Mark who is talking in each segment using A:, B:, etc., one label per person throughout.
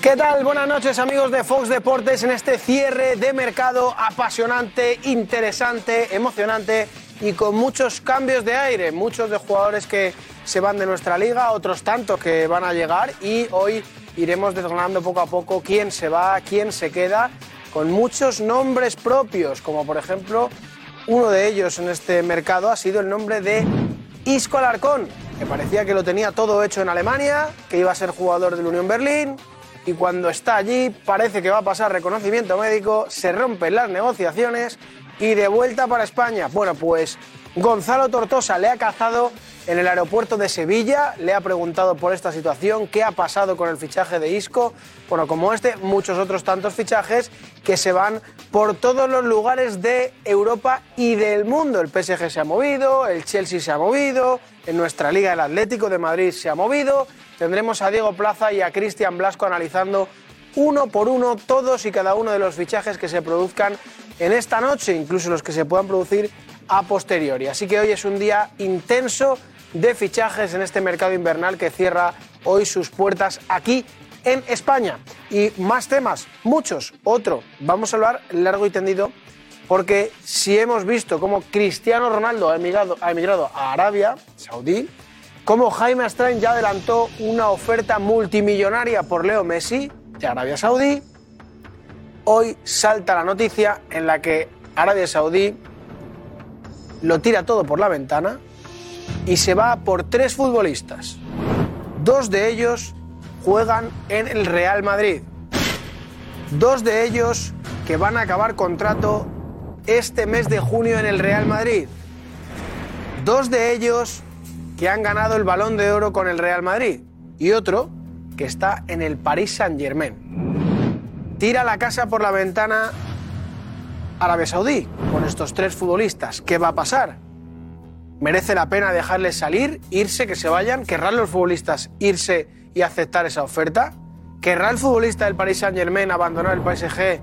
A: ¿Qué tal? Buenas noches amigos de Fox Deportes en este cierre de mercado apasionante, interesante, emocionante y con muchos cambios de aire, muchos de jugadores que se van de nuestra liga, otros tantos que van a llegar y hoy iremos desgranando poco a poco quién se va, quién se queda, con muchos nombres propios, como por ejemplo uno de ellos en este mercado ha sido el nombre de Isco Alarcón, que parecía que lo tenía todo hecho en Alemania, que iba a ser jugador del Unión Berlín, y cuando está allí parece que va a pasar reconocimiento médico, se rompen las negociaciones y de vuelta para España. Bueno, pues Gonzalo Tortosa le ha cazado en el aeropuerto de Sevilla, le ha preguntado por esta situación, qué ha pasado con el fichaje de Isco, bueno, como este, muchos otros tantos fichajes que se van por todos los lugares de Europa y del mundo. El PSG se ha movido, el Chelsea se ha movido, en nuestra liga el Atlético de Madrid se ha movido, tendremos a Diego Plaza y a Cristian Blasco analizando uno por uno todos y cada uno de los fichajes que se produzcan en esta noche, incluso los que se puedan producir a posteriori. Así que hoy es un día intenso de fichajes en este mercado invernal que cierra hoy sus puertas aquí en España. Y más temas, muchos. Otro, vamos a hablar largo y tendido porque si hemos visto cómo Cristiano Ronaldo ha emigrado, ha emigrado a Arabia Saudí, cómo Jaime Astrain ya adelantó una oferta multimillonaria por Leo Messi de Arabia Saudí, hoy salta la noticia en la que Arabia Saudí lo tira todo por la ventana y se va por tres futbolistas. Dos de ellos juegan en el Real Madrid. Dos de ellos que van a acabar contrato este mes de junio en el Real Madrid. Dos de ellos que han ganado el balón de oro con el Real Madrid. Y otro que está en el Paris Saint Germain. Tira la casa por la ventana Arabia Saudí con estos tres futbolistas. ¿Qué va a pasar? ¿Merece la pena dejarles salir, irse, que se vayan? ¿Querrán los futbolistas irse y aceptar esa oferta? ¿Querrá el futbolista del Paris Saint-Germain abandonar el PSG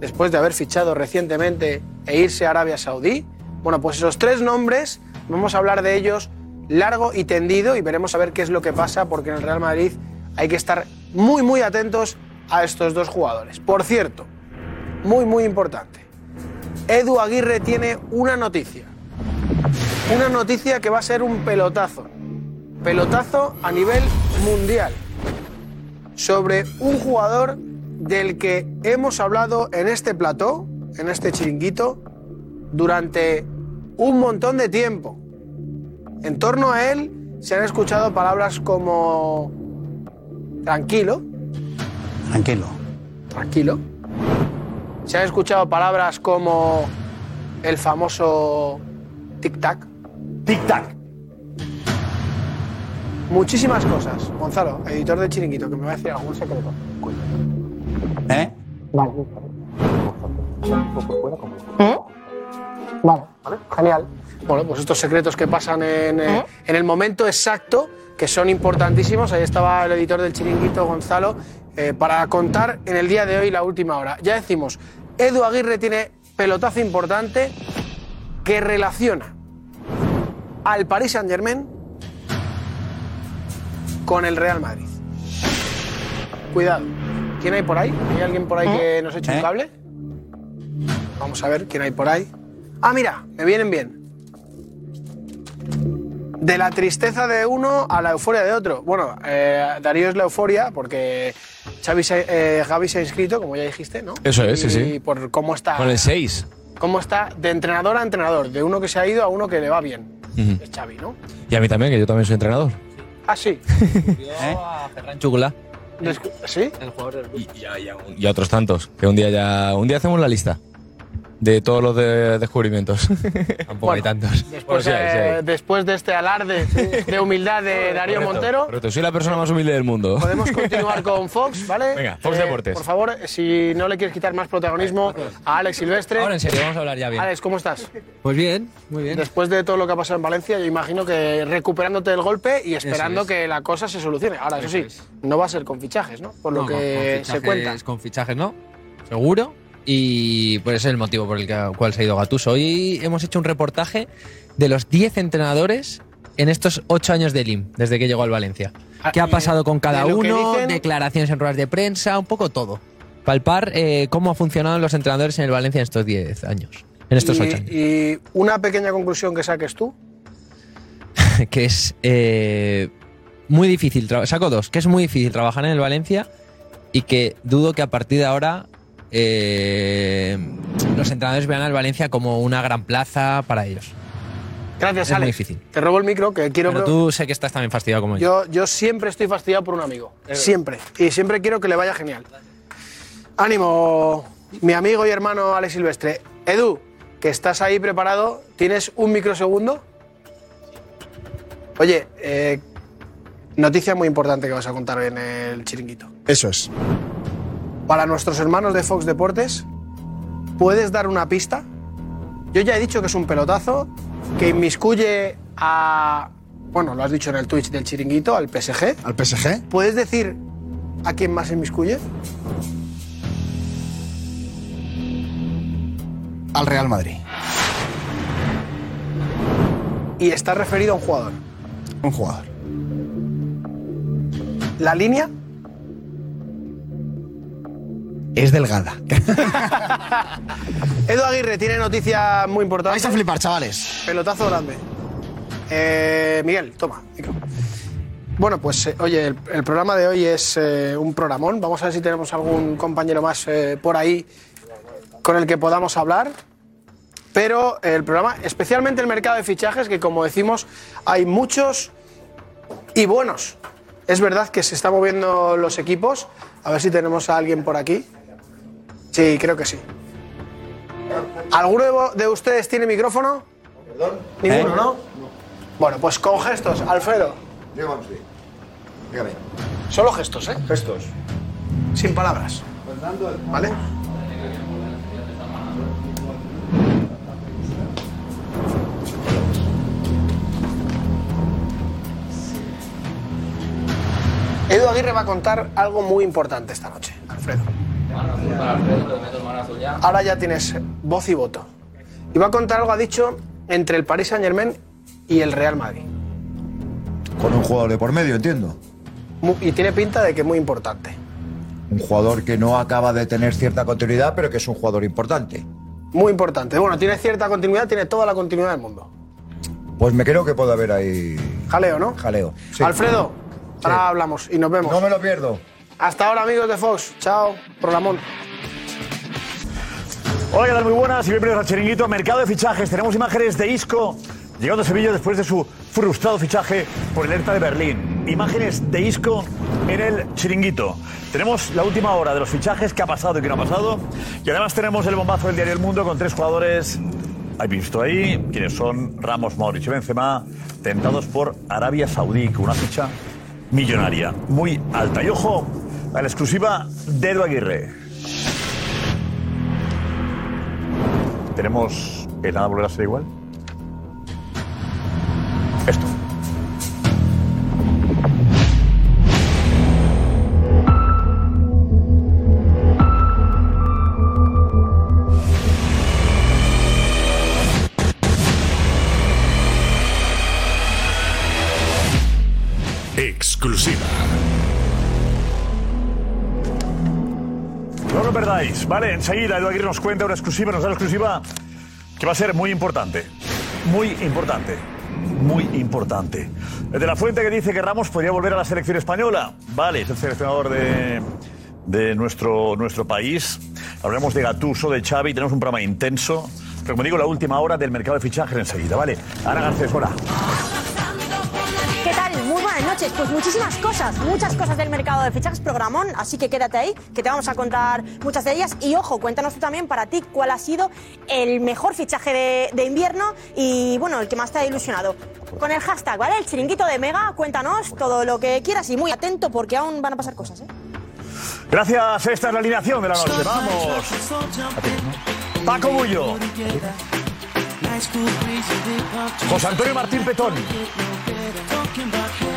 A: después de haber fichado recientemente e irse a Arabia Saudí? Bueno, pues esos tres nombres, vamos a hablar de ellos largo y tendido y veremos a ver qué es lo que pasa, porque en el Real Madrid hay que estar muy, muy atentos a estos dos jugadores. Por cierto, muy, muy importante. Edu Aguirre tiene una noticia. Una noticia que va a ser un pelotazo. Pelotazo a nivel mundial. Sobre un jugador del que hemos hablado en este plató, en este chiringuito, durante un montón de tiempo. En torno a él se han escuchado palabras como tranquilo,
B: Tranquilo.
A: tranquilo. Se han escuchado palabras como el famoso tic-tac.
B: Tic-tac.
A: Muchísimas cosas. Gonzalo, editor de Chiringuito, que me va a decir algún secreto.
B: ¿Eh?
A: Vale. Genial. Bueno, pues estos secretos que pasan en, eh, en el momento exacto, que son importantísimos. Ahí estaba el editor del Chiringuito, Gonzalo, eh, para contar en el día de hoy la última hora. Ya decimos, Edu Aguirre tiene pelotazo importante que relaciona al Paris Saint-Germain con el Real Madrid. Cuidado. ¿Quién hay por ahí? ¿Hay alguien por ahí que nos eche un
B: ¿Eh?
A: cable? Vamos a ver quién hay por ahí. Ah, mira, me vienen bien. De la tristeza de uno a la euforia de otro. Bueno, eh, Darío es la euforia porque Xavi se- eh, Gavi se ha inscrito, como ya dijiste, ¿no?
C: Eso es,
A: y,
C: sí, sí.
A: por cómo está,
C: Con el 6.
A: cómo está de entrenador a entrenador, de uno que se ha ido a uno que le va bien. Es Xavi, ¿no?
C: Y a mí también, que yo también soy entrenador.
A: Ah, sí.
C: ¿Eh?
D: Ferran Chucula.
A: Descu- ¿Sí?
C: Y, y a, y a un- y a otros tantos. Que un día ya. Un día hacemos la lista. De todos los de- descubrimientos.
D: Tampoco
A: Bueno,
D: hay tantos.
A: Después,
C: Bueno, sí, sí.
A: eh, después de este alarde de humildad de Darío Montero.
C: Correcto, soy la persona más humilde del mundo.
A: Podemos continuar con Fox, ¿vale? Eh,
C: Venga, Fox Deportes.
A: Por favor, si no le quieres quitar más protagonismo a Alex Silvestre.
D: Ahora en serio, vamos a hablar ya bien.
A: Alex, ¿cómo estás?
D: Pues bien, muy bien.
A: Después de todo lo que ha pasado en Valencia, yo imagino que recuperándote del golpe y esperando
D: es.
A: que la cosa se solucione. Ahora, eso,
D: Eso
A: sí, no va a ser con fichajes, ¿no? Por lo
D: No,
A: que
D: con
A: se
D: fichajes-
A: cuenta.
D: Con fichajes, ¿no? Seguro. Y pues ese es el motivo por el que- cual se ha ido Gatuso. Hoy hemos hecho un reportaje de los 10 entrenadores en estos 8 años de LIM, desde que llegó al Valencia. qué ha pasado con cada
A: Ah, de lo que
D: uno,
A: dicen.
D: declaraciones en ruedas de prensa, un poco todo. Palpar eh, cómo han funcionado los entrenadores en el Valencia en estos 10 años, en estos
A: Y-
D: 8 años.
A: y una pequeña conclusión que saques tú.
D: que es eh, muy difícil. tra- Saco dos, que es muy difícil trabajar en el Valencia y que dudo que a partir de ahora eh, los entrenadores vean al Valencia como una gran plaza para ellos.
A: Gracias,
D: Es muy
A: Alex.
D: difícil.
A: Te robo el micro, que quiero...
D: Pero tú sé que estás también fastidiado como yo.
A: Yo, yo siempre estoy fastidiado por un amigo. Siempre. Y siempre quiero que le vaya genial. Ánimo, mi amigo y hermano Alex Silvestre. Edu, que estás ahí preparado, ¿tienes un microsegundo? Oye, eh, noticia muy importante que vas a contar en el chiringuito.
E: Eso es.
A: Para nuestros hermanos de Fox Deportes, ¿puedes dar una pista? Yo ya he dicho que es un pelotazo que inmiscuye a. Bueno, lo has dicho en el Twitch del chiringuito, al PSG.
E: Al PSG.
A: ¿Puedes decir a quién más inmiscuye?
E: Al Real Madrid.
A: Y está referido a un jugador.
E: Un jugador.
A: La línea,
E: Es delgada.
A: Edu Aguirre tiene noticia muy importante.
E: Vais a flipar, chavales.
A: Pelotazo grande. Eh, Miguel, toma. micro. Bueno, pues eh, oye, el, el programa de hoy es eh, un programón. Vamos a ver si tenemos algún compañero más eh, por ahí con el que podamos hablar. Pero el programa, especialmente el mercado de fichajes, que como decimos, hay muchos y buenos. Es verdad que se están moviendo los equipos. A ver si tenemos a alguien por aquí. Sí, creo que sí. ¿Alguno de vo- de ustedes tiene micrófono? Ninguno,
B: ¿Eh?
A: ¿no? Bueno, pues con gestos, Alfredo. Solo gestos, ¿eh?
F: Gestos.
A: Sin palabras. ¿Vale? Edu Aguirre va a contar algo muy importante esta noche, Alfredo. Ahora ya tienes voz y voto. Y va a contar algo, ha dicho, entre el Paris Saint Germain y el Real Madrid.
F: Con un jugador de por medio, entiendo.
A: Mu- Y tiene pinta de que muy importante.
F: Un jugador que no acaba de tener cierta continuidad, pero que es un jugador importante.
A: Muy importante. Bueno, tiene cierta continuidad, tiene toda la continuidad del mundo.
F: Pues me creo que puede haber ahí
A: Jaleo, ¿no?
F: jaleo. Sí.
A: Alfredo, ahora hablamos y nos vemos.
F: No me lo pierdo.
A: Hasta ahora, amigos de Fox. Chao, programón.
G: Hola, ¿qué tal? Muy buenas y bienvenidos al Chiringuito. Mercado de fichajes. Tenemos imágenes de Isco llegando a Sevilla después de su frustrado fichaje por el ERTA de Berlín. Imágenes de Isco en el Chiringuito. Tenemos la última hora de los fichajes, qué ha pasado y qué no ha pasado. Y además tenemos el bombazo del diario El Mundo con tres jugadores, hay visto ahí, quienes son Ramos, Mauricio y Benzema, tentados por Arabia Saudí, con una ficha millonaria, muy alta. Y ojo a la exclusiva de Edu Aguirre. ¿Tenemos el nada volver a ser igual? Esto.
H: Exclusiva.
G: No lo perdáis, ¿vale? Enseguida Edu Aguirre nos cuenta una exclusiva, nos da la exclusiva que va a ser muy importante. Muy importante. Muy importante. El de la fuente que dice que Ramos podría volver a la selección española. Vale, es el seleccionador de, de nuestro, nuestro país. Hablamos de Gatuso, de Xavi, tenemos un programa intenso. Pero como digo, la última hora del mercado de fichajes enseguida, ¿vale? Ana Garcés, hola.
I: ¿Qué tal? Muy buenas noches. Pues muchísimas cosas, muchas cosas del mercado de fichajes programón, así que quédate ahí, que te vamos a contar muchas de ellas. Y ojo, cuéntanos tú también para ti cuál ha sido el mejor fichaje de, de invierno y bueno, el que más te ha ilusionado. Con el hashtag, ¿vale? El chiringuito de Mega, cuéntanos todo lo que quieras y muy atento porque aún van a pasar cosas, ¿eh?
G: Gracias, esta es la alineación de la noche. Vamos. Paco Bullo. José Antonio Martín Petón.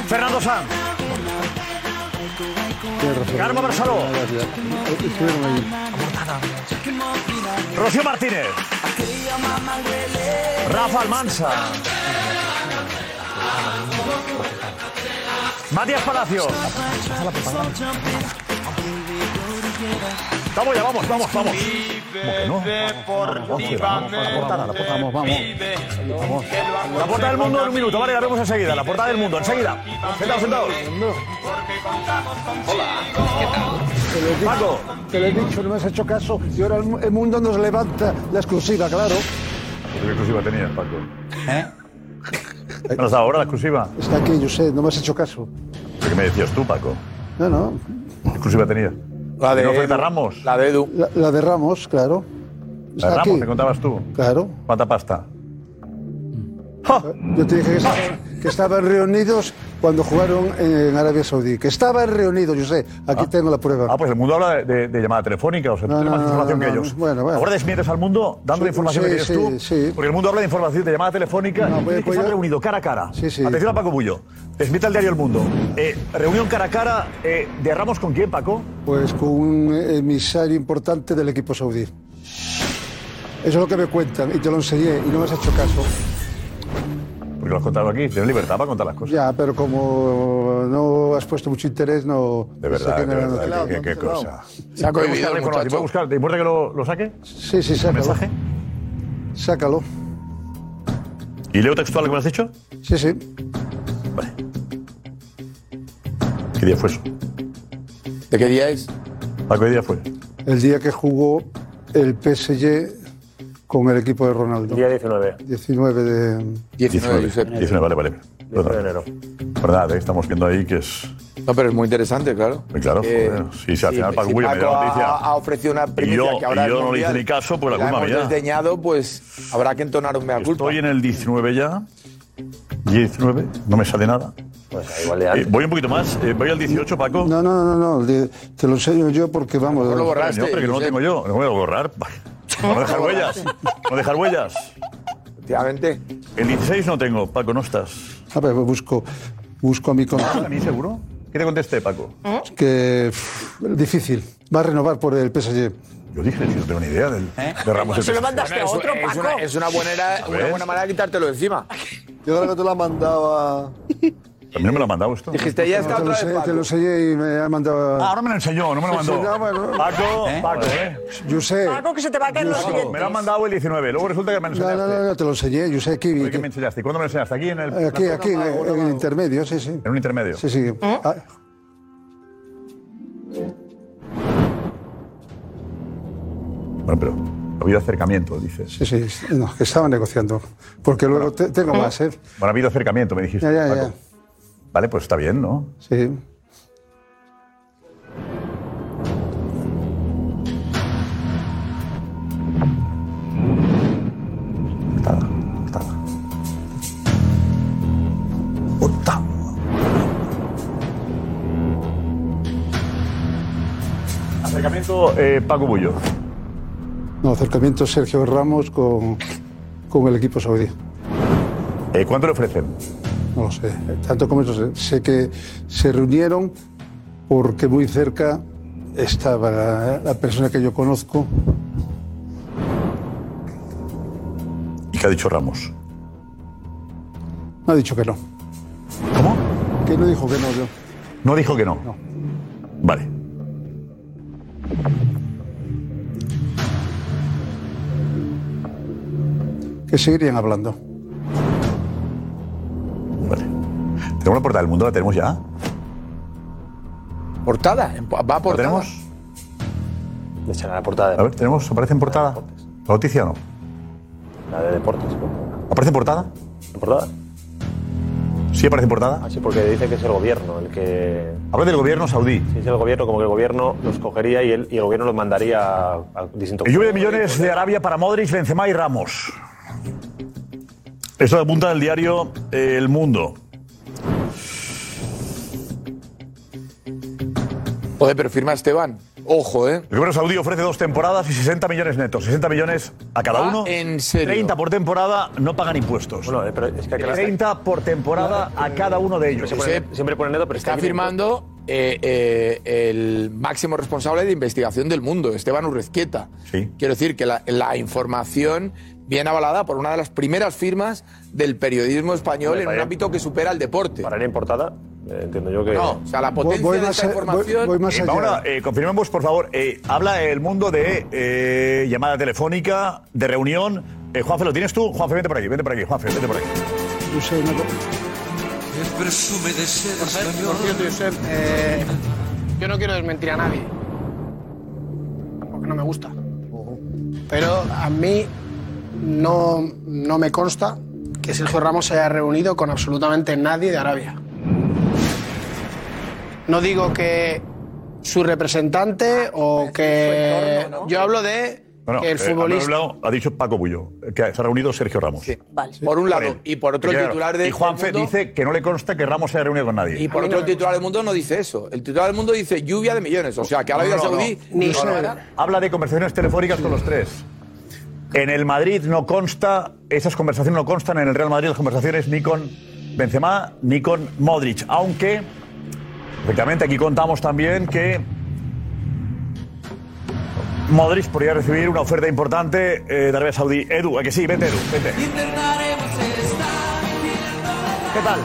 G: Fernando Sanz. Carmo Barceló. Rocío Martínez. Rafa Almansa. Matías Palacio. Vamos ya, vamos, vamos, vamos.
E: Vamos, vamos.
G: La puerta del mundo en un minuto, vale, la vemos enseguida. La puerta del mundo, enseguida. Sentados, sentados.
J: Te lo he dicho,
G: Paco.
J: Te lo he dicho, no me has hecho caso. Y ahora el mu- el mundo nos levanta la exclusiva, claro.
G: ¿Qué exclusiva tenías, Paco? ¿Eh? ¿No has dado ahora la exclusiva?
J: Está aquí, yo sé, no me has hecho caso.
G: ¿Qué me decías tú, Paco?
J: No, no.
G: ¿Qué exclusiva tenías?
J: La de
G: ¿No oferta
J: Edu.
G: Ramos?
J: La de Edu. La, de Ramos, claro.
G: La
J: Está
G: de Ramos,
J: aquí.
G: te contabas tú.
J: Claro.
G: ¿Cuánta pasta?
J: Yo te dije que, estaba- que estaban reunidos cuando jugaron en Arabia Saudí. Que estaban reunidos, yo sé. Aquí tengo la prueba.
G: Ah, pues el mundo habla de, de- de llamada telefónica, o sea, tú
J: No,
G: tienes más
J: no, no,
G: información
J: no,
G: que
J: no,
G: ellos.
J: bueno, bueno.
G: Ahora desmientes al mundo dando
J: Sí,
G: la información que
J: sí,
G: tienes
J: sí, pues,
G: tú. Porque el mundo habla de información, de llamada telefónica, y tienes que se han reunido cara a cara. Atención a Paco Bullo. Desmiente al diario El Mundo. Eh, reunión cara a cara eh, de Ramos con quién, Paco?
J: Pues con un emisario importante del equipo saudí. Eso es lo que me cuentan y te lo enseñé y no me has hecho caso.
G: Porque lo has contado aquí, tienes libertad para contar las cosas.
J: Ya, pero como no has puesto mucho interés, no.
G: De verdad,
J: saqué
G: de
J: nada
G: verdad,
J: noticia.
G: qué, qué- qué cosa.
J: Se ha cohibido
G: Voy a buscar la
J: el
G: información,
J: muchacho.
G: voy a buscar, ¿Te importa que lo, lo saque?
J: Sí, sí, sácalo.
G: ¿Mensaje?
J: Sácalo.
G: ¿Y leo textual lo que me has dicho?
J: Sí, sí.
G: ¿Qué día fue eso?
K: ¿De qué día es?
G: Paco, ¿qué día fue?
J: El día que jugó el PSG con el equipo de Ronaldo.
G: Día 19.
J: 19 de.
G: 19, 19, vale, vale. 19 de enero. Verdad, eh, estamos viendo ahí que es...
K: No, pero es muy interesante, claro.
G: Pues claro,
K: Eh,
G: joder, sí, sí, al final Paco
K: si
G: Bullo me dio la
K: ha-
G: noticia.
K: Ha, ofrecido una primicia
G: yo-
K: que ahora
G: y
K: es
G: yo no le
K: mundial,
G: hice ni caso, pues la
K: que
G: culpa
K: hemos
G: mía.
K: desdeñado, pues habrá que entonar un mea culpa.
G: Estoy en el 19 ya. 19, no me sale nada. Eh, voy un poquito más, eh, voy al 18, Paco.
J: No, no, no, no, no, di- te lo enseño yo porque vamos.
G: No, pero que no lo tengo yo, no me voy a borrar. No dejar huellas, no dejar huellas.
K: Efectivamente.
G: El 16 no tengo, Paco, no estás.
J: A ver, busco, busco a mi contacto.
G: ¿A mí seguro? ¿Qué te contesté, Paco?
J: que pff, difícil. Va a renovar por el PSG.
G: Yo dije, yo no tengo ni idea del, de Ramos. el
K: Pues Se lo
G: PSG.
K: mandaste a otro, Paco. Es una, es una buena, era-
G: A
K: una
G: ver.
K: buena manera de quitártelo de encima.
J: Yo creo que te lo mandaba.
G: También me lo ha mandado esto.
K: Dijiste, ya está
J: te, lo
K: otra vez,
J: enseñé,
K: Paco.
J: te lo enseñé y me ha mandado.
G: Ah, ahora me lo enseñó, no me lo
J: Sí, sí,
G: mandó.
J: no, bueno.
G: Paco,
J: ¿Eh?
G: Paco, ¿eh?
J: Yo sé.
I: Paco, que se te va a caer los
G: Paco, me lo han mandado el 19, luego resulta que me
J: No,
G: lo enseñaste.
J: no, no, no, te lo enseñé, yo sé aquí.
G: Oye, ¿Qué me enseñaste? ¿Cuándo me lo enseñaste? ¿Aquí en el...?
J: Aquí, aquí, en en el intermedio, sí, sí.
G: En un intermedio.
J: Sí, sí. Ah,
G: Bueno, pero ha habido acercamiento, dices.
J: sí, sí. No, que estaba negociando. Porque luego te- tengo más, ¿eh?
G: Bueno, ha habido acercamiento, me dijiste.
J: Ya, ya,
G: Paco.
J: ya.
G: Vale, pues está bien, ¿no?
J: Sí.
G: Acercamiento eh, Paco Bullo.
J: No, acercamiento Sergio Ramos con, con el equipo saudí.
G: Eh, ¿Cuánto le ofrecen?
J: No lo sé. Tanto como eso sé. Sé que se reunieron porque muy cerca estaba la, la persona que yo conozco.
G: ¿Y qué ha dicho Ramos?
J: No ha dicho que no.
G: ¿Cómo?
J: Que no dijo que no yo.
G: No dijo que no. Vale.
J: Que seguirían hablando.
G: ¿Tenemos la portada del mundo? ¿La tenemos ya?
K: ¿Portada? en- ¿Va a portada?
G: tenemos? Le echarán la portada. A ver, ¿tenemos? ¿Aparece en portada? ¿La noticia o no? La de deportes. ¿Aparece en portada? ¿En portada? ¿Sí aparece en portada?
L: Ah, Sí, porque dice que es el gobierno el que.
G: Habla del gobierno saudí.
L: Sí, es el gobierno, como que el gobierno los cogería y el, y el gobierno los mandaría a, a distintos.
G: El lluvia de millones de Arabia para Modric, Benzema y Ramos. Eso apunta el diario eh, El Mundo.
K: Joder, pero firma Esteban. Ojo, ¿eh?
G: El gobierno saudí ofrece dos temporadas y 60 millones netos. 60 millones a cada
K: Ah,
G: uno.
K: en serio.
G: 30 por temporada, no pagan impuestos. Bueno, eh, pero es que 30 por temporada a cada uno de ellos.
K: Josep, está firmando eh, eh, el máximo responsable de investigación del mundo, Esteban Urrezquieta. Quiero decir que la, la información viene avalada por una de las primeras firmas del periodismo español
L: Hombre,
K: en
L: para
K: un
L: ir-
K: ámbito que supera el deporte.
L: Para ir en portada, Eh, entiendo yo que.
K: No, o sea, la potencia
J: Voy- voy
K: de
J: más
K: esta
J: a-
K: información.
J: voy- voy más
G: Eh, Paola, eh, confirmemos, por favor. eh, habla el mundo de eh, llamada telefónica, de reunión. Eh, Juanfe, ¿lo tienes tú? Juanfe, vente por aquí, vente por aquí, Juanfe, vente por aquí.
J: No sé, no-
M: presume de ser español.
A: Por cierto, Josep, eh, yo no quiero desmentir a nadie. Porque no me gusta. Pero a mí no, no me consta que Sergio Ramos se haya reunido con absolutamente nadie de Arabia. No digo que su representante o que... Yo hablo de
G: Bueno,
A: que el
G: eh, a
A: futbolista...
G: un lado ha dicho Paco Bullo, que se ha reunido Sergio Ramos.
K: Por un lado.
G: él.
K: Y por otro, el
G: Claro.
K: titular de. este
G: Y Juanfe
K: Mundo-
G: dice que no le consta que Ramos se haya reunido con nadie.
K: Y por otro, el titular del mundo no dice eso. El titular del mundo dice lluvia de millones. O sea,
A: Ah.
K: que Arabia
G: No, no, no.
K: Saudí.
G: Ni
K: no
G: se-
K: hará-
G: Habla de conversaciones telefónicas con los tres. En el Madrid no consta, esas conversaciones no constan en el Real Madrid las conversaciones ni con Benzema ni con Modric. Aunque, efectivamente, aquí contamos también que Modric podría recibir una oferta importante eh, de Arabia Saudí. Edu, ¿a que sí? Vete, Edu, vete.
E: ¿Qué tal?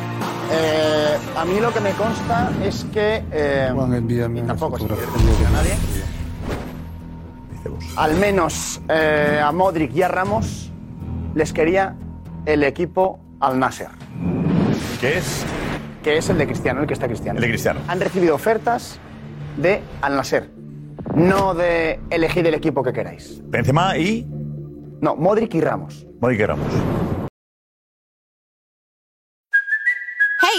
E: Eh, a mí lo que me consta es que. eh, y tampoco se quiere decir a nadie. Al menos eh, a Modric y a Ramos les quería el equipo al Nasser.
G: ¿Qué es?
E: Que es el de Cristiano, el que está Cristiano.
G: El de Cristiano.
E: Han recibido ofertas de al Nasser, no de elegir el equipo que queráis.
G: Benzema y
E: No, Modric y Ramos.
G: Modric y Ramos.
N: Hey,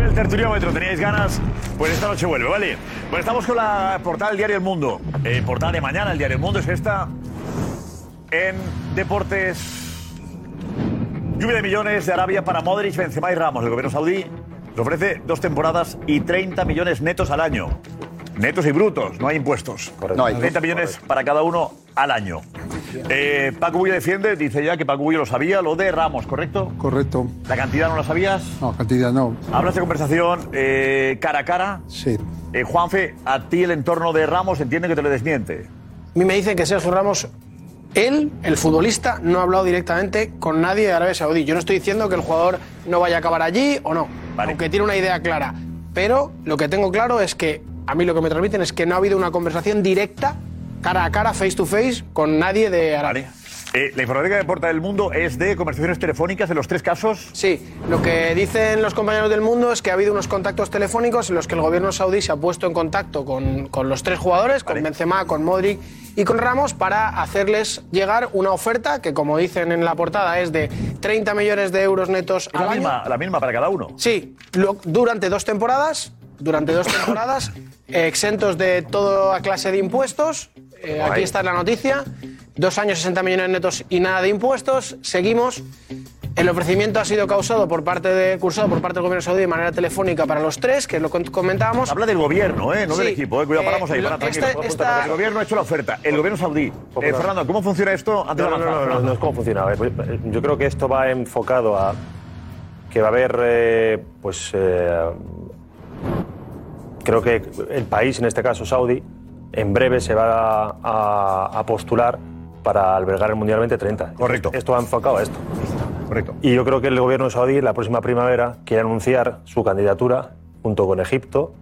G: El tertuliómetro, teníais ganas, pues esta noche vuelve, ¿vale? Bueno, estamos con la portada del diario El Mundo. Eh, portada de mañana, el diario El Mundo es esta. En deportes, lluvia de millones de Arabia para Modric, Benzema y Ramos. El gobierno saudí le ofrece dos temporadas y 30 millones netos al año. Netos y brutos, no hay impuestos. No hay 30 millones para cada uno al año. Eh, Paco Bullo defiende, dice ya que Paco Bullo lo sabía, lo de Ramos, ¿correcto?
J: correcto.
G: ¿La cantidad no la sabías?
J: No, cantidad no.
G: Hablas de conversación eh, cara a cara.
J: Sí.
G: Eh, Juanfe, a ti el entorno de Ramos entiende que te lo desmiente.
A: A mí me dicen que Sergio Ramos, él, el futbolista, no ha hablado directamente con nadie de Arabia Saudí. Yo no estoy diciendo que el jugador no vaya a acabar allí o no, aunque tiene una idea clara. Pero lo que tengo claro es que, a mí lo que me transmiten es que no ha habido una conversación directa, cara a cara, face to face, con nadie de Arabia.
G: Eh, la informática de Porta del Mundo es de conversaciones telefónicas en los tres casos.
A: Sí, lo que dicen los compañeros del mundo es que ha habido unos contactos telefónicos en los que el gobierno saudí se ha puesto en contacto con, con los tres jugadores, con Benzema, con Modric y con Ramos, para hacerles llegar una oferta que, como dicen en la portada, es de 30 millones de euros netos al
G: la,
A: año.
G: misma, la misma para cada uno.
A: Sí, lo- durante dos temporadas, durante dos temporadas, eh, exentos de toda clase de impuestos. Eh, aquí está la noticia. Dos años, 60 millones netos y nada de impuestos. Seguimos. El ofrecimiento ha sido causado por parte de, cursado por parte del gobierno saudí de manera telefónica para los tres, que es lo que comentábamos.
G: Habla del gobierno, ¿eh? no del
A: Sí.
G: equipo. ¿eh? Cuidado,
A: Eh,
G: paramos ahí.
A: lo-
G: Para, tranquilo.
A: esta- esta-
G: El gobierno ha hecho la oferta. El gobierno saudí. Eh,
L: Popular.
G: Fernando, ¿cómo funciona esto? Antes
L: no,
G: de
L: no,
G: avanzar,
L: no, no,
G: Fernando.
L: no es cómo funciona. A ver, pues, eh, Yo creo que esto va enfocado a que va a haber, eh, pues, eh, creo que el país, en este caso Saudi, en breve se va a, a- a postular para albergar el Mundial 2030. Correcto. Esto va enfocado a esto.
G: Correcto.
L: Y yo creo que el gobierno saudí la próxima primavera quiere anunciar su candidatura junto con Egipto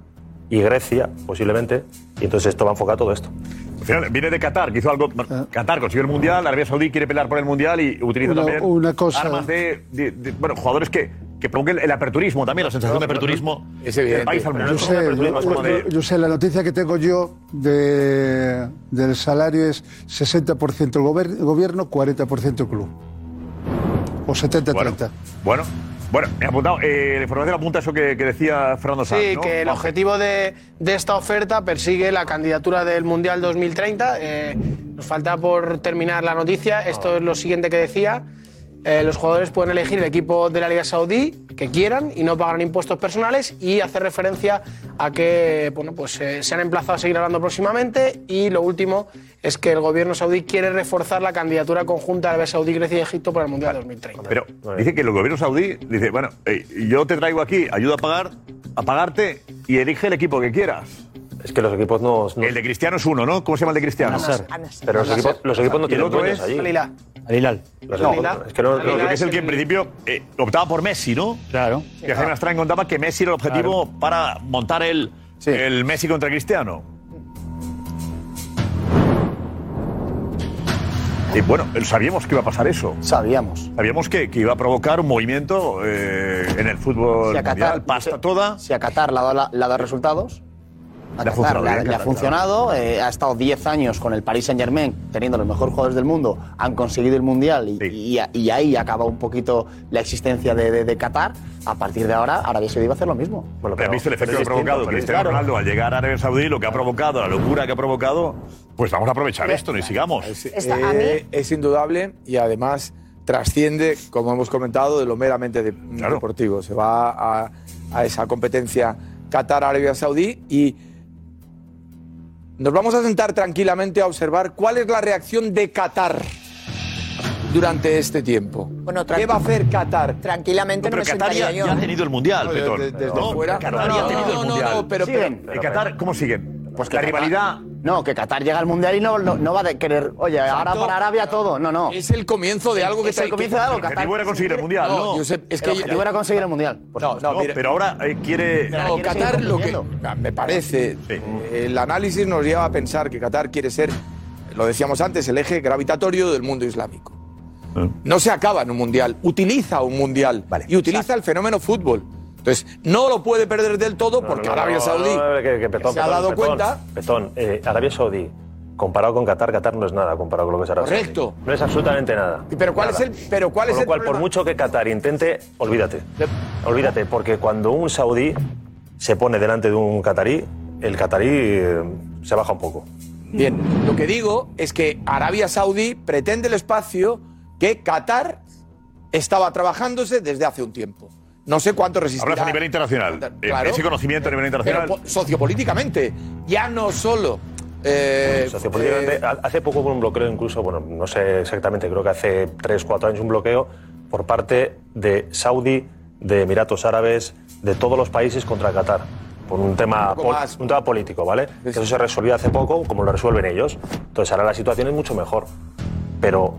L: y Grecia, posiblemente. Y entonces esto va enfocado a todo esto.
G: Al final, viene de Eh, Qatar, que hizo algo. Qatar consiguió el mundial, Arabia Saudí quiere pelear por el mundial y utiliza
J: Ah. Una-
G: también
J: una cosa-
G: armas de, de- de- Bueno, jugadores que, que provoquen el aperturismo también, la sensación de aperturismo. Es
K: evidente.
J: Yo sé, yo- yo- yo sé, la noticia que tengo yo de, del salario es 60% el gober- gobierno, 40% el club. O 70-30.
G: Bueno, bueno, he apuntado. eh, la información apunta eso que, que decía Fernando Sanz.
A: Sí,
G: ¿no?
A: que el
G: Vamos.
A: objetivo de, de esta oferta persigue la candidatura del Mundial 2030. Eh, nos falta por terminar la noticia. Esto es lo siguiente que decía. eh, los jugadores pueden elegir el equipo de la Liga Saudí que quieran y no pagarán impuestos personales y hace referencia a que bueno, pues, eh, se han emplazado a seguir hablando próximamente y lo último es que el gobierno saudí quiere reforzar la candidatura conjunta de Arabia Saudí, Grecia y Egipto para el Mundial 2030.
G: Pero dice que el gobierno saudí dice, bueno, eh, yo te traigo aquí, ayudo a pagar, a pagarte y elige el equipo que quieras.
F: Es que los equipos no. no-
G: El de Cristiano es uno, ¿no? ¿Cómo se llama el de Cristiano?
F: Al-Nassr. Pero los equipos, los equipos
G: Y
F: no
G: el
F: tienen
G: otro
F: dueños
G: es
F: allí.
A: Al-Hilal.
F: Al-Hilal. Los
G: No,
F: equipos- es que no- no-
G: creo que es el que en principio eh, optaba por Messi, ¿no? Claro. Que Jaime Astrán contaba que Messi era el objetivo para montar el, el Messi contra Cristiano. Y bueno, sabíamos que iba a pasar eso.
E: Sabíamos.
G: Sabíamos que, que iba a provocar un movimiento eh, en el fútbol
E: Si a Qatar-
G: mundial, pasta toda.
E: Si a Qatar le ha dado, la- le ha dado resultados,
G: Le
E: a
G: ha
E: Qatar
G: funcionado
E: le ha-
G: bien,
E: le ha
G: Qatar,
E: funcionado, eh, ha estado 10 años con el Paris Saint-Germain, teniendo los mejores jugadores del mundo, han conseguido el Mundial y, y a- y ahí acaba un poquito la existencia de, de- de Qatar. A partir de ahora, Arabia Saudí va a hacer lo mismo.
G: Bueno, pero ¿Has visto el efecto que ha
E: pero es distinto,
G: provocado
E: pero es
G: Cristiano
E: claro.
G: Ronaldo al llegar a Arabia Saudí, lo que ha provocado, la locura que ha provocado? Pues vamos a aprovechar esto, ni sigamos.
K: Eh, es indudable y además trasciende, como hemos comentado, de lo meramente de- mm, deportivo. Se va a, a esa competencia Qatar-Arabia Saudí y nos vamos a sentar tranquilamente a observar cuál es la reacción de Qatar durante este tiempo. ¿Qué va a hacer Qatar?
O: Tranquilamente
G: Pero Qatar ya, ya ha tenido el mundial,
K: No, de-
G: Petón.
K: de- desde
G: no,
K: fuera.
G: Qatar
K: No,
G: ya
K: no,
G: ha tenido
K: no,
G: el
K: no,
G: mundial.
K: no, pero-
G: Siguen.
K: pero-
G: ¿Y Qatar cómo siguen? Pues
E: que
G: la
E: Qatar-
G: rivalidad.
E: No, que Qatar llega al Mundial y no, no, no va a de- querer, oye, ahora para Arabia todo. No, no.
K: Es el comienzo de algo que
E: Es el
K: te-
E: comienzo de algo.
K: El
E: Qatar-
K: objetivo era conseguir el Mundial, ¿no? Josep, es
E: El
K: que-
E: objetivo era conseguir el Mundial. por
K: No,
E: supuesto.
K: no, mire-
G: pero ahora eh, quiere.
K: No, Qatar lo que me parece, el análisis nos lleva a pensar que Qatar quiere ser, lo decíamos antes, el eje gravitatorio del mundo islámico.
F: Ah.
K: No se acaba en un mundial, utiliza un mundial y utiliza el fenómeno fútbol. Entonces, no lo puede perder del todo porque
F: no, no,
K: Arabia
F: no,
K: Saudí
F: no, no, que- que Petón,
K: se ha
F: Petón,
K: dado
F: Petón,
K: cuenta
F: Petón, eh, Arabia Saudí, comparado con Qatar, Qatar no es nada comparado con lo que es Arabia
K: Correcto.
F: Saudí. No es absolutamente nada.
K: pero cuál
F: Nada.
K: es el- pero cuál
F: Con
K: es
F: lo
K: el
F: cual, por
K: problema?
F: mucho que Qatar intente, olvídate. Olvídate, porque cuando un saudí se pone delante de un catarí, el catarí eh, se baja un poco.
K: Bien, lo que digo es que Arabia Saudí pretende el espacio que Qatar estaba trabajándose desde hace un tiempo. No sé cuánto resistirá.
G: Hablas a nivel internacional. Eh,
K: Claro.
G: Ese conocimiento a nivel internacional.
K: Pero po- sociopolíticamente, ya no solo. eh,
F: Sociopolíticamente,
K: eh,
F: ha- hace poco hubo un bloqueo, incluso, bueno, no sé exactamente, creo que hace 3, 4 años un bloqueo por parte de Saudi, de Emiratos Árabes, de todos los países contra Qatar. Por un tema, pol- un tema político, ¿vale? Que Eso se resolvió hace poco, como lo resuelven ellos. Entonces ahora la situación es mucho mejor. Pero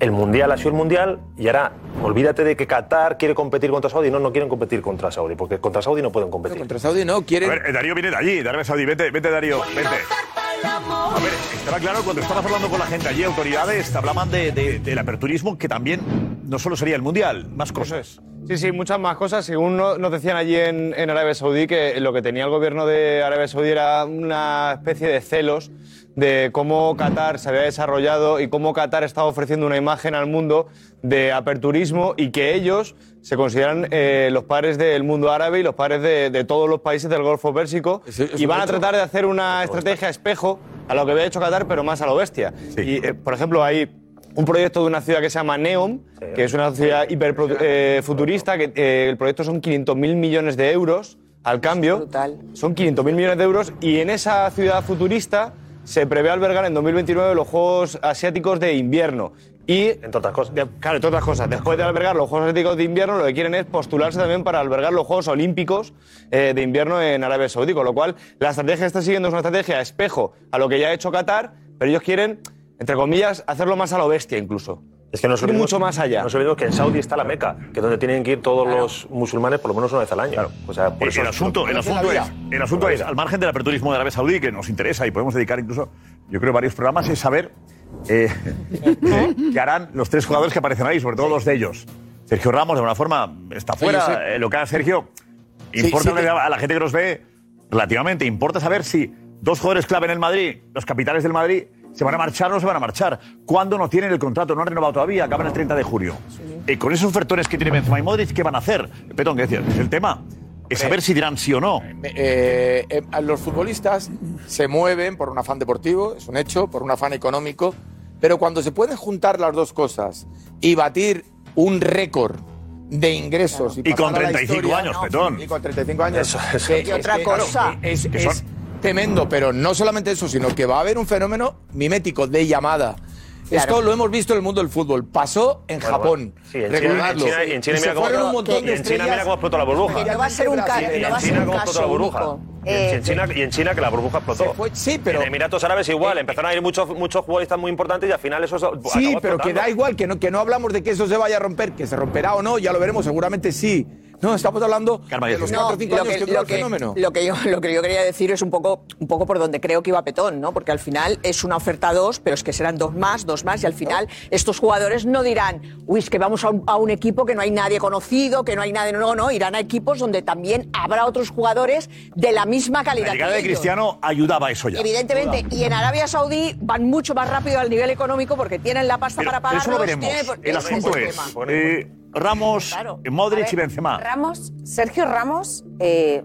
F: el mundial ha sido el mundial y ahora olvídate de que Qatar quiere competir contra Saudi. No, no quieren competir contra Saudi, porque contra Saudi no pueden competir.
K: contra Saudi no, quieren.
G: A ver, eh, Darío viene de allí, de Arabia Saudí. Vete, vete, Darío, vete. A ver, estaba claro, cuando estabas hablando con la gente allí, autoridades, te hablaban de, de- del aperturismo, que también no solo sería el mundial, más cosas.
C: Sí, sí, muchas más cosas. Según no- nos decían allí en, en Arabia Saudí, que lo que tenía el gobierno de Arabia Saudí era una especie de celos de cómo Qatar se había desarrollado y cómo Qatar estaba ofreciendo una imagen al mundo de aperturismo y que ellos se consideran eh, los padres del mundo árabe y los padres de, de todos los países del Golfo Pérsico
K: es
C: y
K: un
C: van a
K: hecho.
C: tratar de hacer una estrategia espejo a lo que había hecho Qatar, pero más a lo bestia. Y, eh, por ejemplo, hay un proyecto de una ciudad que se llama Neom, que es una ciudad hiperfuturista, que eh, el proyecto son 500.000 millones de euros al cambio. Son 500.000 millones de euros y en esa ciudad futurista se prevé albergar en 2029 los Juegos Asiáticos de Invierno. Y,
F: entre otras cosas.
C: claro, entre otras cosas. Después de albergar los Juegos Asiáticos de Invierno, lo que quieren es postularse también para albergar los Juegos Olímpicos eh, de Invierno en Arabia Saudí. Con lo cual, la estrategia que está siguiendo es una estrategia espejo a lo que ya ha hecho Qatar, pero ellos quieren, entre comillas, hacerlo más a lo bestia incluso.
F: Es que nos
C: Ir
F: olvidemos-
C: mucho más allá.
F: Nos olvidemos que en Saudi está la Meca, que es donde tienen que ir todos los musulmanes por lo menos una vez al año. O sea, por
G: Eh,
F: eso
G: el asunto, el asunto es, el asunto es, al margen del aperturismo de Arabia Saudí, que nos interesa y podemos dedicar incluso, yo creo, varios programas, es saber eh, eh, qué harán los tres jugadores que aparecen ahí, sobre todo dos de ellos. Sergio Ramos, de una forma, está
K: Sí, yo
G: fuera.
K: sé.
G: eh, lo que haga Sergio,
K: Sí,
G: importa
K: sí, te-
G: a la gente que nos ve relativamente, importa saber si dos jugadores clave en el Madrid, los capitales del Madrid, se van a marchar o no se van a marchar. ¿Cuándo no tienen el contrato? No han renovado todavía, acaban el 30 de julio. Eh, con esos ofertones que tiene Benzema y Modric, ¿qué van a hacer? Petón, ¿qué decías? El tema es saber si dirán sí o no.
K: eh, eh, a los futbolistas se mueven por un afán deportivo, es un hecho, por un afán económico, pero cuando se pueden juntar las dos cosas y batir un récord de ingresos.
G: Y con
K: pasar a la
G: 35
K: historia-
G: años, Petón.
K: Y con 35 años.
G: Eso, eso.
K: Que-
G: Y
K: es
G: otra
K: que-
G: cosa.
K: Es,
G: Que
K: es
G: son-
K: tremendo, pero no solamente eso, sino que va a haber un fenómeno mimético de llamada. Esto lo hemos visto en el mundo del fútbol. Pasó en
L: Bueno,
K: Japón.
L: bueno. Sí, en China-
K: Recordadlo.
L: en China- en China
K: Y se
L: mira cómo-
K: fueron un montón
L: y
K: de
L: en China mira
K: estrellas
L: cómo explotó la burbuja.
K: que
L: Pero va a ser un ca-
K: Brasil.
L: Y
K: Y
L: en China cómo explotó la burbuja. Y en- y en China, y en China que la burbuja explotó.
K: sí, pero,
L: en Emiratos Árabes igual, empezaron a ir muchos, muchos futbolistas muy importantes y al final eso acabó
K: Sí, pero
L: explotando.
K: que da igual, que no, que no hablamos de que eso se vaya a romper, que se romperá o no, ya lo veremos, seguramente sí. No, estamos hablando de los 4 o 5
O: lo
K: años que,
O: que-
K: dura
O: lo
K: el
O: que-
K: fenómeno.
O: lo que yo, lo que yo quería decir es un poco, un poco por donde creo que iba Petón, ¿no? Porque al final es una oferta dos, pero es que serán dos más, dos más, y al final estos jugadores no dirán, uy, es que vamos a un, a un equipo que no hay nadie conocido, que no hay nadie. No, no, irán a equipos donde también habrá otros jugadores de la misma calidad.
G: La llegada
O: que
G: de
O: ellos.
G: Cristiano ayudaba a eso Pues ya.
O: Evidentemente, y en Arabia Saudí van mucho más rápido al nivel económico porque tienen la pasta para
G: Pero
O: pagar.
G: eso lo veremos. El asunto es eh, Ramos, eh,
P: A
G: Modric
P: ver,
G: y Benzema.
P: Ramos, Sergio Ramos eh,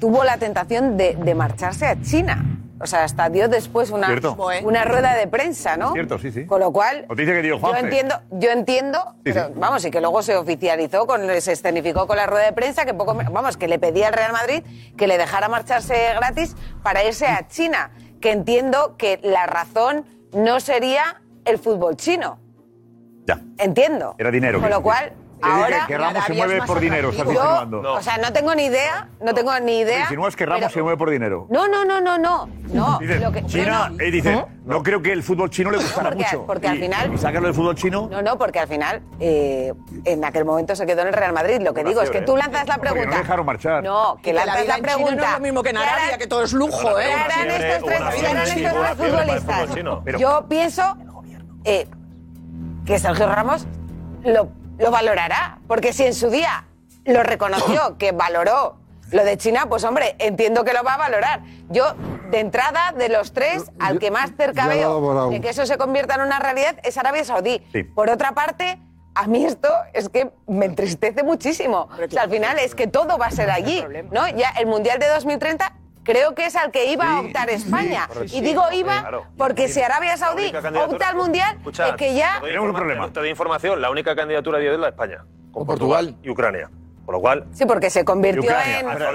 P: tuvo la tentación de, de marcharse a China. O sea, hasta dio después una,
G: Cierto.
P: una rueda de prensa, ¿no?
G: Cierto, sí, sí.
P: Con lo cual,
G: Noticia que dio
P: yo
G: Juanfe.
P: entiendo, yo entiendo, pero vamos, y que luego se oficializó, con, se escenificó con la rueda de prensa, que poco, me- vamos, que le pedía al Real Madrid que le dejara marcharse gratis para irse a China, que entiendo que la razón no sería el fútbol chino.
G: Ya.
P: Entiendo.
G: Era dinero,
P: Con
G: quiero
P: lo cual,
G: decir. Es decir,
P: ahora.
G: que- que Ramos se
P: Arabia es
G: mueve
P: más
G: por dinero, estás
P: atractivo.
G: insinuando.
P: Yo,
G: No.
P: O sea, no tengo ni idea, no, tengo ni idea.
G: Si no es que Ramos
P: pero-
G: se mueve por dinero.
P: No, no, no, no, no. no.
G: Dice,
P: Lo que-
G: China,
P: no,
G: eh, dice, no creo que el fútbol chino le gustara
P: porque-
G: mucho.
P: porque al
G: Y-
P: final-
G: Y sacarlo del fútbol chino.
P: No, no, porque al final, eh, en aquel momento se quedó en el Real Madrid. Lo que digo es que tú lanzas la
G: ¿eh? Porque
P: pregunta.
G: No le dejaron marchar.
P: No, que
O: Y que la
P: lanzas la
O: vida en China no
P: pregunta.
O: es lo mismo que en
P: ¿Qué harán-
O: Arabia, que todo es lujo, ¿eh?
P: ¿Qué harán
O: Una
P: estos
O: fiebre,
P: tres,
O: una
P: qué harán estos
O: fiebre, una
P: tres
O: fiebre para el
P: futbolistas?
O: fútbol chino. Pero-
P: Yo pienso eh, que Sergio Ramos lo, lo valorará, porque si en su día lo reconoció, que valoró lo de China, pues hombre, entiendo que lo va a valorar. Yo, de entrada, de los tres, al que más cerca
J: yo lo he
P: veo
J: valorado.
P: de que eso se convierta en una realidad es Arabia Saudí.
J: Sí.
P: Por otra parte, a mí esto es que me entristece muchísimo. O sea, al final es que todo va a ser allí, ¿no? Ya el Mundial de 2030 creo que es al que iba a optar España.
L: correcto.
P: y digo
L: Sí,
P: iba
L: claro.
P: porque
L: Sí.
P: si Arabia
L: La
P: Saudí
L: única candidatura-
P: opta al Mundial,
L: Escuchad,
P: es que ya...
L: te doy informa- Te doy información, la única candidatura a día de hoy es la de España. Con Portugal. y Ucrania. Por lo cual.
P: Sí, porque se convirtió
L: Ucrania,
P: en...
L: Ucrania,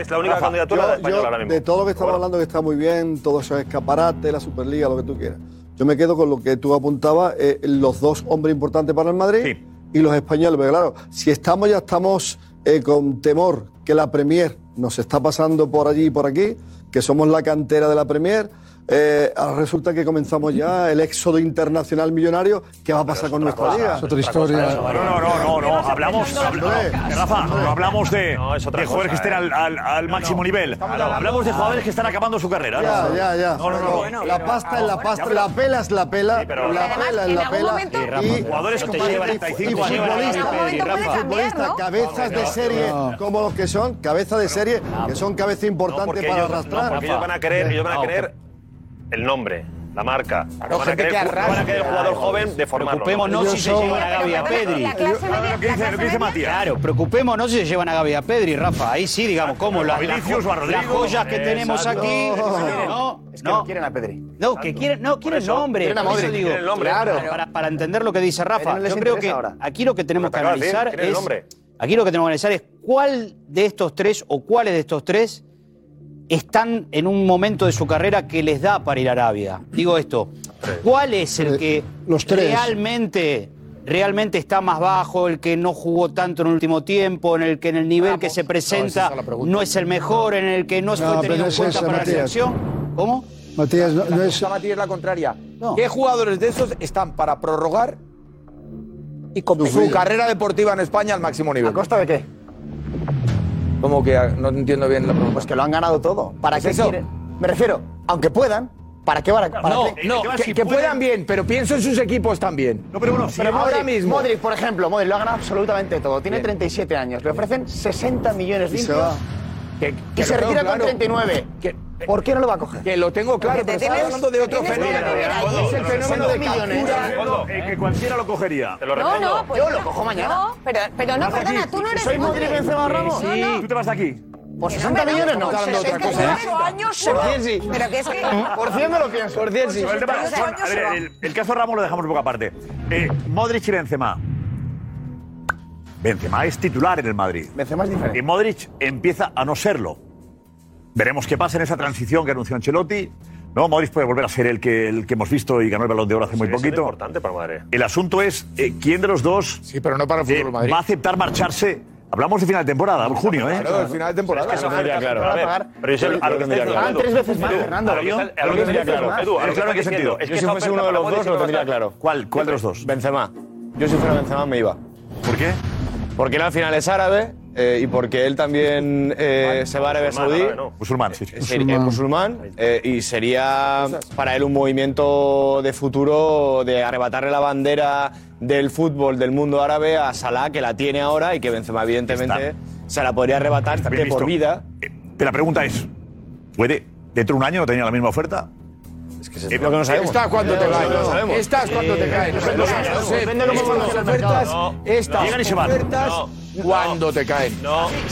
L: Es la única
Q: Rafa,
L: candidatura
Q: yo-
L: de española
Q: yo,
L: ahora mismo.
Q: De todo lo que estamos hablando, que está muy bien, todo eso, escaparate, la Superliga, lo que tú quieras. Yo me quedo con lo que tú apuntabas, eh, los dos hombres importantes para el Madrid y los españoles. Porque claro, si estamos ya estamos eh, con temor que la Premier nos está pasando por allí y por aquí, que somos la cantera de la Premier. eh, ahora resulta que comenzamos ya el éxodo internacional millonario. ¿Qué va a pasar con nuestra liga?
J: Es otra historia.
G: No, no, no, no, no. Hablamos, habla- Rafa, no hablamos de, de jugadores que
L: cosa,
G: estén al, al- al máximo nivel. Hablamos de jugadores que están acabando su carrera.
Q: Ya,
G: ¿no?
Q: ya, ya.
G: No, no, no.
Q: la pasta es la pasta, la pela es la pela,
G: pero-
Q: la
G: Además,
Q: pela es
G: en
Q: la
G: algún
Q: pela.
G: momento- Sí, Rafa, jugadores que te llevan 35
Q: y
G: años. En algún
Q: futbolista,
G: momento puede cambiar,
Q: futbolista,
G: ¿no?
Q: cabezas de serie, como los que son, cabezas de serie, que son cabezas importantes
L: porque
Q: para
L: ellos, no,
Q: arrastrar. Ah,
L: porque ellos van a querer, ellos van a querer el nombre, la marca. No van a
Q: gente
L: querer,
Q: que
L: no van a querer el jugador joven de formarlo.
R: Preocupémonos
L: Ellos
R: si se
L: son-
R: llevan a Gaby a Pedri. Claro, preocupémonos si se llevan a Gaby a Pedri, Rafa. Ahí sí, digamos, cómo las, las,
G: Vinicius,
R: jo-
G: a Rodrigo.
R: las joyas que tenemos
G: Exacto.
R: aquí. No,
E: Es que no quieren a Pedri.
R: no, que quieren, no, quieren
E: eso,
R: nombre.
E: quieren a
R: por eso
E: Modric,
R: digo,
E: quieren el nombre.
R: Claro.
E: Claro.
R: Para, para entender lo que dice Rafa,
E: Pero no les
R: yo creo que
E: interesa ahora.
R: aquí lo que tenemos
E: Lo
R: que
E: que acabas de decir,
R: analizar
E: quieren el
R: es.
E: nombre.
R: Aquí lo que tenemos que analizar es cuál de estos tres o cuáles de estos tres están en un momento de su carrera que les da para ir a Arabia. Digo esto, ¿cuál es el que
J: Eh, los tres.
R: realmente realmente está más bajo, el que no jugó tanto en el último tiempo, en el que en el nivel que se presenta no, es el mejor, en el que no,
J: No,
R: fue
J: pero
R: tenido
J: no
R: en
J: es
R: cuenta
J: esa,
R: para
J: Matías.
R: la selección? ¿Cómo?
J: Matías, no, no es.
K: Está Matías la contraria. ¿Qué jugadores de esos están para prorrogar y su carrera deportiva en España al máximo nivel? ¿A costa de qué? Como que ah, no entiendo bien la pregunta. Pues
E: que lo han ganado todo. ¿Para
K: ¿Es
E: qué
K: eso?
E: quieren? Me refiero, aunque puedan, ¿para qué van a.? para
K: No,
E: qué-
K: no,
E: ¿para
K: que,
E: qué-
K: que puedan bien, pero pienso en sus equipos también. No, pero bueno,
E: Pero
K: ahora
E: Modric,
K: mismo.
E: Modric, por ejemplo, Modric lo ha ganado absolutamente todo. Tiene 37 años. Le ofrecen 60 millones
K: Y se
E: limpios.
K: va.
E: Que-
K: que
E: Y se
K: lo tengo
E: retira
K: claro.
E: con 39.
K: Que-
E: ¿Por qué no lo va a coger?
K: Que lo tengo claro,
E: Porque
K: pero
E: te
K: estaba
E: tienes-
K: hablando de otro
E: tienes que
K: fenómeno.
E: tener ahí
K: Es el fenómeno de
E: millones.
K: captura.
G: Eh, que cualquiera lo cogería. Te
P: No, no, pues
E: Yo lo cojo mañana.
P: No, pero, pero no,
E: Rafa,
P: perdona,
E: sí.
P: tú no eres
E: Soy Modric, Benzema, Ramos.
P: No, no.
G: Tú te vas de aquí.
E: Por 60 millones no.
P: Con 60 años se
E: Por
P: va.
E: 100 sí.
P: Pero que es que...
E: Por 100 no lo pienso. Por 100 sí.
G: Pero el tema-
P: Pero ese
G: bueno,
P: año
G: a
P: se
G: ver,
P: va.
G: el, el caso Ramos lo dejamos un poco aparte. Eh, Modric y Benzema. Benzema es titular en el Madrid.
E: Benzema es diferente.
G: Y Modric empieza a no serlo. Veremos qué pasa en esa transición que anunció Ancelotti. No, Modric puede volver a ser el que, el que hemos visto y ganó el balón de oro hace muy
F: Sigue siendo
G: poquito.
F: importante para Madrid.
G: El asunto es eh, quién de los dos eh, va a aceptar marcharse. Hablamos de final de temporada, en junio, ¿eh?
K: Claro, de final de temporada.
G: Es que eso
K: Lo
G: tendría
K: tendría
G: claro.
K: claro.
G: A ver,
K: Pagar.
G: pero yo sé- a lo que tendría claro.
E: Pagan tres veces más,
G: Edu,
E: Fernando.
G: a lo que está- a lo
E: Tres
G: que tendría
E: veces
G: claro.
E: más.
G: Edu, a lo que está- ¿en qué sentido? Es que
C: Yo si
G: esa
C: fuese
G: oferta
C: uno de los
G: para
C: dos
G: Modric
C: lo
G: no va a
C: tendría
G: estar.
C: claro.
G: ¿Cuál, cuál de los dos?
C: Benzema. Yo si fuera Benzema me iba.
G: ¿Por qué?
C: Porque él al final es árabe eh, y porque él también eh, se va a Arabia
G: Musulmán,
C: Saudí.
G: árabe, no. Musulmán, sí. sí.
C: Es decir, es musulmán eh, y sería para él un movimiento de futuro de arrebatarle la bandera del fútbol del mundo árabe a Salah, que la tiene ahora y que Benzema, evidentemente, se la podría arrebatar de
G: bien
C: por
G: visto.
C: vida.
G: Eh, Pero la pregunta es, ¿puede dentro de un año no tener la misma oferta? Es que
C: lo que no
F: Este
C: sabemos. Está cuando te cae, no sabemos.
K: Estas cuando te caen.
G: Depende de cómo
K: Josep,
G: evolucione el mercado.
K: estas ofertas, estas
G: Llegan y se van.
K: ofertas,
G: No,
K: cuando te caen.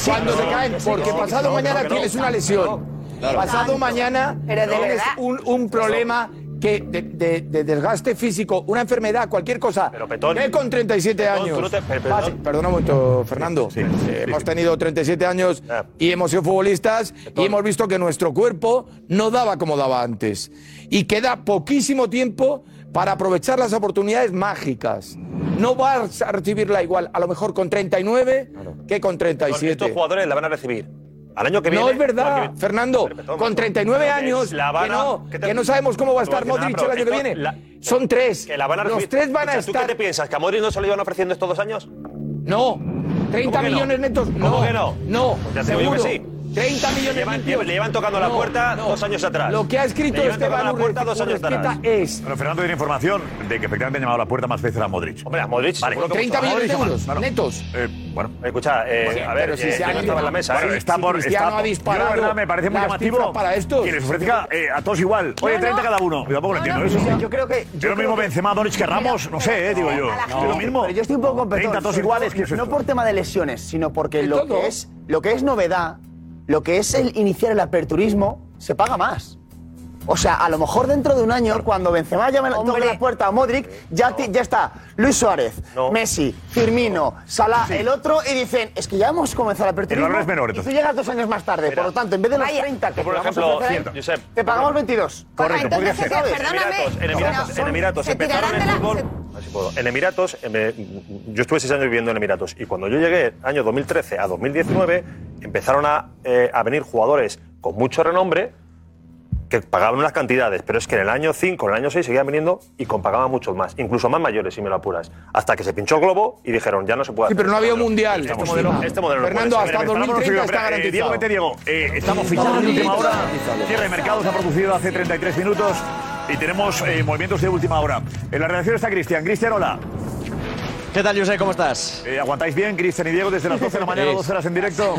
K: Cuando te caen, porque pasado mañana tienes una lesión.
G: Claro.
K: Pasado mañana
S: Pero de
K: tienes
S: verdad.
K: un, un problema que de, de- de desgaste físico, una enfermedad, cualquier cosa. Pero
F: Petón-
K: con 37
F: Petón,
K: años.
F: tú no te- pero,
K: Pase-
F: Petón-
K: Perdona un momento, Fernando. Eh, hemos tenido 37 años y hemos sido futbolistas y hemos visto que nuestro cuerpo no daba como daba antes. Y queda poquísimo tiempo para aprovechar las oportunidades mágicas. No vas a recibirla igual, a lo mejor con 39 que con
F: Porque estos
K: 37.
F: jugadores la van a recibir. Al año que viene.
K: No es
F: o al
K: verdad,
F: que viene-
K: Fernando. Con 39
F: Pero que
K: años,
F: la van
K: que
F: a-
K: no,
F: ¿qué te-
K: que no sabemos cómo va a estar
F: Pero que nada,
K: Modric
F: pero
K: el año que
F: esto-
K: viene.
F: la-
K: Son tres.
F: Que la van a
K: Los
F: recibir.
K: tres van
F: O
K: a
F: sea, ¿Tú qué
K: estar.
F: te piensas? ¿Que a Modric no se lo iban ofreciendo estos dos años?
K: No. 30
F: que no?
K: millones netos.
F: ¿Cómo
K: no,
F: que no?
K: No.
F: Pues ya te digo yo que sí.
K: seguro. 30 millones
F: Le llevan-
K: limpios.
F: le llevan tocando la
K: No,
F: puerta
K: no.
F: dos años atrás.
K: Lo que ha escrito
F: Le llevan
K: Esteban
F: tocando la puerta dos años
K: Urrezeta
F: atrás.
K: es
G: Pero Fernando tiene información de que efectivamente han llamado a la puerta más veces a Modric. Hombre,
F: a Modric seguro que 30 millones de euros,
K: netos.
G: Eh, bueno.
F: Escucha, eh,
G: Bueno,
F: a ver,
G: pero si
F: eh,
G: se
F: yo
G: han
F: no
G: ido-
F: estaba en la mesa.
G: Bueno,
F: ¿eh?
G: está por, está por- Yo, la verdad, me parece muy llamativo que les ofrezca eh, a todos igual. Oye, 30 cada uno. Yo tampoco lo entiendo ¿eh? eso.
E: Yo creo que.
G: Pero lo mismo Benzema, Modric que Ramos, no sé, eh, digo yo.
E: No,
G: Lo mismo.
E: pero yo estoy un poco competente.
G: 30 todos iguales, ¿qué es
E: No
G: esto?
E: por tema de lesiones, sino porque
G: De
E: lo
G: todo.
E: que, es, lo que es novedad, lo que es el iniciar el aperturismo, se paga más. O sea, a lo mejor dentro de un año, cuando Benzema llame la, toque la puerta a Modric, ya, ti- ya está Luis Suárez, Messi, Firmino, Salah, el otro, y dicen, es que ya hemos comenzado el aperturismo.
G: El valor es menor, entonces.
E: Y tú llegas dos años más tarde, por lo tanto, en vez de los 30
F: Por
E: que te vamos a
F: ejemplo,
E: ofrecer,
F: Josep,
E: te pagamos 22.
F: Correcto, podría ser.
E: ¿sabes?
F: Emiratos, en Emiratos, en Emiratos empezaron el fútbol. A ver si puedo. En Emiratos, em, eh, yo estuve seis años viviendo en Emiratos y cuando yo llegué, año 2013 a 2019, empezaron a, eh, a venir jugadores con mucho renombre que pagaban unas cantidades, pero es que en el año 5, en el año 6 seguían viniendo y con pagaban mucho más, incluso más mayores, si me lo apuras, hasta que se pinchó el globo y dijeron, ya no se puede
K: Sí,
F: hacer
K: pero no
F: este
K: había
F: modelo.
K: mundial.
F: Este
K: Estamos
F: modelo,
K: encima.
F: este modelo no
K: Fernando,
F: puede
K: hasta
F: ser.
K: 2030 está
G: Espera, eh, Diego,
K: garantizado.
G: vete, Diego. Eh, estamos fichados de última hora. Cierre de mercados ha producido hace 33 minutos y tenemos eh, movimientos de última hora. En la redacción está Cristian. Cristian, hola.
T: ¿Qué tal, José? ¿Cómo estás?
G: Eh, ¿Aguantáis bien, Cristian y Diego, desde las 12 de la mañana,
T: Sí.
G: 12 horas en directo?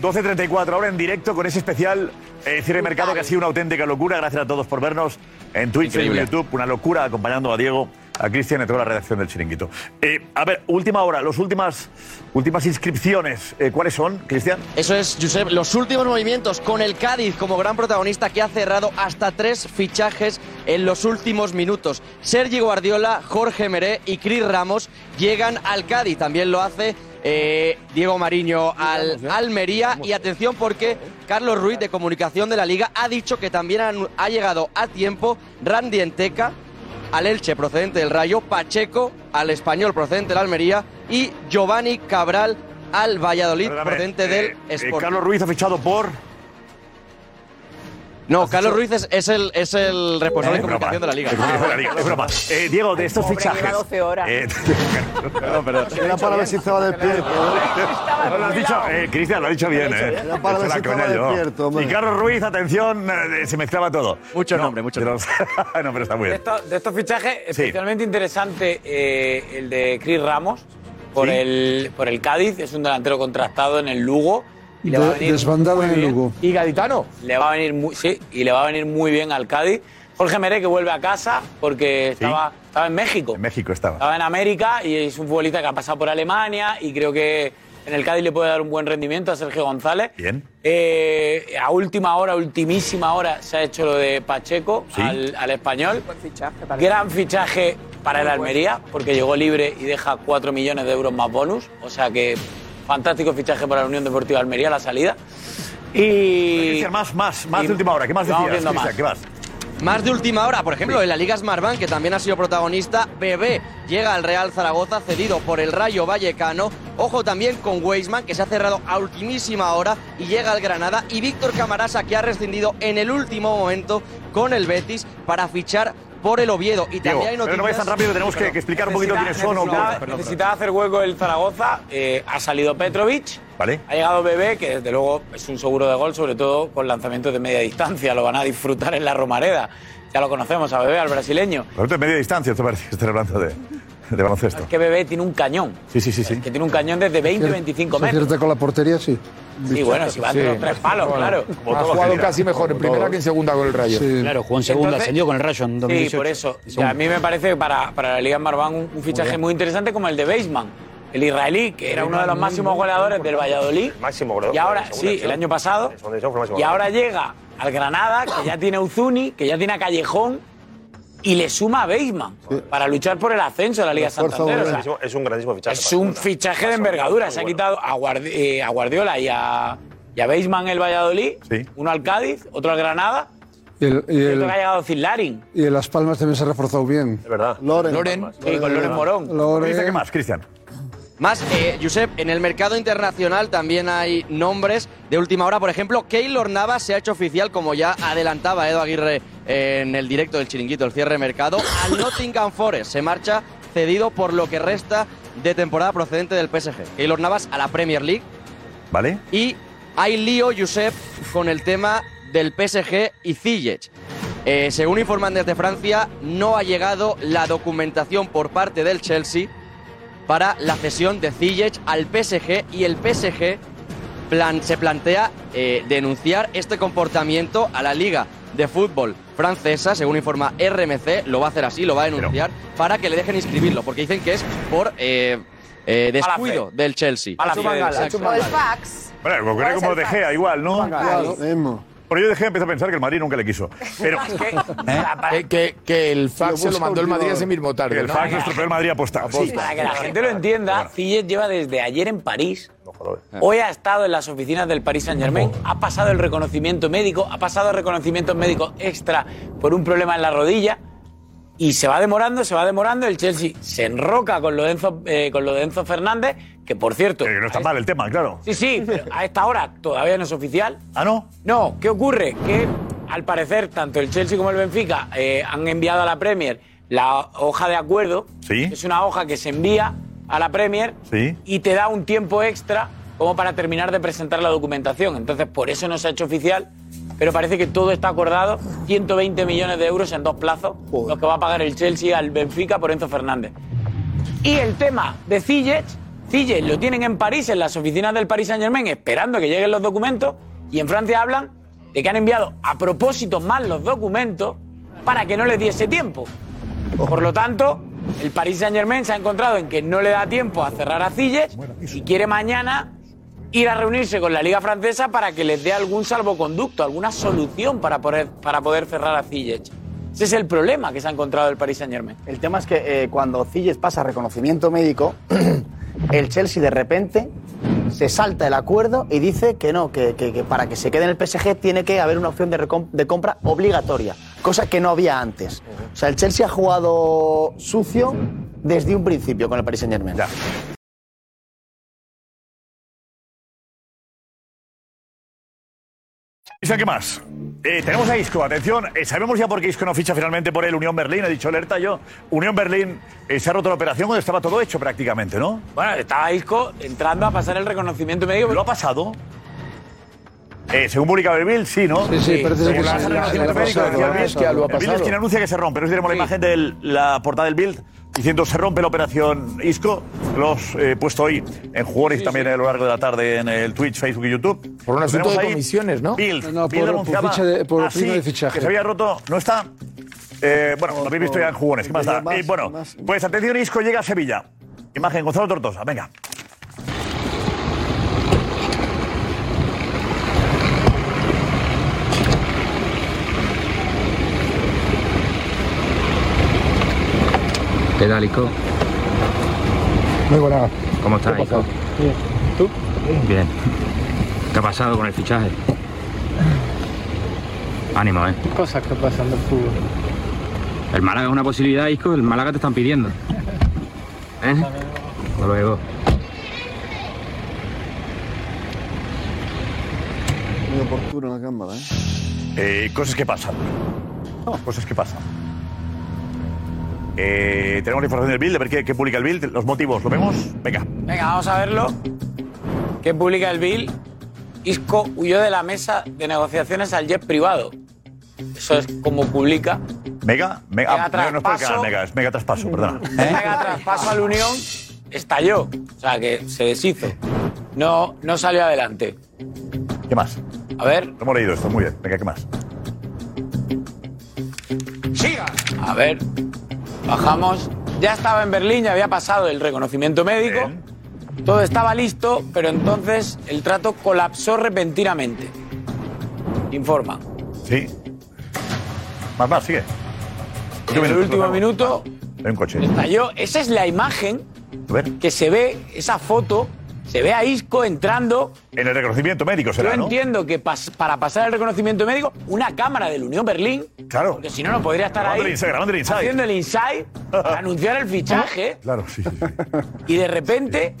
G: 12.34 ahora en directo con ese especial eh, cierre de mercado que ha sido una auténtica locura. Gracias a todos por vernos en Twitch,
T: Increíble.
G: en YouTube. Una locura acompañando a Diego, a Cristian y toda la redacción del Chiringuito. Eh, a ver, última hora, las últimas, últimas inscripciones. Eh, ¿Cuáles son, Cristian?
T: Eso es, Josep, los últimos movimientos con el Cádiz como gran protagonista que ha cerrado hasta tres fichajes en los últimos minutos. Sergi Guardiola, Jorge Meré y Cris Ramos llegan al Cádiz. También lo hace eh, Diego Mariño
G: ¿eh?
T: al Almería. Y atención porque Carlos Ruiz de Comunicación de la Liga ha dicho que también han- ha llegado a tiempo Randy Enteca al Elche procedente del Rayo, Pacheco al Español procedente del Almería y Giovanni Cabral al Valladolid
G: Perdóname,
T: procedente
G: eh,
T: del
G: eh,
T: Sporting.
G: Carlos Ruiz ha fichado por.
T: No, Carlos Ruiz es, es el, es el responsable de comunicación de la liga.
G: Eh, Es broma, es broma, es broma. Eh, Diego, de estos fichajes. Eh, perdón, perdón.
Q: Era para ver si estaba despierto.
G: No, Lo has dicho, eh, Cristian, lo ha dicho bien, ¿eh?
Q: Era para
G: Es
Q: ver
G: la
Q: si
G: coña,
Q: estaba
G: yo.
Q: despierto, hombre.
G: Y Carlos Ruiz, atención, eh, se mezclaba todo. Mucho nombre, mucho nombre. no, pero está muy
U: De,
G: bien.
U: esto- de estos fichajes, especialmente interesante eh, el de Chris Ramos por, el, por el Cádiz. Es un delantero contrastado en el Lugo. Y le va a
V: De-
U: venir
V: desbandado en el Lugo.
U: y gaditano. Le va a venir muy, sí, y le va a venir muy bien al Cádiz. Jorge Meré que vuelve a casa porque estaba, estaba en México. En
G: México estaba.
U: Estaba en América y es un futbolista que ha pasado por Alemania y creo que en el Cádiz le puede dar un buen rendimiento a Sergio González.
G: Bien.
U: Eh, a última hora, ultimísima hora, se ha hecho lo de Pacheco al, al español.
W: Buen fichaje,
U: Gran fichaje para el Almería, porque llegó libre y deja 4 millones de euros más bonus. O sea que fantástico fichaje para la Unión Deportiva Almería, la salida. Y.
G: Pues, Más, más, más
U: y-
G: de última hora. ¿Qué más
U: vamos
G: decías,
U: viendo
G: Cristian?
U: más.
G: ¿Qué más?
T: Más de última hora, por ejemplo, en la Liga Smartbank, que también ha sido protagonista, Bebé llega al Real Zaragoza, cedido por el Rayo Vallecano. Ojo también con Weisman, que se ha cerrado a ultimísima hora y llega al Granada. Y Víctor Camarasa, que ha rescindido en el último momento con el Betis para fichar por el Oviedo. Y
G: Diego,
T: también hay
G: pero
T: noticias...
G: no vayas tan rápido, que tenemos que, que explicar un poquito quiénes son. o qué-
U: necesitaba,
G: perdón, perdón.
U: necesitaba hacer hueco el Zaragoza. eh, ha salido Petrovic.
G: Vale.
U: Ha llegado Bebé, que desde luego es un seguro de gol, sobre todo con lanzamientos de media distancia. Lo van a disfrutar en la Romareda. Ya lo conocemos a Bebé, al brasileño.
G: Roberto, en media distancia, te parece que estás hablando de, de baloncesto.
U: Que Bebé tiene un cañón. Eh,
G: Sí, sí, sí. sí.
U: Que tiene un cañón desde 20 25
J: ¿Se
U: metros.
J: acierta con la portería? Sí.
U: Y bueno, si va entre los tres palos, claro.
K: Ha jugado casi mejor en primera que en segunda con el Rayo.
R: Claro, jugó en segunda,
U: Entonces-
R: ascendió con el Rayo en 2018.
U: Sí, por eso. O sea,
R: Segunda.
U: a mí me parece que para, para la Liga Marván un, un fichaje
R: bien.
U: muy interesante como el de Beisman, el israelí, que era uno de los máximos goleadores del Valladolid.
L: Máximo goleador.
U: Y ahora,
L: de segunda
U: sí,
L: división.
U: el año pasado.
L: De segunda división fue el máximo
U: Y ahora
L: goleador.
U: llega al Granada, que ya tiene a Uzuni, que ya tiene a Callejón, y le suma a Beisman para luchar por el ascenso de la Liga Santander. O sea,
L: es un grandísimo fichaje.
U: es un fichaje de envergadura. Se ha quitado a, Guardi- eh, a Guardiola y a, y a Beisman el Valladolid, uno al Cádiz, otro al Granada,
J: Y el, y
U: y
J: el-
U: otro que ha llegado Zidlarin.
J: y el Las Palmas también se ha reforzado bien.
U: Es verdad.
J: Loren.
U: Sí, con Loren Morón.
J: Loren.
G: ¿Qué más, Cristian?
T: Más, eh, Josep, en el mercado internacional también hay nombres de última hora. Por ejemplo, Keylor Navas se ha hecho oficial, como ya adelantaba Edo Aguirre eh, en el directo del chiringuito, el cierre de mercado, al Nottingham Forest. Se marcha cedido por lo que resta de temporada procedente del PSG. Keylor Navas a la Premier League.
G: ¿Vale?
T: Y hay lío, Josep, con el tema del PSG y Ziyech. Eh, según informan desde Francia, no ha llegado la documentación por parte del Chelsea para la cesión de Ziyech al PSG y el PSG plan- se plantea eh, denunciar este comportamiento a la Liga de Fútbol Francesa, según informa RMC, lo va a hacer así, lo va a denunciar para que le dejen inscribirlo, porque dicen que es por eh, eh,
P: Mala
T: descuido
P: fe.
T: del Chelsea.
P: Mala fe.
T: Exacto.
P: O el fax.
G: Bueno, ocurre
P: Puede
G: como
P: ser
G: De Gea,
P: fácil.
G: igual, ¿no?
P: Claro.
G: Por Pero yo De Gea empezó a pensar que el Madrid nunca le quiso. Pero
K: ¿Eh? Que, que- que el
G: Lo
K: fax se lo
G: busca
K: mandó el
G: última
K: Madrid
G: hora.
K: ese mismo tarde.
G: Que el
K: ¿no?
G: fax lo estropeó el Madrid apostado.
U: Sí, para que la gente lo entienda, Ziyech lleva desde ayer en París. Hoy ha estado en las oficinas del Paris Saint Germain, ha pasado el reconocimiento médico, ha pasado el reconocimiento médico extra por un problema en la rodilla y se va demorando, se va demorando. El Chelsea se enroca con lo de Enzo, eh, con lo de Enzo Fernández, que por cierto.
G: Eh, Que no está mal el tema, claro.
U: Sí, sí, pero a esta hora todavía no es oficial.
G: ¿Ah, no?
U: No, ¿qué ocurre? Que al parecer tanto el Chelsea como el Benfica eh, han enviado a la Premier la hoja de acuerdo.
G: Sí.
U: que Es una hoja que se envía a la Premier
G: Sí.
U: y te da un tiempo extra como para terminar de presentar la documentación. Entonces, por eso no se ha hecho oficial, pero parece que todo está acordado. 120 millones de euros en dos plazos, los que va a pagar el Chelsea al Benfica por Enzo Fernández. Y el tema de Ziyech, Ziyech lo tienen en París, en las oficinas del Paris Saint Germain, esperando que lleguen los documentos. Y en Francia hablan de que han enviado a propósito mal los documentos para que no les diese tiempo. Por lo tanto, el Paris Saint Germain se ha encontrado en que no le da tiempo a cerrar a Ziyech y quiere mañana ir a reunirse con la Liga Francesa para que les dé algún salvoconducto, alguna solución para poder, para poder cerrar a Ziyech. Ese es el problema que se ha encontrado el Paris Saint Germain.
E: El tema es que eh, cuando Cilles pasa reconocimiento médico, el Chelsea de repente se salta el acuerdo y dice que no, que, que- que para que se quede en el PSG tiene que haber una opción de, recom- de compra obligatoria, cosa que no había antes. O sea, el Chelsea ha jugado sucio desde un principio con el Paris Saint Germain.
G: Cristian, ¿qué más? Eh, tenemos a Isco, atención, eh, sabemos ya por qué Isco no ficha finalmente por el Unión Berlín, he dicho alerta yo. Unión Berlín eh, se ha roto la operación cuando estaba todo hecho prácticamente, ¿no?
U: Bueno, estaba Isco entrando a pasar el reconocimiento médico.
G: ¿Lo ha pasado? Eh, según publica Belville, sí, ¿no?
U: Sí, sí, Sí. parece
G: Según
U: que
G: la
U: sí.
G: reconocimiento
U: Le ha
G: médico,
U: pasado, ¿eh?
G: decía
U: le ha
G: Bild,
U: pasado, le ha
G: Bild es
U: pasado.
G: quien anuncia que se rompe. No sé si tenemos la imagen de la portada del Bild diciendo se rompe la operación Isco. Los he puesto hoy en jugadores también a lo largo de la tarde en el Twitch, Facebook y YouTube.
K: Por un
G: Lo
K: asunto
G: tenemos
K: de
G: ahí.
K: comisiones, ¿no?
G: Bild,
K: No, no,
G: Bild
K: por- por
G: anunciaba
K: ficha de-
F: Ah,
K: por
G: así
K: opinión de fichaje.
G: que se había roto, no está. Eh, bueno, lo habéis visto ya en jugones. ¿Qué más da?
K: Más,
G: Eh, bueno,
K: más.
G: pues atención, Isco llega a Sevilla. Imagen, Gonzalo Tortosa, venga.
C: ¿Qué tal, Isco?
D: Muy buena.
C: ¿Cómo estás, Isco?
D: Bien. ¿Tú?
C: Bien. ¿Qué ha pasado con el fichaje? Ánimo, ¿eh?
D: Cosas que pasan del fútbol.
C: El Málaga es una posibilidad, Isco. El Málaga te están pidiendo. ¿Eh? Hasta luego.
Q: Muy oportuno la cámara, ¿eh? Oh.
G: Eh, cosas que pasan. No, cosas que pasan. Eh, tenemos la información del Bild, a ver qué, qué publica el Bild, los motivos, ¿lo vemos? Venga.
U: Venga, vamos a verlo. ¿Qué publica el Bill? Isco huyó de la mesa de negociaciones al jet privado. Eso es como publica.
G: Mega, mega,
U: Mega
G: ah, mega no es
U: traspaso.
G: Mega, mega, es mega traspaso, perdona.
U: Mega traspaso a la Unión estalló. O sea, que se deshizo. No, no salió adelante.
G: ¿Qué más?
U: A ver.
G: Lo hemos leído esto, muy bien. Venga, ¿qué más?
U: ¡Siga! A ver, bajamos. Ya estaba en Berlín, ya había pasado el reconocimiento médico. Todo estaba listo, pero entonces el trato colapsó repentinamente. Informa.
G: Sí. Más, más, sigue.
U: En el último minuto
G: Hay un coche.
U: estalló. Esa es la imagen
G: A ver.
U: que se ve, esa foto, se ve a Isco entrando.
G: En el reconocimiento médico será,
U: Yo
G: ¿no?
U: entiendo que pas- para pasar el reconocimiento médico, una cámara del Unión Berlín.
G: Claro.
U: Porque si no, no podría estar
G: Grabando
U: ahí.
G: el inside, grabando el inside.
U: Haciendo el inside, para anunciar el fichaje.
G: Claro, sí. sí, sí.
U: Y de repente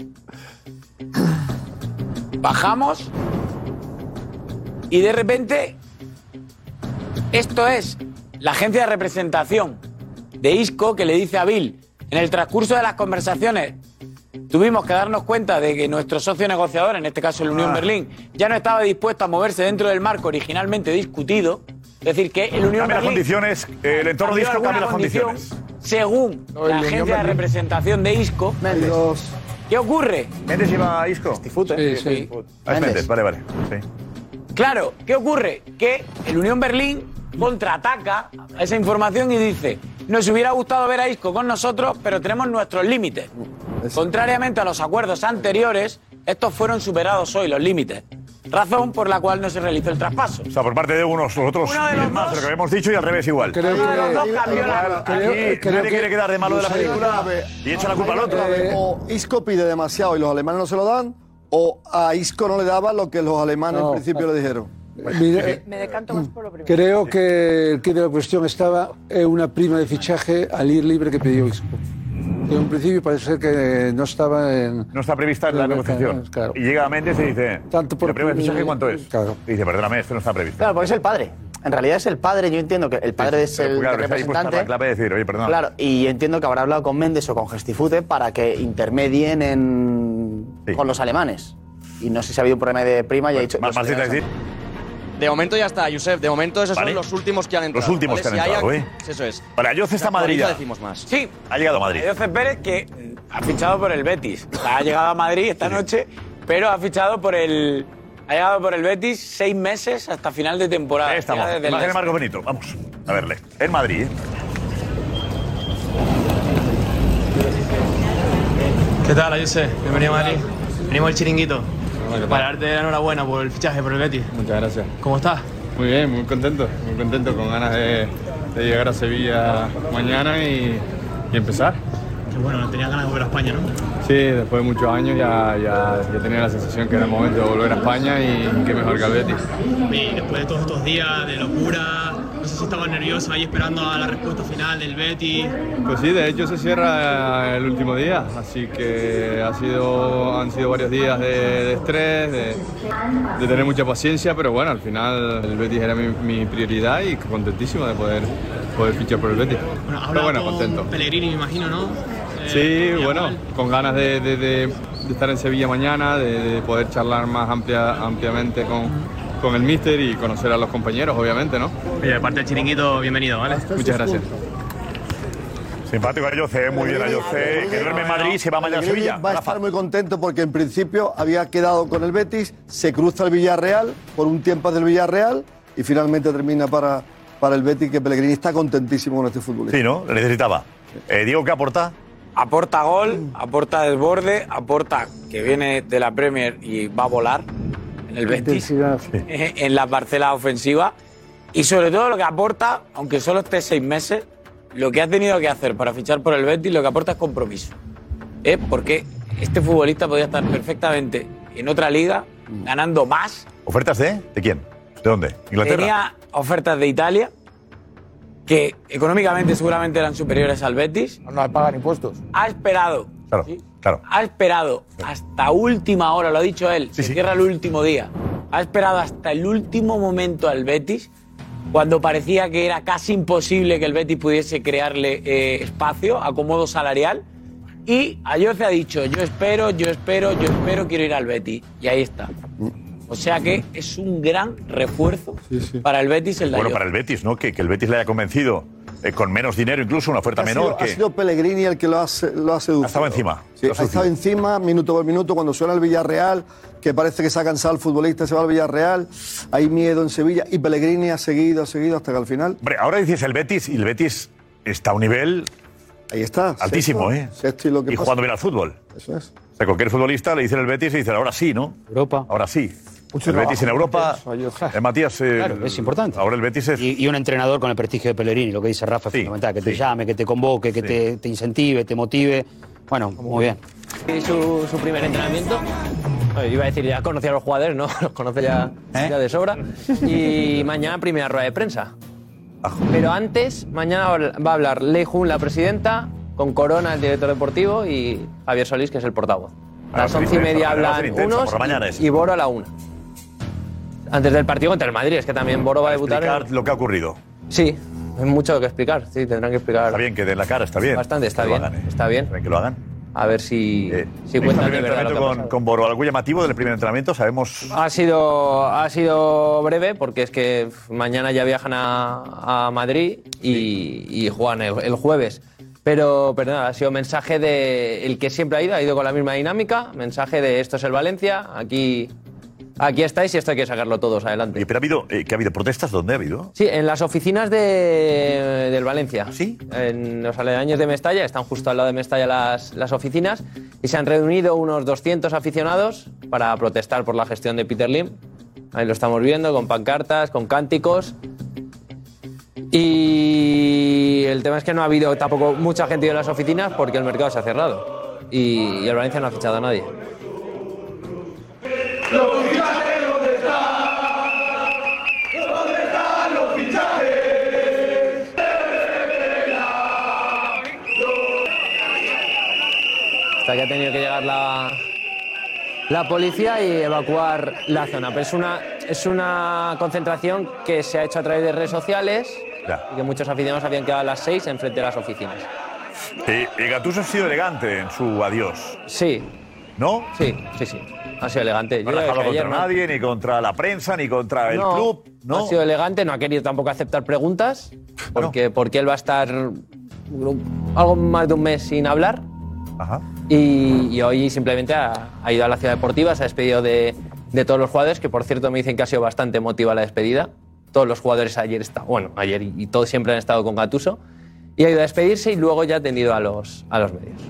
U: bajamos y de repente esto es la agencia de representación de Isco que le dice a Bill, en el transcurso de las conversaciones tuvimos que darnos cuenta de que nuestro socio negociador, en este caso el Unión Berlín, ya no estaba dispuesto a moverse dentro del marco originalmente discutido. Es decir, que el Unión
G: Cambia las
U: Berlín
G: condiciones, eh, el entorno de disco
U: alguna
G: cambia las
U: condición
G: condiciones.
U: Según
G: No, el
U: la
G: Unión
U: agencia de
G: Berlín.
U: representación de Isco, ¿qué ocurre?
G: ¿Méndez lleva a Isco?
U: ¿eh?
G: Este Sí, sí. Ah, es Méndez, vale, vale. Sí.
U: Claro, ¿qué ocurre? Que el Unión Berlín contraataca a esa información y dice, nos hubiera gustado ver a Isco con nosotros, pero tenemos nuestros límites. Contrariamente a los acuerdos anteriores, estos fueron superados hoy, los límites. Razón por la cual no se realizó el traspaso.
G: O sea, por parte de unos, los otros
U: Uno de
G: es
U: los
G: más de lo que habíamos dicho y al revés igual.
U: Creo Uno de que- los dos cambió la-
G: Aquí
Q: creo
G: nadie
Q: que-
G: quiere quedar de malo de la
Q: no sé,
G: película
Q: grave.
G: y echa la culpa al otro.
Q: Eh, o Isco pide demasiado y los alemanes no se lo dan, o a Isco no le daba lo que los alemanes
J: No.
Q: al principio le dijeron.
J: Mira, eh,
Q: Me decanto más por lo primero.
J: Creo que el kit de la cuestión estaba en una prima de fichaje al ir libre que pidió Isco. En un principio parece que no estaba en...
G: No está prevista en la negociación.
J: Claro.
G: Y llega a Méndez y dice,
J: Tanto por
G: ¿el primer fichaje cuánto es? Y dice, perdóname, esto no está previsto.
E: Claro, porque es el padre. En realidad es el padre, yo entiendo que el padre es el
G: Claro, está ahí puesta la
E: representante.
G: clave de decir, oye, perdón.
E: Claro, y yo entiendo que habrá hablado con Méndez o con Gestifute para que intermedien en- con los alemanes. Y no sé si ha habido un problema de prima y ha dicho...
G: Pues
E: pues
G: Más, más
E: de
G: citas decir,
T: De momento ya está, Josep. De momento esos
G: Vale.
T: son los últimos que han entrado.
G: Los últimos que han
T: Si hay
G: entrado,
T: ac-
G: ¿eh?
T: Eso es.
G: Para Ayoce está
T: Se actualiza,
G: Madrid ya.
T: decimos más.
U: Sí.
G: Ha llegado a Madrid.
U: José Pérez que mm, ha fichado por el Betis. O sea, ha llegado a Madrid esta noche, pero ha fichado por el... Ha llegado por el Betis seis meses hasta final de temporada.
G: Ahí estamos.
U: Ya desde el
G: Imagen de
U: Leicester.
G: Marcos Benito. Vamos a verle. En Madrid, ¿eh?
X: ¿Qué tal, Ayuse? Bienvenido a Madrid. Venimos al chiringuito. Para darte la enhorabuena por el fichaje por el Betis.
Y: Ah, Muchas gracias.
X: ¿Cómo estás?
Y: Muy bien, muy contento, muy contento, con ganas de, de llegar a Sevilla mañana y, y empezar.
X: Que Pues bueno, tenía ganas de volver a España, ¿no?
Y: Sí, después de muchos años ya, ya, ya tenía la sensación que era el momento de volver a España y qué mejor que al Betis.
X: Y después de todos estos días de locura, no sé si estabas nervioso ahí esperando a la respuesta final del Betis.
Y: Pues sí, de hecho se cierra el último día, así que ha sido, han sido varios días de, de estrés, de, de tener mucha paciencia, pero bueno, al final el Betis era mi, mi prioridad y contentísimo de poder, poder fichar por el Betis.
X: Bueno,
Y: pero
X: hablaba
Y: bueno,
X: con eh,
Y: contento.
X: Pellegrini, me imagino, ¿no?
Y: Sí, bueno, con ganas de, de- de- de estar en Sevilla mañana, de, de poder charlar más amplia, ampliamente con, con el míster y conocer a los compañeros, obviamente, ¿no?
X: Oye, de parte del chiringuito, bienvenido, ¿vale?
Y: Muchas gracias.
G: Simpático Ayoce, muy bien Ayoce, que duerme en Madrid y se va mañana a
Q: Pellegrini
G: Sevilla.
Q: Va a estar muy contento porque en principio había quedado con el Betis, se cruza el Villarreal por un tiempo del Villarreal y finalmente termina para, para el Betis que Pellegrini está contentísimo con este futbolista.
G: Sí, ¿no? Le necesitaba. Eh, Diego, ¿qué aporta?
U: Aporta gol, aporta desborde, aporta que viene de la Premier y va a volar en el Betis, en la parcela ofensiva. Y sobre todo lo que aporta, aunque solo esté seis meses, lo que ha tenido que hacer para fichar por el Betis lo que aporta es compromiso. ¿Eh? Porque este futbolista podía estar perfectamente en otra liga, ganando más.
G: ¿Ofertas de? ¿De quién? ¿De dónde? ¿Inglaterra?
U: Tenía ofertas de Italia, que económicamente seguramente eran superiores al Betis.
K: No, no pagan impuestos.
U: Ha esperado,
G: Claro, claro.
U: ha esperado hasta última hora, lo ha dicho él, se cierra el último día. Ha esperado hasta el último momento al Betis, cuando parecía que era casi imposible que el Betis pudiese crearle eh, espacio, acomodo salarial. Y Ayoce ha dicho, yo espero, yo espero, yo espero, quiero ir al Betis. Y ahí está. O sea que es un gran refuerzo para el Betis el de
G: Bueno,
U: Ayoce.
G: para el Betis, ¿no? Que, que el Betis le haya convencido eh, con menos dinero, incluso una oferta
Q: Ha
G: menor.
Q: sido, ha
G: que...
Q: sido Pellegrini el que lo ha, se- lo ha seducido.
G: Estaba encima,
Q: Sí,
G: lo ha
Q: ha estado encima, minuto por minuto, cuando suena el Villarreal, que parece que se ha cansado el futbolista, se va al Villarreal, hay miedo en Sevilla, y Pellegrini ha seguido, ha seguido hasta que al final...
G: Hombre, ahora dices el Betis y el Betis está a un nivel.
Q: Ahí está.
G: Altísimo,
Q: sexto,
G: ¿eh?
Q: sexto y lo que pasa.
G: jugando bien al fútbol.
Q: Eso es.
G: O sea, cualquier futbolista le dicen el Betis y dicen ahora sí, ¿no? Europa. Ahora sí. el
R: trabajo,
G: Betis en Europa. Eh, Matías. eh,
R: Claro, es importante.
G: Ahora el Betis es.
R: Y, y un entrenador con el prestigio de Pellegrini, lo que dice Rafa es fundamental, que te llame, que te convoque, que te, te incentive, te motive. Bueno, muy bien.
B: Y su, su primer entrenamiento. Bueno, Iba a decir, ya conocía a los jugadores, ¿no? Los conoce ya,
G: ¿Eh?
B: ya de sobra. Y mañana primera rueda de prensa. Pero antes, mañana habl- va a hablar Lei Jun, la presidenta, con Corona, el director deportivo, y Javier Solís, que es el portavoz. A las
G: Ah,
B: once y
G: intenso,
B: media
G: mañana va a ser
B: hablan
G: intenso,
B: unos
G: por la mañana es.
B: y, y Boro a la una. Antes del partido contra el Madrid, es que también Boro va a debutar.
G: Explicar lo que ha ocurrido.
B: Sí, hay mucho que explicar, sí, tendrán que explicar. Está
G: bien que den la cara, está bien.
B: Bastante, está
G: Que lo
B: bien.
G: hagan, eh.
B: Está bien.
G: Que lo hagan.
B: A ver si, si
G: Hizo
B: cuentan
G: el
B: de
G: primer
B: verdad lo que ha
G: entrenamiento
B: pasado.
G: con, con Boro. Algo llamativo del primer entrenamiento, sabemos.
B: Ha sido, ha sido breve porque es que mañana ya viajan a, a Madrid y, y juegan el, el jueves. Pero, pero nada, ha sido mensaje de el que siempre ha ido, ha ido con la misma dinámica, mensaje de esto es el Valencia, aquí, aquí estáis y esto hay que sacarlo todos adelante.
G: Pero ha habido, eh, ¿que ha habido protestas? ¿Dónde ha habido?
B: Sí, en las oficinas de, del Valencia. Sí. En los aledaños de Mestalla, están justo al lado de Mestalla las, las oficinas, y se han reunido unos 200 aficionados para protestar por la gestión de Peter Lim. Ahí lo estamos viendo, con pancartas, con cánticos. Y el tema es que no ha habido tampoco mucha gente en las oficinas porque el mercado se ha cerrado. Y, y el Valencia no ha fichado a nadie. Hasta que ha tenido que llegar la, la policía y evacuar la zona. Pero es una, es una concentración que se ha hecho a través de redes sociales y que muchos aficionados habían quedado a las seis enfrente de las oficinas.
G: Eh, eh, Gattuso ha sido elegante en su adiós.
B: Sí.
G: ¿No?
B: Sí, sí, sí. Ha sido elegante.
G: No ha
B: Yo
G: dejado
B: lo dije
G: contra
B: ayer, ¿no?
G: nadie, ni contra la prensa, ni contra el
B: No,
G: club. Ah,
B: Ha sido elegante, no ha querido tampoco aceptar preguntas, porque, porque él va a estar un- algo más de un mes sin hablar. Y, y hoy simplemente ha, ha ido a la ciudad deportiva, se ha despedido de, de todos los jugadores, que por cierto me dicen que ha sido bastante emotiva la despedida. Todos los jugadores ayer está, bueno, ayer y, y todos siempre han estado con Gatuso. Y ha ido a despedirse y luego ya ha atendido a los, a los medios.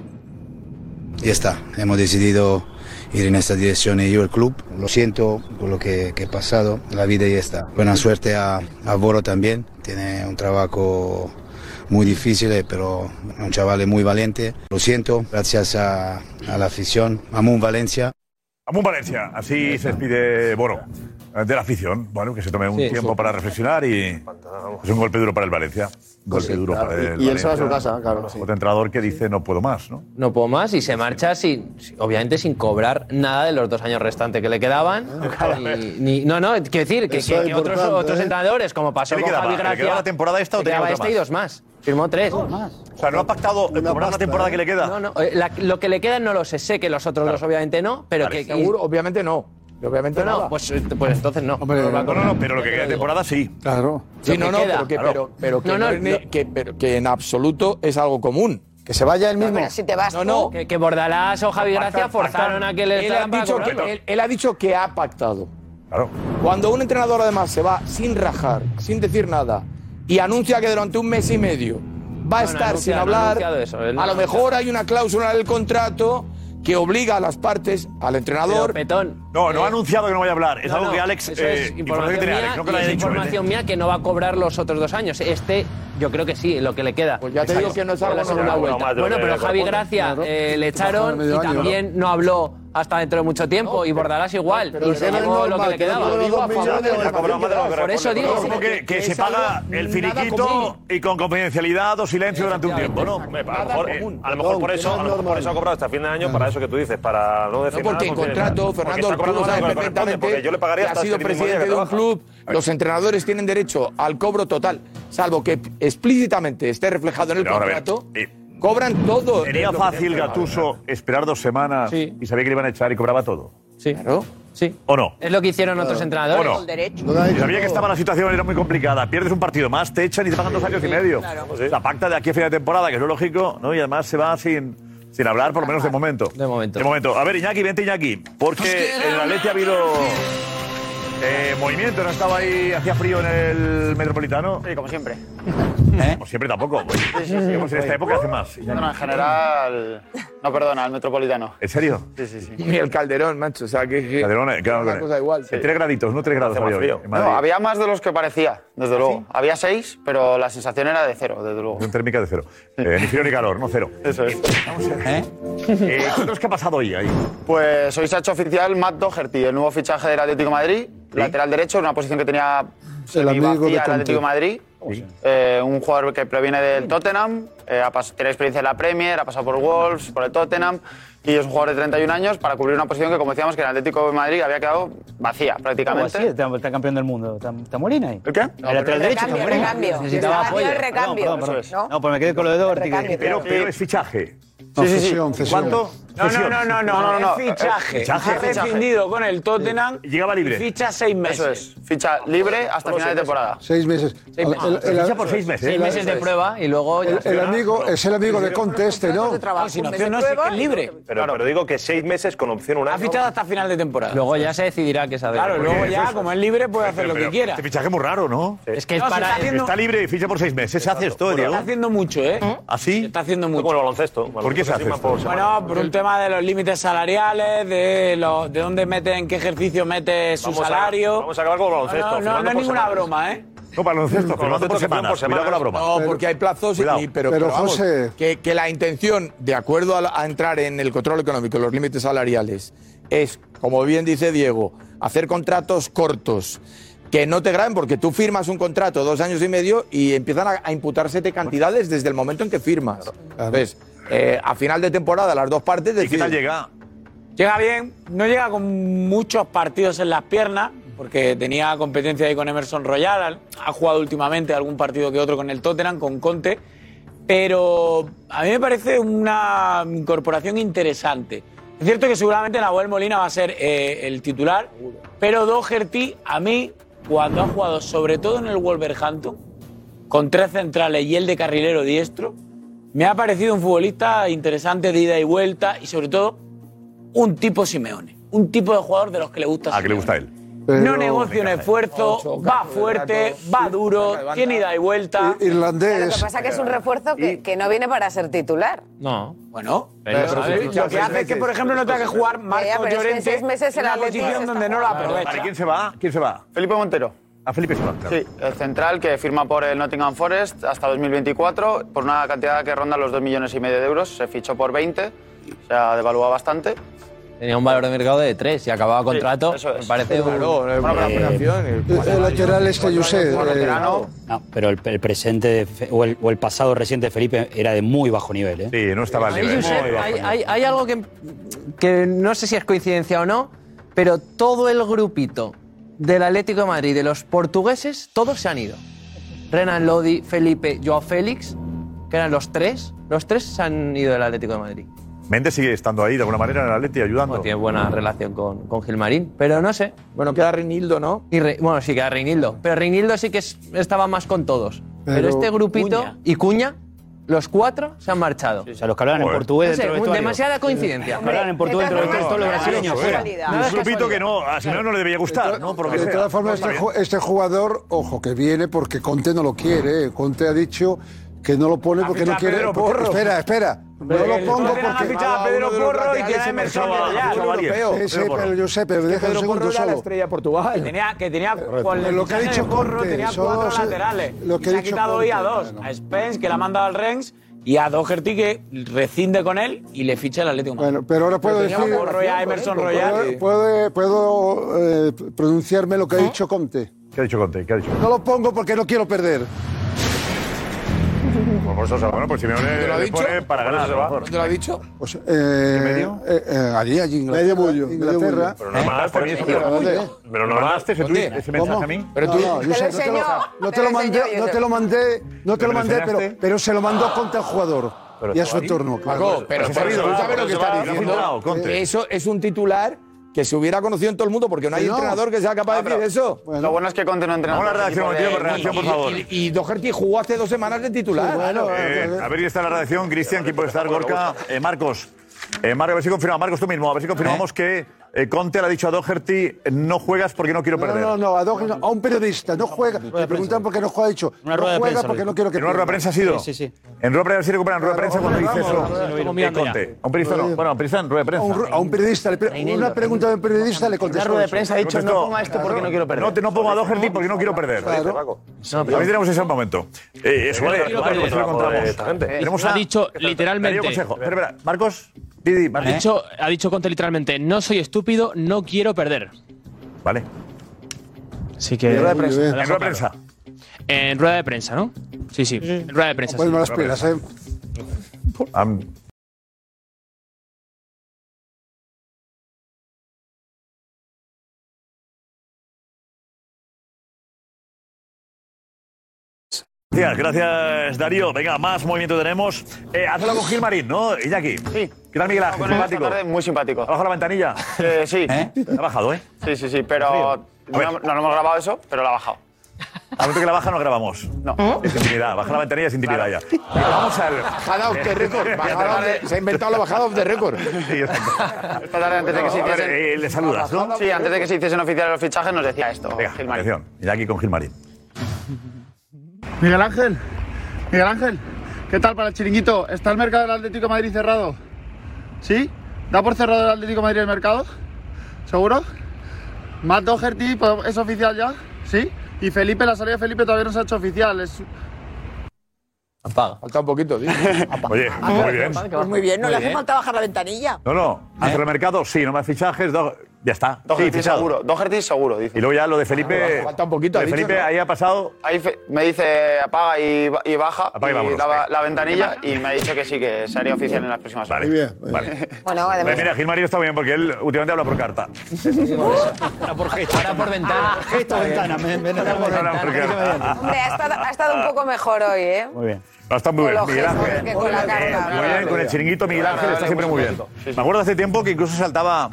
F: Ya está, hemos decidido ir en esta dirección y yo el club. Lo siento por lo que, que he pasado, la vida ya está. Buena suerte a, a Boro también, tiene un trabajo muy difícil, eh, pero un chaval muy valiente. Lo siento, gracias a, a la afición. Amun Valencia.
G: Amun Valencia, así se despide Boro eh, de la afición. Bueno, que se tome un
F: Sí.
G: tiempo para reflexionar y es un golpe duro para el Valencia. Un golpe duro
Q: claro.
G: para el
Q: Y- y él se va a su
G: Valencia.
Q: casa, claro, sí.
G: Otro entrenador que dice no puedo más, ¿no?
B: No puedo más y se marcha sin, sin- obviamente sin cobrar nada de los dos años restantes que le quedaban. Y- ni- no, no, quiero decir que,
G: Ah, Eso
B: que-
G: es
B: que otros,
G: importante,
B: otros
G: ¿eh?
B: entrenadores, como pasó
G: ¿Qué le
B: con
G: quedaba?
B: Javi
G: ¿Le
B: Gracia.
G: quedaba la temporada esta o
B: le
G: tenía otra
B: quedaba este
G: más?
B: y dos más. Firmó tres.
G: O sea, no ha pactado eh, cobrar la temporada que le queda.
B: No, no, eh, la- lo que le queda no lo sé. Sé que los otros dos obviamente no, pero que...
K: Seguro, obviamente no. Obviamente
B: no, pues, eh, pues entonces no.
K: no, no, no,
G: pero lo que queda de temporada sí.
K: Claro. Sí, no,
B: Lo que
K: no,
B: queda.
K: pero que,
B: Claro.
K: pero, pero que,
B: No, no,
K: no es ni- que- pero que en absoluto es algo común. Que se vaya él mismo.
P: si te vas
K: No, no.
B: Que, que Bordalás o Javi Gracia forzaron a que le
K: él ha,
B: estaban para
K: dicho
B: cobrarlo.
K: que, él, él ha dicho que ha pactado.
G: Claro.
K: Cuando un entrenador además se va sin rajar, sin decir nada, y anuncia que durante un mes y medio va a
B: Bueno,
K: estar
B: anuncia-
K: sin
B: no ha
K: hablar,
B: anunciado eso, él no
K: a
B: ha
K: lo
B: anunciado.
K: mejor hay una cláusula del contrato que obliga a las partes, al entrenador.
G: No, no ha anunciado que no vaya a hablar. Es
K: No,
G: algo
K: no,
G: que Alex.
K: eso
G: eh,
K: es
G: información que tiene Alex, no que lo
B: y
G: haya
B: es
G: dicho. él,
B: información mía que no va a cobrar los otros dos años. Este, yo creo que sí, lo que le queda. Pues
K: ya te digo que no es algo
B: la segunda
K: normal.
B: vuelta.
K: Más de lo
B: Bueno,
K: que
B: pero
K: le
B: Javi
K: corresponde.
B: Gracia
K: Claro.
B: eh, le
K: Bajaron
B: echaron
K: medio
B: y
K: año,
B: también no habló hasta dentro de mucho tiempo y Bordalás igual.
K: pero
B: y
K: que
B: se
K: no es
B: llevó lo que
K: normal,
B: le
K: que no
B: quedaba.
K: todos los dos millones
G: ¿eh?
B: Por eso digo.
G: como que, que se
B: es algo
G: paga el
B: nada
G: finiquito
B: común.
G: y con confidencialidad o silencio durante un tiempo, ¿no?
L: Hombre, A lo mejor, a lo mejor por eso, a lo mejor por eso ha cobrado hasta fin de año, para eso que tú dices, para no decir
K: No, porque
L: nada,
K: en
L: porque-
K: contrato,
L: porque
K: Fernando,
L: está
K: tú
L: cobrando más
K: lo
L: de lo que
K: sabes
L: le corresponde,
K: perfectamente,
L: porque yo le pagaría
K: que
L: hasta
K: ha sido
L: el mismo día
K: presidente
L: que
K: de un
L: trabaja.
K: club, los entrenadores tienen derecho al cobro total, salvo que explícitamente esté reflejado en el
G: Pero ahora a ver, eh,
K: contrato. Cobran todo.
G: Sería
K: Es lo que
G: fácil,
K: tienen que pagar.
G: Gatuso, esperar dos semanas y sabía que le iban a echar y cobraba todo.
B: Sí. Sí.
G: ¿O no?
B: Es lo que hicieron otros entrenadores.
G: ¿O no? Y sabía que estaba la situación era muy complicada. Pierdes un partido más, te echan y te pagan dos años y medio. La pacta de aquí a final de temporada, que es lo lógico, ¿no? Y además se va sin, sin hablar, por lo
K: Ah,
G: menos de momento. De momento. De momento. A ver, Iñaki, vente Iñaki. Porque en el Atleti ha habido eh, movimiento, ¿no? Estaba ahí, hacía frío en el Metropolitano. Sí, como siempre. Como siempre tampoco. pues. Digamos, en esta época hace más.
H: No, no, en general. No, perdona, al metropolitano.
G: ¿En serio?
H: Sí, sí, sí.
K: Ni el Calderón, macho. O sea, que. que-
G: Calderón, eh, claro,
K: una
G: claro.
K: cosa igual.
G: En tres graditos, no tres grados.
H: Hace más
G: había hoy,
H: frío.
G: en
H: No,
G: Madrid.
H: había más de los que parecía, desde luego. Había seis, pero la sensación era de cero, desde luego.
G: Sensación térmica de cero. Eh, ni frío ni calor, no cero. Eso es. Eh, cuéntanos qué ha pasado hoy ahí.
H: Pues hoy se ha hecho oficial Matt Doherty, el nuevo fichaje del Atlético de Madrid, lateral derecho, una posición que tenía
J: El amigo de
H: semivacía el
J: Conte.
H: Atlético de Madrid. Eh, un jugador que proviene del Tottenham, eh, ha pas- tiene experiencia en la Premier, ha pasado por Wolves, por el Tottenham, y es un jugador de 31 años para cubrir una posición que, como decíamos, que el Atlético de Madrid había quedado vacía prácticamente.
I: Así, está, está campeón del mundo. Está, está Molina ahí.
H: ¿El qué?
I: el lateral derecho.
P: recambio,
I: está Molina.
P: recambio.
I: Necesitaba
P: Recambio,
I: apoyo.
P: recambio.
I: Perdón, perdón,
P: Eso es.
I: perdón. No, pues me quedé con lo de Doherty.
P: Recambio,
G: Pero, pero es fichaje.
I: No, cesión, cesión.
G: ¿Cuánto?
U: No, no, no, no, no, no, no,
H: eh,
U: fichaje.
H: fichaje,
U: Ha
H: fichaje.
U: rescindido con el Tottenham.
G: Llegaba
U: libre. Ficha seis meses.
H: Eso es, ficha libre hasta
U: Solo
H: final de
U: seis
H: temporada.
J: Seis meses.
H: Seis meses. Se ficha por seis meses. Seis meses de prueba
B: y luego
J: El, el amigo es el amigo de Conte este, ¿no?
U: Ah, si no, no, sí, que es libre.
L: Pero, pero digo que seis meses con opción a un año.
U: Ha fichado hasta final de temporada.
B: Luego ya se decidirá qué saber.
U: Claro, luego ya, como es libre, puede hacer lo
G: Pero
U: que quiera.
G: Este fichaje es muy raro, ¿no?
U: Es que es No, se para- está
G: Está,
U: haciendo-
G: libre y ficha por seis meses. Se hace ¿Ah, esto,
U: Está
G: Diego.
U: haciendo mucho, ¿eh?
G: ¿Así?
U: Está haciendo mucho.
G: Como el baloncesto. ¿Por qué se hace esto?
U: Bueno, por un tema de los límites salariales, de los, de dónde mete, en qué ejercicio mete su
L: Vamos a-
U: salario.
L: vamos a acabar con el baloncesto,
U: No, no, no,
L: firmando
U: es
L: por
U: ninguna
L: semanas.
U: broma, ¿eh?
G: No, Mm. baloncesto,
K: firmando por semanas. Cuidado con la broma. No, porque hay plazos, y,
G: Cuidado.
K: y- pero,
G: Pero,
K: pero vamos,
G: José-
K: que, que la intención, de acuerdo a, la- a entrar en el control económico, los límites salariales, es, como bien dice Diego, hacer contratos cortos. Que no te graben porque tú firmas un contrato dos años y medio y empiezan a, a imputársete cantidades desde el momento en que firmas. Entonces, eh, a final de temporada, las dos partes deciden.
G: tal llega?
U: Llega bien, no llega con muchos partidos en las piernas, porque tenía competencia ahí con Emerson Royal, ha jugado últimamente algún partido que otro con el Tottenham, con Conte, pero a mí me parece una incorporación interesante. Es cierto que seguramente Nahuel Molina va a ser eh, el titular, pero Doherty, a mí, cuando ha jugado sobre todo en el Wolverhampton, con tres centrales y el de carrilero diestro, me ha parecido un futbolista interesante de ida y vuelta y sobre todo un tipo Simeone, un tipo de jugador de los que le gusta
G: Ah, que le gusta a él.
U: No negocia un esfuerzo, va fuerte, va duro, tiene ida y vuelta.
P: Lo
J: Irlandés.
P: que pasa es que es un refuerzo que, que no viene para ser titular.
B: No.
U: Bueno,
B: pero,
U: Pero,
B: ¿sabes?
U: lo que hace es que, por ejemplo, no tenga que jugar
P: Ya,
U: Marco
P: pero es que
U: Llorente
P: seis meses
U: en
P: el
U: una
P: Atleti
U: posición
P: se
U: donde no lo aprovecha.
G: ¿Quién se va? ¿Quién se va?
H: Felipe Montero.
G: A Felipe se va. claro.
H: Sí, el central que firma por el Nottingham Forest hasta 2024 por una cantidad que ronda los 2 millones y medio de euros. Se fichó por 20, o sea, devaluado bastante.
B: Tenía un valor de mercado de 3 y acababa contrato.
H: eso es.
B: Me parece un-
J: El lateral este, José.
M: No, pero el, el presente de Fe- o, el, o el pasado reciente de Felipe era de muy bajo nivel.
R: ¿eh?
G: Sí, no estaba
B: Ahí, Josep, hay, hay- hay algo que, que no sé si es coincidencia o no, pero todo el grupito del Atlético de Madrid, de los portugueses, todos se han ido. Renan Lodi, Felipe, Joao Félix, que eran los tres, los tres se han ido del Atlético de Madrid.
G: Méndez sigue estando ahí de alguna manera en el Atleti ayudando.
B: tiene buena relación con, con Gilmarín, pero no sé. Bueno, queda
K: Reinildo, ¿no?
B: bueno, sí, queda Reinildo. Pero Reinildo sí que es- estaba más con todos. Pero,
M: Pero
B: este grupito y Cuña, los cuatro se han marchado.
M: O sea, los que hablaban en
B: Joder.
M: portugués
B: No sé,
M: dentro del vestuario.
B: demasiada coincidencia.
M: Los que hablaban en portugués dentro del vestuario, todos los brasileños. fuera.
G: ¿eh? Un grupito que no, a Simeone no le debería gustar, ¿no? Por lo que
J: De
G: sea.
J: todas formas,
G: No, está
J: este,
G: bien.
J: ju- este jugador, ojo, que viene porque Conte no lo quiere. eh. Conte ha dicho Que no lo pone porque no
G: fichado Ah. a
J: quiere.
G: Pedro
J: porque-
G: Porro.
J: espera, espera. No
G: Pero
J: lo
G: el
J: pongo
G: Tottenham ha
J: porque.
G: fichado a Pedro Porro y tiene a
J: que
G: Emerson Royal.
J: Sí, sí, pero yo sé, pero deja un segundo solo.
K: estrella Portugal.
U: Que tenía, que tenía con
J: Eh, Lo que ha
U: fichaje de
J: dicho
U: Porro
J: Conte,
U: tenía
J: eso
U: cuatro
J: es-
U: laterales.
J: lo
U: Y
J: que ha
U: se ha
J: dicho
U: quitado hoy a
J: Conte,
U: dos. A Spence, que la ha mandado al Rennes, y a Doherty, que rescinde con él y le ficha el Atlético. Bueno,
J: pero ahora puedo decir-
U: Porro y a Emerson
J: ¿eh?
U: Royal.
J: ¿Puedo, puedo, puedo, eh, pronunciarme lo que ha dicho Conte?
G: ¿Qué ha dicho Conte? ¿Qué ha dicho?
J: No lo pongo porque no quiero perder.
G: Pues por eso, se- bueno, pues Simeone
J: ¿Te lo ha
G: le
J: dicho?
G: pone para ganar. a lo mejor.
K: ¿Te lo ha dicho?
J: Pues, eh, eh, eh, allí, allí, Inglaterra. Medio bullo. Inglaterra. Eh,
G: Pero no mandaste a mí ese tweet. Pero no mandaste ese tweet, ese mensaje a mí.
J: Pero tú, no, yo sé, no te lo, no te lo mandé, no te lo mandé, no te
G: ¿Pero
J: lo
G: me
J: mandé, pero,
G: enseñaste?
J: pero se lo mandó Conte al jugador
G: Pero
J: y a
G: eso
J: su
G: va ahí.
J: entorno.
K: Paco, pero,
J: Pues
K: pero
J: eso
K: tú
J: va,
K: sabes lo que
J: eso va,
K: está
J: lo ha
K: diciendo. Eh,
J: filtrado, Conte.
K: Eso es un titular que se hubiera conocido en todo el mundo porque no hay
H: Que no.
K: entrenador que sea capaz de
H: Ah, pero
K: decir eso.
H: Lo bueno es que Conte no entrena.
K: Vamos a la
H: a
K: redacción,
H: equipos de-
K: Mateo, con redacción, por favor.
H: Y-
K: Y Doherty jugó hace dos semanas de titular.
G: Eh, a ver, ahí está la redacción. Cristian, ¿quién puede estar? Gorka, eh, Marcos. Eh, Marcos, a ver si confirma, Marcos, tú mismo, a ver si confirmamos que eh, Conte le ha dicho a Doherty, no juegas porque no quiero
J: No,
G: perder.
J: no, no, a, dos- a un periodista, no juega. Le preguntan por qué no juega, ha dicho.
G: Una
J: no
G: rueda de
J: juega
G: prensa,
J: porque
G: lo
J: no quiero que
G: ¿En una rueda de
J: pierda.
G: prensa ha sido? En rueda de prensa sí recuperan en rueda de prensa cuando dice eso.
J: Estamos
G: eh,
J: mirando
G: Conte.
J: ya.
G: A un periodista no. Bueno, a un periodista en rueda de
J: A
G: prensa.
J: un, ru- a un periodista, le pre- una pregunta de un periodista le contestó. eso.
G: Contestó,
J: Claro.
G: No, te, no pongo a Doherty porque no quiero perder.
J: No, pero-
G: Ahí tenemos ese momento. Eh, eso vale,
A: Quiero
G: Marcos,
A: perder.
G: eso lo encontramos.
H: Pues,
A: Esta gente.
G: Tenemos
A: Ha
G: una-
A: dicho
G: Espera,
A: literalmente.
G: te doy un consejo. Espera, espera. Marcos, Didi,
A: Ha,
G: Marcos.
A: dicho, ha dicho Conte literalmente, no soy estúpido, no quiero perder.
G: Vale.
A: Así que...
G: En rueda de prensa. En rueda de
A: prensa. En rueda de prensa, ¿no? Sí, sí. En rueda de prensa.
J: Pues
A: sí.
J: me las pelas, ¿eh?
K: ¿eh?
G: Am- Gracias, gracias Darío. Venga, más movimiento tenemos. Eh, has hablado con Gilmarín, ¿no? Iñaki. Sí. ¿Qué tal, Miguel Ángel?
H: Bueno, esta
G: Simpático.
H: tarde muy simpático.
G: ¿Bajo la ventanilla?
H: Eh, sí.
G: Ha bajado, ¿eh?
H: Sí, sí, sí, pero no, no hemos grabado eso, pero lo ha bajado.
G: A momento que la baja no grabamos. No. Es intimidad. Baja la ventanilla es intimidad ya. Vamos al...
K: Bajada off the record. bajada off the- se ha inventado la bajada off the record.
H: Esta tarde, antes de que se
G: A ver,
H: hiciesen...
G: eh, le saludas, ¿no?
H: Sí, antes de que se hiciesen oficiales los fichajes nos decía esto, Gilmarín.
G: Atención, Iñaki con Gilmarín.
Y: Miguel Ángel, Miguel Ángel, ¿qué tal para el chiringuito? ¿Está el mercado del Atlético de Madrid cerrado? ¿Sí? ¿Da por cerrado el Atlético de Madrid el mercado? ¿Seguro? Matt Doherty pues, es oficial ya, ¿sí? Y Felipe, la salida de Felipe todavía no se ha hecho oficial. Es...
K: Falta un poquito, tío.
G: Oye, muy bien.
O: Pues muy bien, no
G: Muy
O: le hace
G: bien.
O: falta bajar la ventanilla.
G: No, no.
H: ¿Eh?
G: Hacia el mercado, sí, no más fichajes. do- Ya está.
H: Doherty
G: sí, fichado.
H: seguro, Doherty seguro, dice.
G: Y luego ya lo de Felipe. lo de Felipe, ahí ha pasado.
H: Ahí fe- me dice apaga y, ba- y baja.
G: Apaga y vámonos,
H: la,
G: venga.
H: la ventanilla y me ha dicho que sí, que se haría oficial en las próximas horas.
G: Muy bien. Vale.
P: Bueno,
G: Pues
P: además.
G: mira, Gilmarín está muy bien porque él últimamente habla por carta.
P: Ahora por gesto. Ahora por ventana.
R: Gesto, ventana, me, me- me-
P: Hombre, ha estado, ha estado un poco mejor hoy, ¿eh?
G: Muy bien. No, está muy
P: Con
G: bien,
P: los
G: Miguel
P: gestos,
G: Ángel.
P: que con la carta.
G: Muy bien, con el chiringuito Miguel Ángel está siempre muy bien. Me acuerdo hace tiempo que incluso saltaba,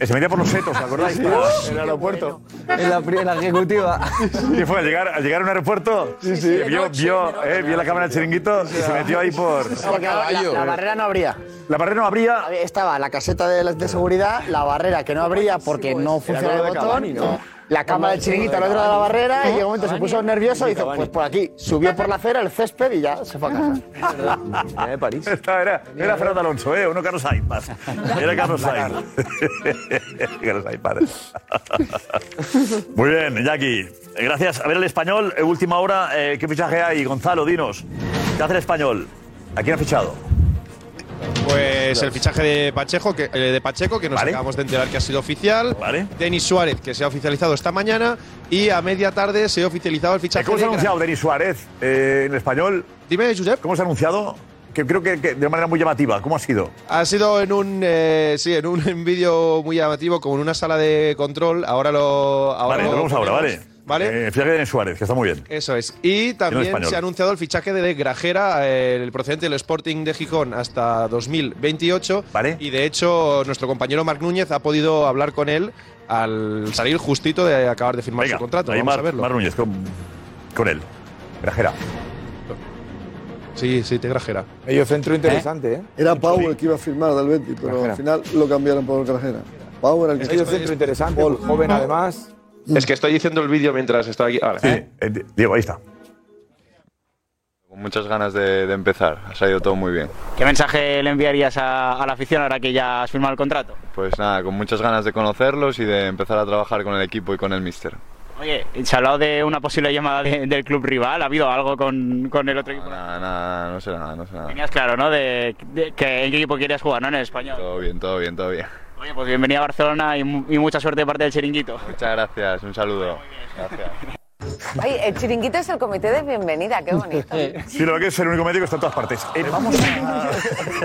G: se metía por los setos, ¿te acordáis?
N: Sí, sí. En el
G: aeropuerto.
N: En la, pri- en la ejecutiva.
G: ¿Qué fue? Al llegar, al llegar a un aeropuerto,
N: sí.
G: vio, vio, eh, vio la cámara del chiringuito y se metió ahí por...
N: Porque
E: La, la- la barrera no abría.
G: La barrera no abría.
E: Estaba la caseta de, la- de seguridad, la barrera que no abría porque no funcionaba el
N: pues, de Cavani,
E: botón.
N: ¿no?
E: La cámara del chiringuito al otro lado de la barrera y en un momento se puso nervioso y hizo, pues por aquí. Subió por la acera, el césped y ya se fue a casa.
G: de París. Esta era, era Fernando Alonso, ¿eh? Uno Carlos Sainz. más. Era Carlos Sainz. Carlos Sainz, padre. Muy bien, Jackie. Gracias. A ver, el español, eh, última hora. eh, ¿Qué fichaje hay? Gonzalo, dinos. ¿Qué hace el español? ¿A quién ha fichado?
Z: Pues el fichaje de Pacheco, que, eh, de Pacheco, que nos acabamos de enterar que ha sido oficial. Denis Suárez, que se ha oficializado esta mañana. Y a media tarde se ha oficializado el fichaje
G: Eh, ¿Cómo se
Z: de
G: ha anunciado Denis Suárez eh, en español?
Z: Dime, Josep.
G: ¿Cómo se ha anunciado? Que creo que, que de manera muy llamativa. ¿Cómo ha sido?
Z: Ha sido en un eh, sí, en un en vídeo muy llamativo, como en una sala de control. Ahora lo ahora
G: vale,
Z: lo
G: nos vamos ahora, ¿vale?
Z: ponemos.
G: ¿Vale? Eh, fichaje de Denis Suárez, que está muy bien.
Z: Eso es. Y
G: en
Z: también
G: español.
Z: se ha anunciado el fichaje de Grajera, eh, el procedente del Sporting de Gijón, hasta 2028. Y de hecho, nuestro compañero Marc Núñez ha podido hablar con él al salir justito de acabar de firmar su contrato.
G: Ahí
Z: Vamos
G: Mar-
Z: a verlo.
G: Mar Núñez, con, con él. Grajera.
Z: Sí, sí, te Grajera.
K: Ellos centro interesante, ¿eh?
Q: Era Pau el que iba a firmar del Betis, pero
K: Grajera.
Q: al final lo cambiaron por Grajera. Pau era el que
K: Ellos centro interesante, joven además.
Z: Es que estoy diciendo el vídeo mientras estoy aquí.
G: Sí, eh, Diego, ahí está.
C: Muchas ganas de, de empezar, ha salido todo muy bien.
D: ¿Qué mensaje le enviarías a, a la afición ahora que ya has firmado el contrato?
C: Pues nada, con muchas ganas de conocerlos y de empezar a trabajar con el equipo y con el míster.
D: Oye, se ha hablado de una posible llamada de- del club rival, ¿ha habido algo con, con el otro equipo?
C: Nada, nada, no sé nada, no sé nada.
D: Tenías claro, ¿no? De, de que en qué equipo querías jugar, ¿no? En el español.
C: Todo bien, todo bien, todo bien.
D: Oye, pues bienvenida a Barcelona y, mu- y mucha suerte de parte del chiringuito.
C: Muchas gracias, un saludo. Gracias.
P: Ay, el chiringuito es el comité de bienvenida, qué bonito.
G: Sí, lo que es el único médico está en todas partes. Eh, vamos a.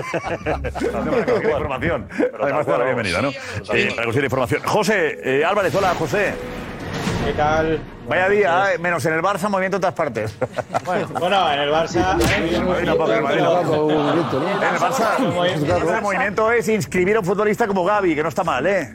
G: Hacemos la recogida de información. Además, de dar la bienvenida, ¿no? Eh, para conseguir información. José eh, Álvarez, hola, José.
W: ¿Qué tal?
G: Vaya día, eh, menos en el Barça, movimiento en todas partes.
W: Bueno, bueno, en el Barça.
G: Madrid tampoco, en Madrid tampoco. En el Barça, el movimiento es inscribir a un futbolista como Gaby, que no está mal, ¿eh?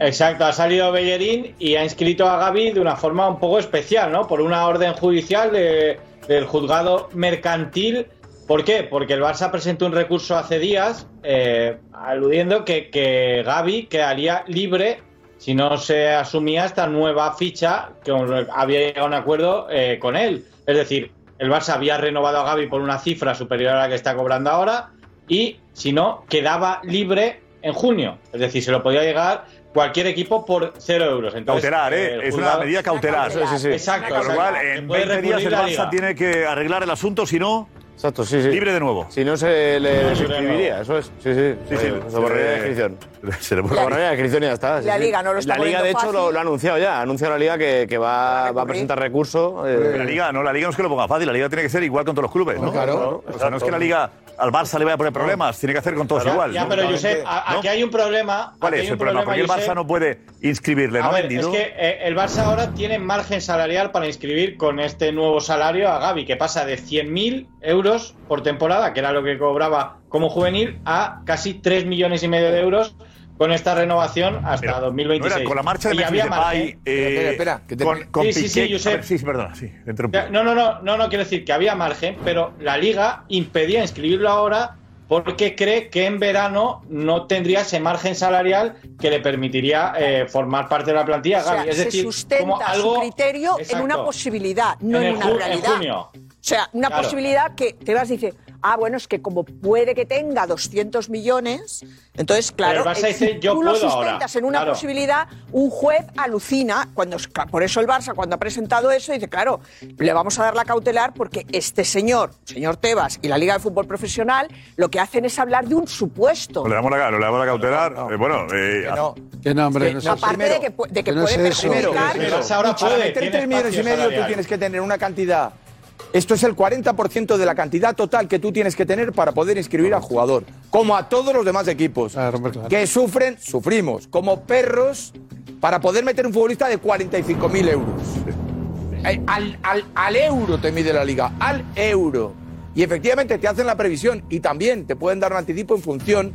W: Exacto, ha salido Bellerín y ha inscrito a Gaby de una forma un poco especial, ¿no? Por una orden judicial de- del juzgado mercantil. ¿Por qué? Porque el Barça presentó un recurso hace días eh, aludiendo que, que Gaby quedaría libre si no se asumía esta nueva ficha que había llegado a un acuerdo eh, con él. Es decir, el Barça había renovado a Gaby por una cifra superior a la que está cobrando ahora y si no, quedaba libre en junio. Es decir, se lo podía llegar cualquier equipo por cero euros. Entonces,
G: Cautelar,
W: el
G: ¿eh? Es una
W: juzgado-
G: medida cautelar.
W: Exacto.
G: Con lo cual,
W: exacto. Se
G: en
W: puede
G: 20 días
W: recurrir
G: el
W: la
G: Barça
W: liga.
G: tiene que arreglar el asunto, si no.
K: Exacto, sí, sí.
G: Libre de nuevo.
K: Si no se le
G: No,
K: desinscribiría, eso es. Sí, sí.
G: Sí, sí,
K: se,
G: se
K: borraría
G: le-
K: la inscripción.
G: Se le
K: borra la borraría la inscripción y ya está. sí,
O: La
K: sí.
O: Liga no lo está
K: La Liga, de
O: poniendo
K: hecho, lo,
O: fácil. pues
K: lo ha anunciado ya. Ha anunciado la Liga que, que va, va a presentar recurso. eh,
G: La liga, no, la liga no es que lo ponga fácil, la liga tiene que ser igual con todos los clubes, ¿no?
K: Claro.
G: O sea, no es que la liga al Barça le vaya a poner problemas, tiene que hacer con todos
W: Ya,
G: igual.
W: ya,
G: ¿no?
W: pero Josep, a- aquí hay un problema.
G: ¿Cuál
W: aquí
G: es
W: hay
G: el
W: un
G: problema? Porque el Barça
W: Josep.
G: no puede inscribirle, ¿no?
W: A ver, es
G: Vendido.
W: que eh, el Barça ahora tiene margen salarial para inscribir con este nuevo salario a Gaby, que pasa de 100.000 euros por temporada, que era lo que cobraba como juvenil, a casi 3 millones y medio de euros con esta renovación hasta
G: No era
W: 2026.
G: con la marcha de
W: Y
G: Memphis
W: había
G: Depay,
W: margen.
G: eh, con, con
W: Sí, sí, sí,
G: Piqué-
W: Josep.
G: a ver, sí, sí, perdona, sí, te interrumpo.
W: Ya, No, no, no, no, no quiero decir que había margen, pero la liga impedía inscribirlo ahora porque cree que en verano no tendría ese margen salarial que le permitiría eh, formar parte de la plantilla.
O: O sea,
W: Gavi. es
O: se
W: decir, como
O: sustenta su
W: algo
O: criterio en
W: Exacto.
O: una posibilidad, no
W: En
O: en,
W: el
O: una
W: ju- en
O: realidad.
W: junio.
O: O sea, una
W: Claro.
O: posibilidad que te vas y dices, ah, bueno, es que como puede que tenga 200 millones, entonces, claro,
W: Pero el Barça
O: eh,
W: dice,
O: si
W: "Yo
O: tú lo
W: puedo
O: sustentas
W: ahora".
O: en una
W: Claro.
O: posibilidad, un juez alucina. cuando es- Por eso el Barça, cuando ha presentado eso, dice, claro, le vamos a dar la cautelar porque este señor, señor Tebas y la Liga de Fútbol Profesional, lo que hacen es hablar de un supuesto.
G: Le damos la, le damos la cautelar. eh, bueno, eh,
J: Qué nombre, no sé.
O: Aparte de que, pu- de que puede
J: Primero,
O: perjudicar.
W: ahora
K: para
W: puede,
K: meter
W: tiene
K: 3 millones y
W: espacio
K: medio tú
W: salarial.
K: tienes que tener una cantidad. Esto es el 40% de la cantidad total que tú tienes que tener para poder inscribir al jugador. Como a todos los demás equipos. Que sufren, sufrimos. Como perros para poder meter un futbolista de 45.000 euros. Eh, Al, al- al euro te mide la liga, al euro. Y efectivamente te hacen la previsión y también te pueden dar un anticipo en función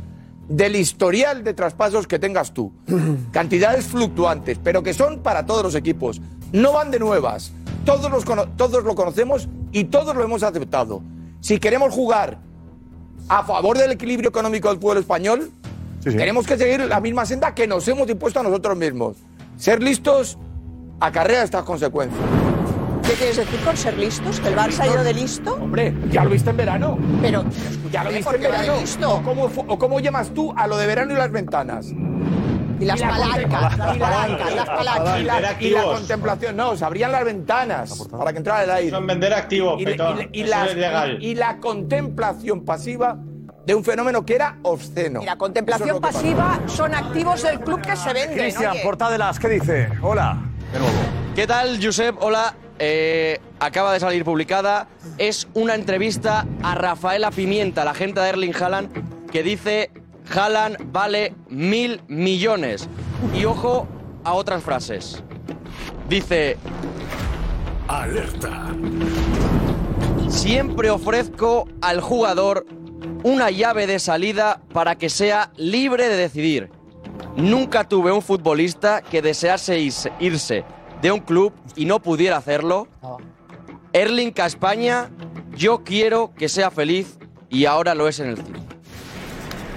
K: del historial de traspasos que tengas tú. Cantidades fluctuantes, pero que son para todos los equipos. No van de nuevas. Todos, los cono- todos lo conocemos y todos lo hemos aceptado. Si queremos jugar a favor del equilibrio económico del pueblo español, tenemos que seguir la misma senda que nos hemos impuesto a nosotros mismos. Ser listos acarrea estas consecuencias.
O: ¿Qué quieres decir con ser listos? ¿Que el Barça ha ido de listo?
K: Hombre, ya lo viste en verano.
O: Pero
K: ya lo viste
O: ¿por
K: en
O: qué lo he
K: verano. ¿O cómo, fu- o cómo llamas tú a lo de verano y las ventanas?
O: Y las
K: la
O: palancas,
K: contemplación-
O: las palancas, las palancas.
K: Y la-
W: Vender
K: y la
W: activos.
K: contemplación, no, se abrían las ventanas para que entrara el aire.
W: Son vender activos,
K: Y, la-
W: Petón.
K: y la- y
W: Eso
K: las-
W: es legal.
K: y- y la contemplación pasiva de un fenómeno que era obsceno.
O: La contemplación pasiva son activos del club que se venden.
G: Cristian
O: oye.
G: Portadelas, ¿qué dice? Hola.
T: ¿Qué tal, Josep? Hola. Eh, acaba de salir publicada. Es una entrevista a Rafaela Pimienta, la agente de Erling Haaland, que dice: Haaland vale mil millones. Y ojo a otras frases. Dice: Alerta. Siempre ofrezco al jugador una llave de salida para que sea libre de decidir. Nunca tuve un futbolista que desease irse- irse de un club y no pudiera hacerlo. Erling Caspaña, yo quiero que sea feliz y ahora lo es en el City.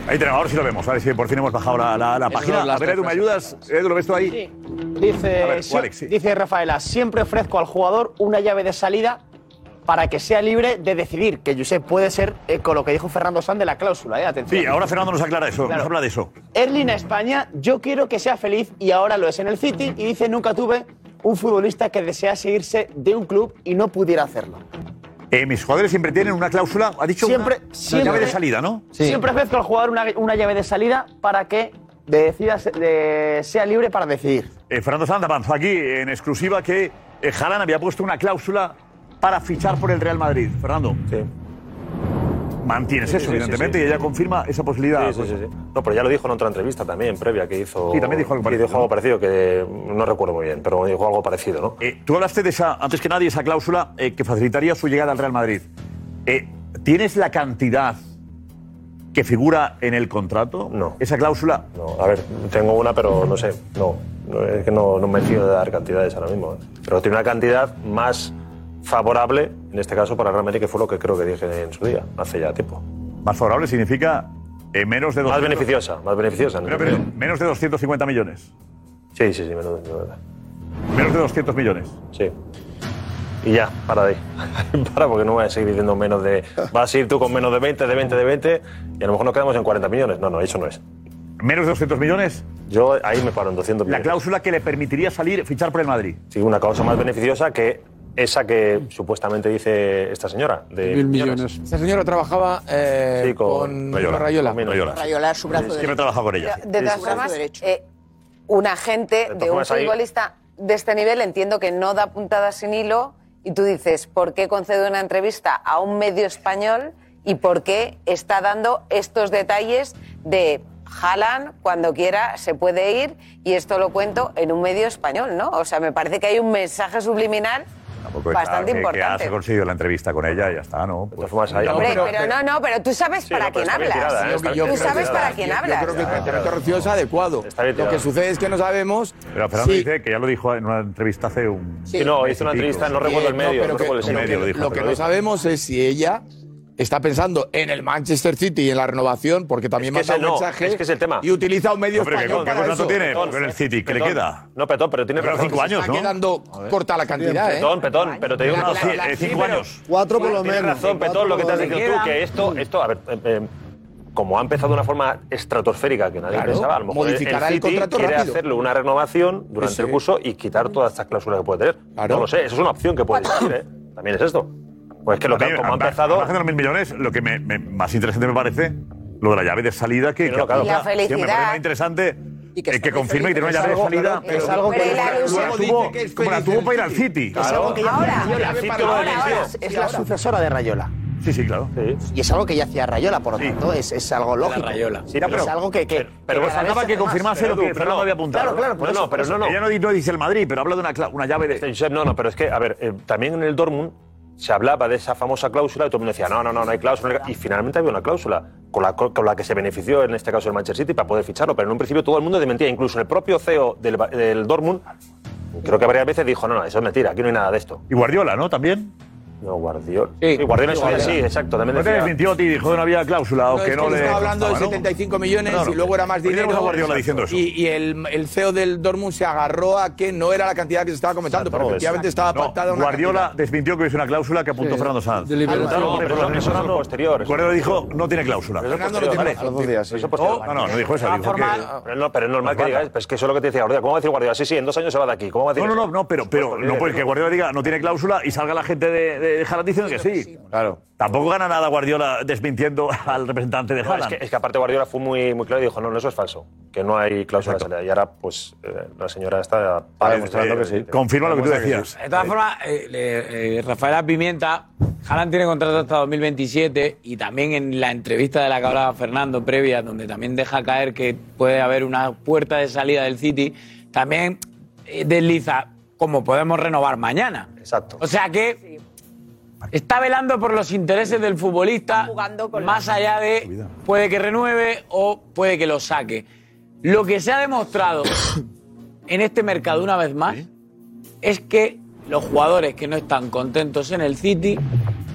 G: Ahí tenemos, ahora sí lo vemos, a ver si por fin hemos bajado la, la- la
T: Esas
G: página.
T: son las
G: A ver,
T: tres
G: Edu, ¿me ayudas? Edu, ¿lo ves tú ahí?
W: Dice,
G: A ver,
W: sí,
G: Alex, sí.
W: dice Rafaela, siempre ofrezco al jugador una llave de salida
E: para que sea libre de decidir, que Josep puede ser, eh, con lo que dijo Fernando Sanz de la cláusula, ¿eh? Atención.
G: Sí, ahora Fernando nos aclara eso,
E: Claro.
G: nos habla de eso.
E: Erling a España, yo quiero que sea feliz y ahora lo es en el City y dice nunca tuve un futbolista que desease irse de un club y no pudiera hacerlo.
G: Eh, mis jugadores siempre tienen una cláusula, ha dicho
E: Siempre-
G: una, una
E: siempre-
G: llave de salida, ¿no?
E: Siempre ofrezco al jugador una, una llave de salida para que decida, se- de- sea libre para decidir.
G: Eh, Fernando Sanz avanzó aquí en exclusiva que eh, Haaland había puesto una cláusula para fichar por el Real Madrid. Fernando. Sí. Mantienes
F: Sí,
G: eso,
F: sí, sí,
G: evidentemente,
F: sí,
G: y
F: sí.
G: ella confirma esa posibilidad.
F: Sí, sí, sí, sí. No, pero ya lo dijo en otra entrevista también, previa, que hizo.
G: pues. Sí, también dijo algo parecido,
F: algo parecido, que no recuerdo muy bien, pero dijo algo parecido, ¿no?
G: Eh, tú hablaste de esa, antes que nadie, esa cláusula eh, que facilitaría su llegada al Real Madrid. Eh, ¿Tienes la cantidad que figura en el contrato? No. ¿Esa cláusula?
F: No, a ver, tengo una, pero no sé, no. no, Es que no, no me fío de dar cantidades ahora mismo. ¿eh. Pero tiene una cantidad más favorable, en este caso, para el Real Madrid, que fue lo que creo que dije en su día, hace ya tiempo.
G: Más favorable significa eh, menos de 200...
F: Más beneficiosa, más beneficiosa. en
G: Pero,
F: este
G: pero, menos de 250 millones.
F: Sí, sí, sí, menos de verdad.
G: Menos de 200 millones.
F: Sí. Y ya, para de ahí. para, porque no voy a seguir diciendo menos de. Vas a ir tú con menos de 20, de 20, de 20, y a lo mejor nos quedamos en 40 millones. No, no, eso no es.
G: ¿Menos de 200 millones?
F: Yo ahí me paro en 200
G: La
F: millones.
G: cláusula que le permitiría salir, fichar por el Madrid.
F: Sí, una causa más beneficiosa que esa que supuestamente dice esta señora. De
K: Esa Eh, señora trabajaba eh,
F: Sí, con
K: con
F: Rayola.
K: Rayola.
F: Con Rayola.
O: Rayola, su brazo derecho.
G: con
P: De todas formas, eh, un agente de,
F: todas
P: un
F: formas, ahí-
P: futbolista de este nivel entiendo que no da puntada sin hilo y tú dices, ¿por qué concede una entrevista a un medio español y por qué está dando estos detalles de Jalan cuando quiera se puede ir y esto lo cuento en un medio español, ¿no? O sea, me parece que hay un mensaje subliminal
G: Tampoco está,
P: bastante
G: pues, que- que
P: importante.
G: has conseguido la entrevista con ella y ya está, ¿no? Pues,
P: Hombre, pero, no, no, pero tú sabes para quién hablas. tú sabes para quién hablas.
K: Yo creo que el planteamiento de Rocío es adecuado. Lo que sucede es que no sabemos.
G: Pero Fernando dice que ya lo dijo en una entrevista hace un.
K: Sí, no, hizo una entrevista, no recuerdo el
G: Sí,
K: medio, no
G: pero
K: recuerdo
G: que- un
K: el
G: medio
K: sitio.
G: lo dijo,
K: Lo que
G: pero
K: no
G: dijo.
K: sabemos es si ella está pensando en el Manchester City y en la renovación, porque también
F: Es que
K: manda
F: ese
K: un
F: no,
K: mensaje.
F: es que es el tema.
K: Y utiliza un medio
F: Hombre, ¿qué
K: español
F: con- qué
K: para
F: contrato
K: eso.
F: tiene Petón, con el City? ¿Qué le Petón. queda? No, Petón, pero tiene Pero razón. cinco
K: Se
F: años,
K: está
F: ¿no?
K: quedando
F: A ver.
K: corta la cantidad, ¿eh?
F: Petón, Petón, pero te digo
K: La-
F: una
K: la-
F: cosa.
K: la-
F: eh,
K: sí,
F: cinco
K: pero-
F: años.
K: Cuatro por lo
F: Tienes
K: menos.
F: razón,
K: Cuatro
F: Petón, lo que
K: por
F: te has
K: lo
F: dicho
K: menos.
F: tú, que esto, esto, a ver, eh, eh, como ha empezado de una forma estratosférica que nadie
K: Claro,
F: pensaba, a lo mejor
K: modificará el
F: City
K: contrato
F: quiere
K: rápido.
F: hacerle una renovación durante
K: Sí, sí.
F: el curso y
G: Mm.
F: quitar todas estas cláusulas que puede tener. No lo sé, eso es una opción que puede existir, ¿eh? También es esto. Pues es que lo
G: A mí,
F: que como ha
G: al mar-
F: empezado.
G: al margen de los mil millones, lo que me- me- más interesante me parece, lo de la llave de salida que. que
P: claro. Y la
G: Sí, me parece
P: felicidad.
G: más interesante. eh, Que, confirme que tiene una
P: Es
G: llave de
P: algo-
G: salida.
P: pero- es algo Pero que- y la ilusión-
G: Como la tuvo- como la tuvo para ir al City.
E: Es algo que ya hacía
G: Claro.
E: Rayola.
G: City lo
E: Ahora,
G: eligió.
E: ahora, es- Es la sucesora de Rayola.
G: Sí, sí, claro.
E: Y es algo que ya hacía Rayola, por lo tanto, es, es algo lógico.
F: Rayola. Sí,
E: Ya,
F: pero-
E: es algo que. que
F: pero
E: que
F: vos
E: cada vez
G: Acaba
E: se
G: que
E: hace más.
G: confirmase lo que Fernando había apuntado.
E: Claro, claro, por
F: no,
E: eso,
F: no, pero
E: por
F: no,
E: eso.
F: no.
G: Ella no, di- no dice el Madrid, pero habla de una, cla- una llave de.
F: Este, no, no, pero es que, a ver, eh, también en el Dortmund se hablaba de esa famosa cláusula y todo el mundo decía, no, no, no, no hay cláusula. no hay cláusula. Y finalmente había una cláusula con la, co- con la que se benefició, en este caso, el Manchester City para poder ficharlo. Pero en un principio todo el mundo dementía, incluso el propio CEO del, Ba- del Dortmund, creo que varias veces dijo, no, no, eso es mentira, aquí no hay nada de esto.
G: Y Guardiola, ¿no? También.
F: No, Guardiola. Sí, Guardiola en su día, sí, exacto. También
G: No te
F: decía-
G: desmintió a ti, dijo que no había cláusula o
K: No,
G: que
K: es
G: no
K: que
G: le.
K: estaba hablando de
G: constaba, ¿no?
K: 75 millones
G: No, no.
K: y luego era más
G: Hoy tenemos
K: dinero.
G: a Guardiola diciendo eso.
K: Y, y el, el CEO del Dortmund se agarró a que no era la cantidad que se estaba comentando, pero efectivamente estaba
G: No,
K: pactada una
G: Guardiola
K: cantidad.
G: desmintió que hubiese una cláusula que apuntó
K: Sí,
G: Fernando Sanz. pues
K: de liberación.
G: Preguntaron por
K: No, pero eso-
G: información,
K: eso es
G: Fernando.
F: posterior, eso
G: Guardiola
F: es
G: dijo, no tiene cláusula.
F: Pero eso es posterior,
G: Vale.
F: vale. Pero eso es posterior.
G: No, no, no dijo eso.
F: Ah,
G: dijo que-
F: formal. Pero no, pero es normal que diga, pues es que eso es lo que te decía Guardiola. ¿Cómo va a decir Guardiola? Sí, sí, en dos años se va de aquí. ¿Cómo va a decir
G: No, no,
F: eso?
G: no, no, pero, pero no puede que Guardiola diga no tiene cláusula y salga la gente de, de Haaland diciendo que sí.
K: Claro.
G: Tampoco gana nada Guardiola desmintiendo al representante de
F: No, es,
G: Haaland.
F: que, es que aparte Guardiola fue muy, muy claro y dijo, no, no, eso es falso, que no hay cláusula de salida. Y ahora, pues, eh, la señora está
G: Vale,
F: demostrando
G: eh,
F: que pues sí.
G: confirma lo que tú
F: Demuestra
G: decías.
F: sí.
U: De todas formas, eh, eh, eh, Rafaela Pimienta, Haaland tiene contrato hasta 2027 y también en la entrevista de la que hablaba Fernando previa, donde también deja caer que puede haber una puerta de salida del City, también eh, desliza como podemos renovar mañana.
F: Exacto.
U: O sea que está velando por los intereses del futbolista más allá de puede que renueve o puede que lo saque. Lo que se ha demostrado en este mercado una vez más es que los jugadores que no están contentos en el City,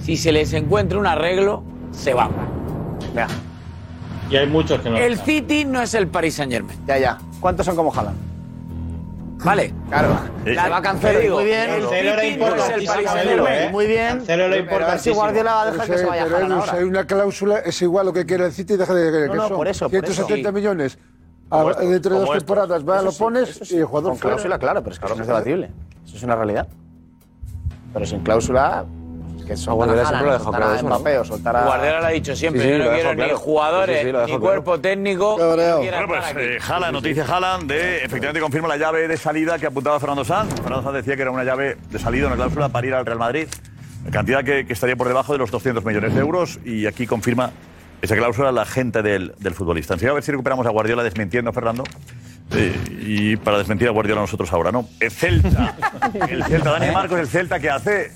U: si se les encuentra un arreglo, se van.
W: Y hay muchos que no.
U: El City no es el Paris Saint Germain.
E: Ya, ya. ¿Cuántos son como Haaland?
U: Vale. Claro. La va a cancelar.
E: Eh, Muy bien.
U: Cancelo era importantísimo, Cancelo, ¿eh?
E: Muy bien.
U: Cancelo era
E: Pero a ver si
U: importantísimo.
E: Guardiola va a dejar
J: Pero
E: que
J: sí,
E: se vaya
J: pero
E: Haaland
J: Edu, si
E: ahora.
J: hay una cláusula, es igual lo que quiere el City, deja de
E: No,
J: que
E: no,
J: son
E: por eso, por eso.
J: 170
E: Sí.
J: millones
E: Como
J: a-
E: esto,
J: dentro de
E: como
J: dos
E: esto.
J: temporadas, va,
E: Eso
J: lo
E: sí,
J: pones
E: eso
J: y el jugador
E: Con
J: fuera.
E: cláusula, claro, pero es que eso no es debatible. Eso es una realidad. Pero sin cláusula, es que son
U: Guardiola siempre lo ha dejado
E: soltar
U: claro
E: a
U: eso, ¿no?
E: Mbappé o soltar a...
U: Guardiola lo ha dicho siempre.
E: Sí, sí,
U: yo
E: lo
U: no
E: ha
U: quiero
E: dejado
U: ni
E: claro.
U: jugadores,
E: Sí, sí, lo ha
U: ni
E: dejado
U: cuerpo técnico. que quieran
G: Bueno, pues
U: estar aquí.
G: eh, Haaland, noticia Haaland de efectivamente confirma la llave de salida que apuntaba Fernando Sanz. Fernando Sanz decía que era una llave de salida, una cláusula para ir al Real Madrid. Cantidad que, que estaría por debajo de los 200 millones de euros y aquí confirma esa cláusula la gente del, del futbolista. Enseguida a ver si recuperamos a Guardiola desmintiendo a Fernando. Eh, y para desmentir a Guardiola nosotros ahora, ¿no? El Celta. El Celta, Dani Marcos, el Celta que hace.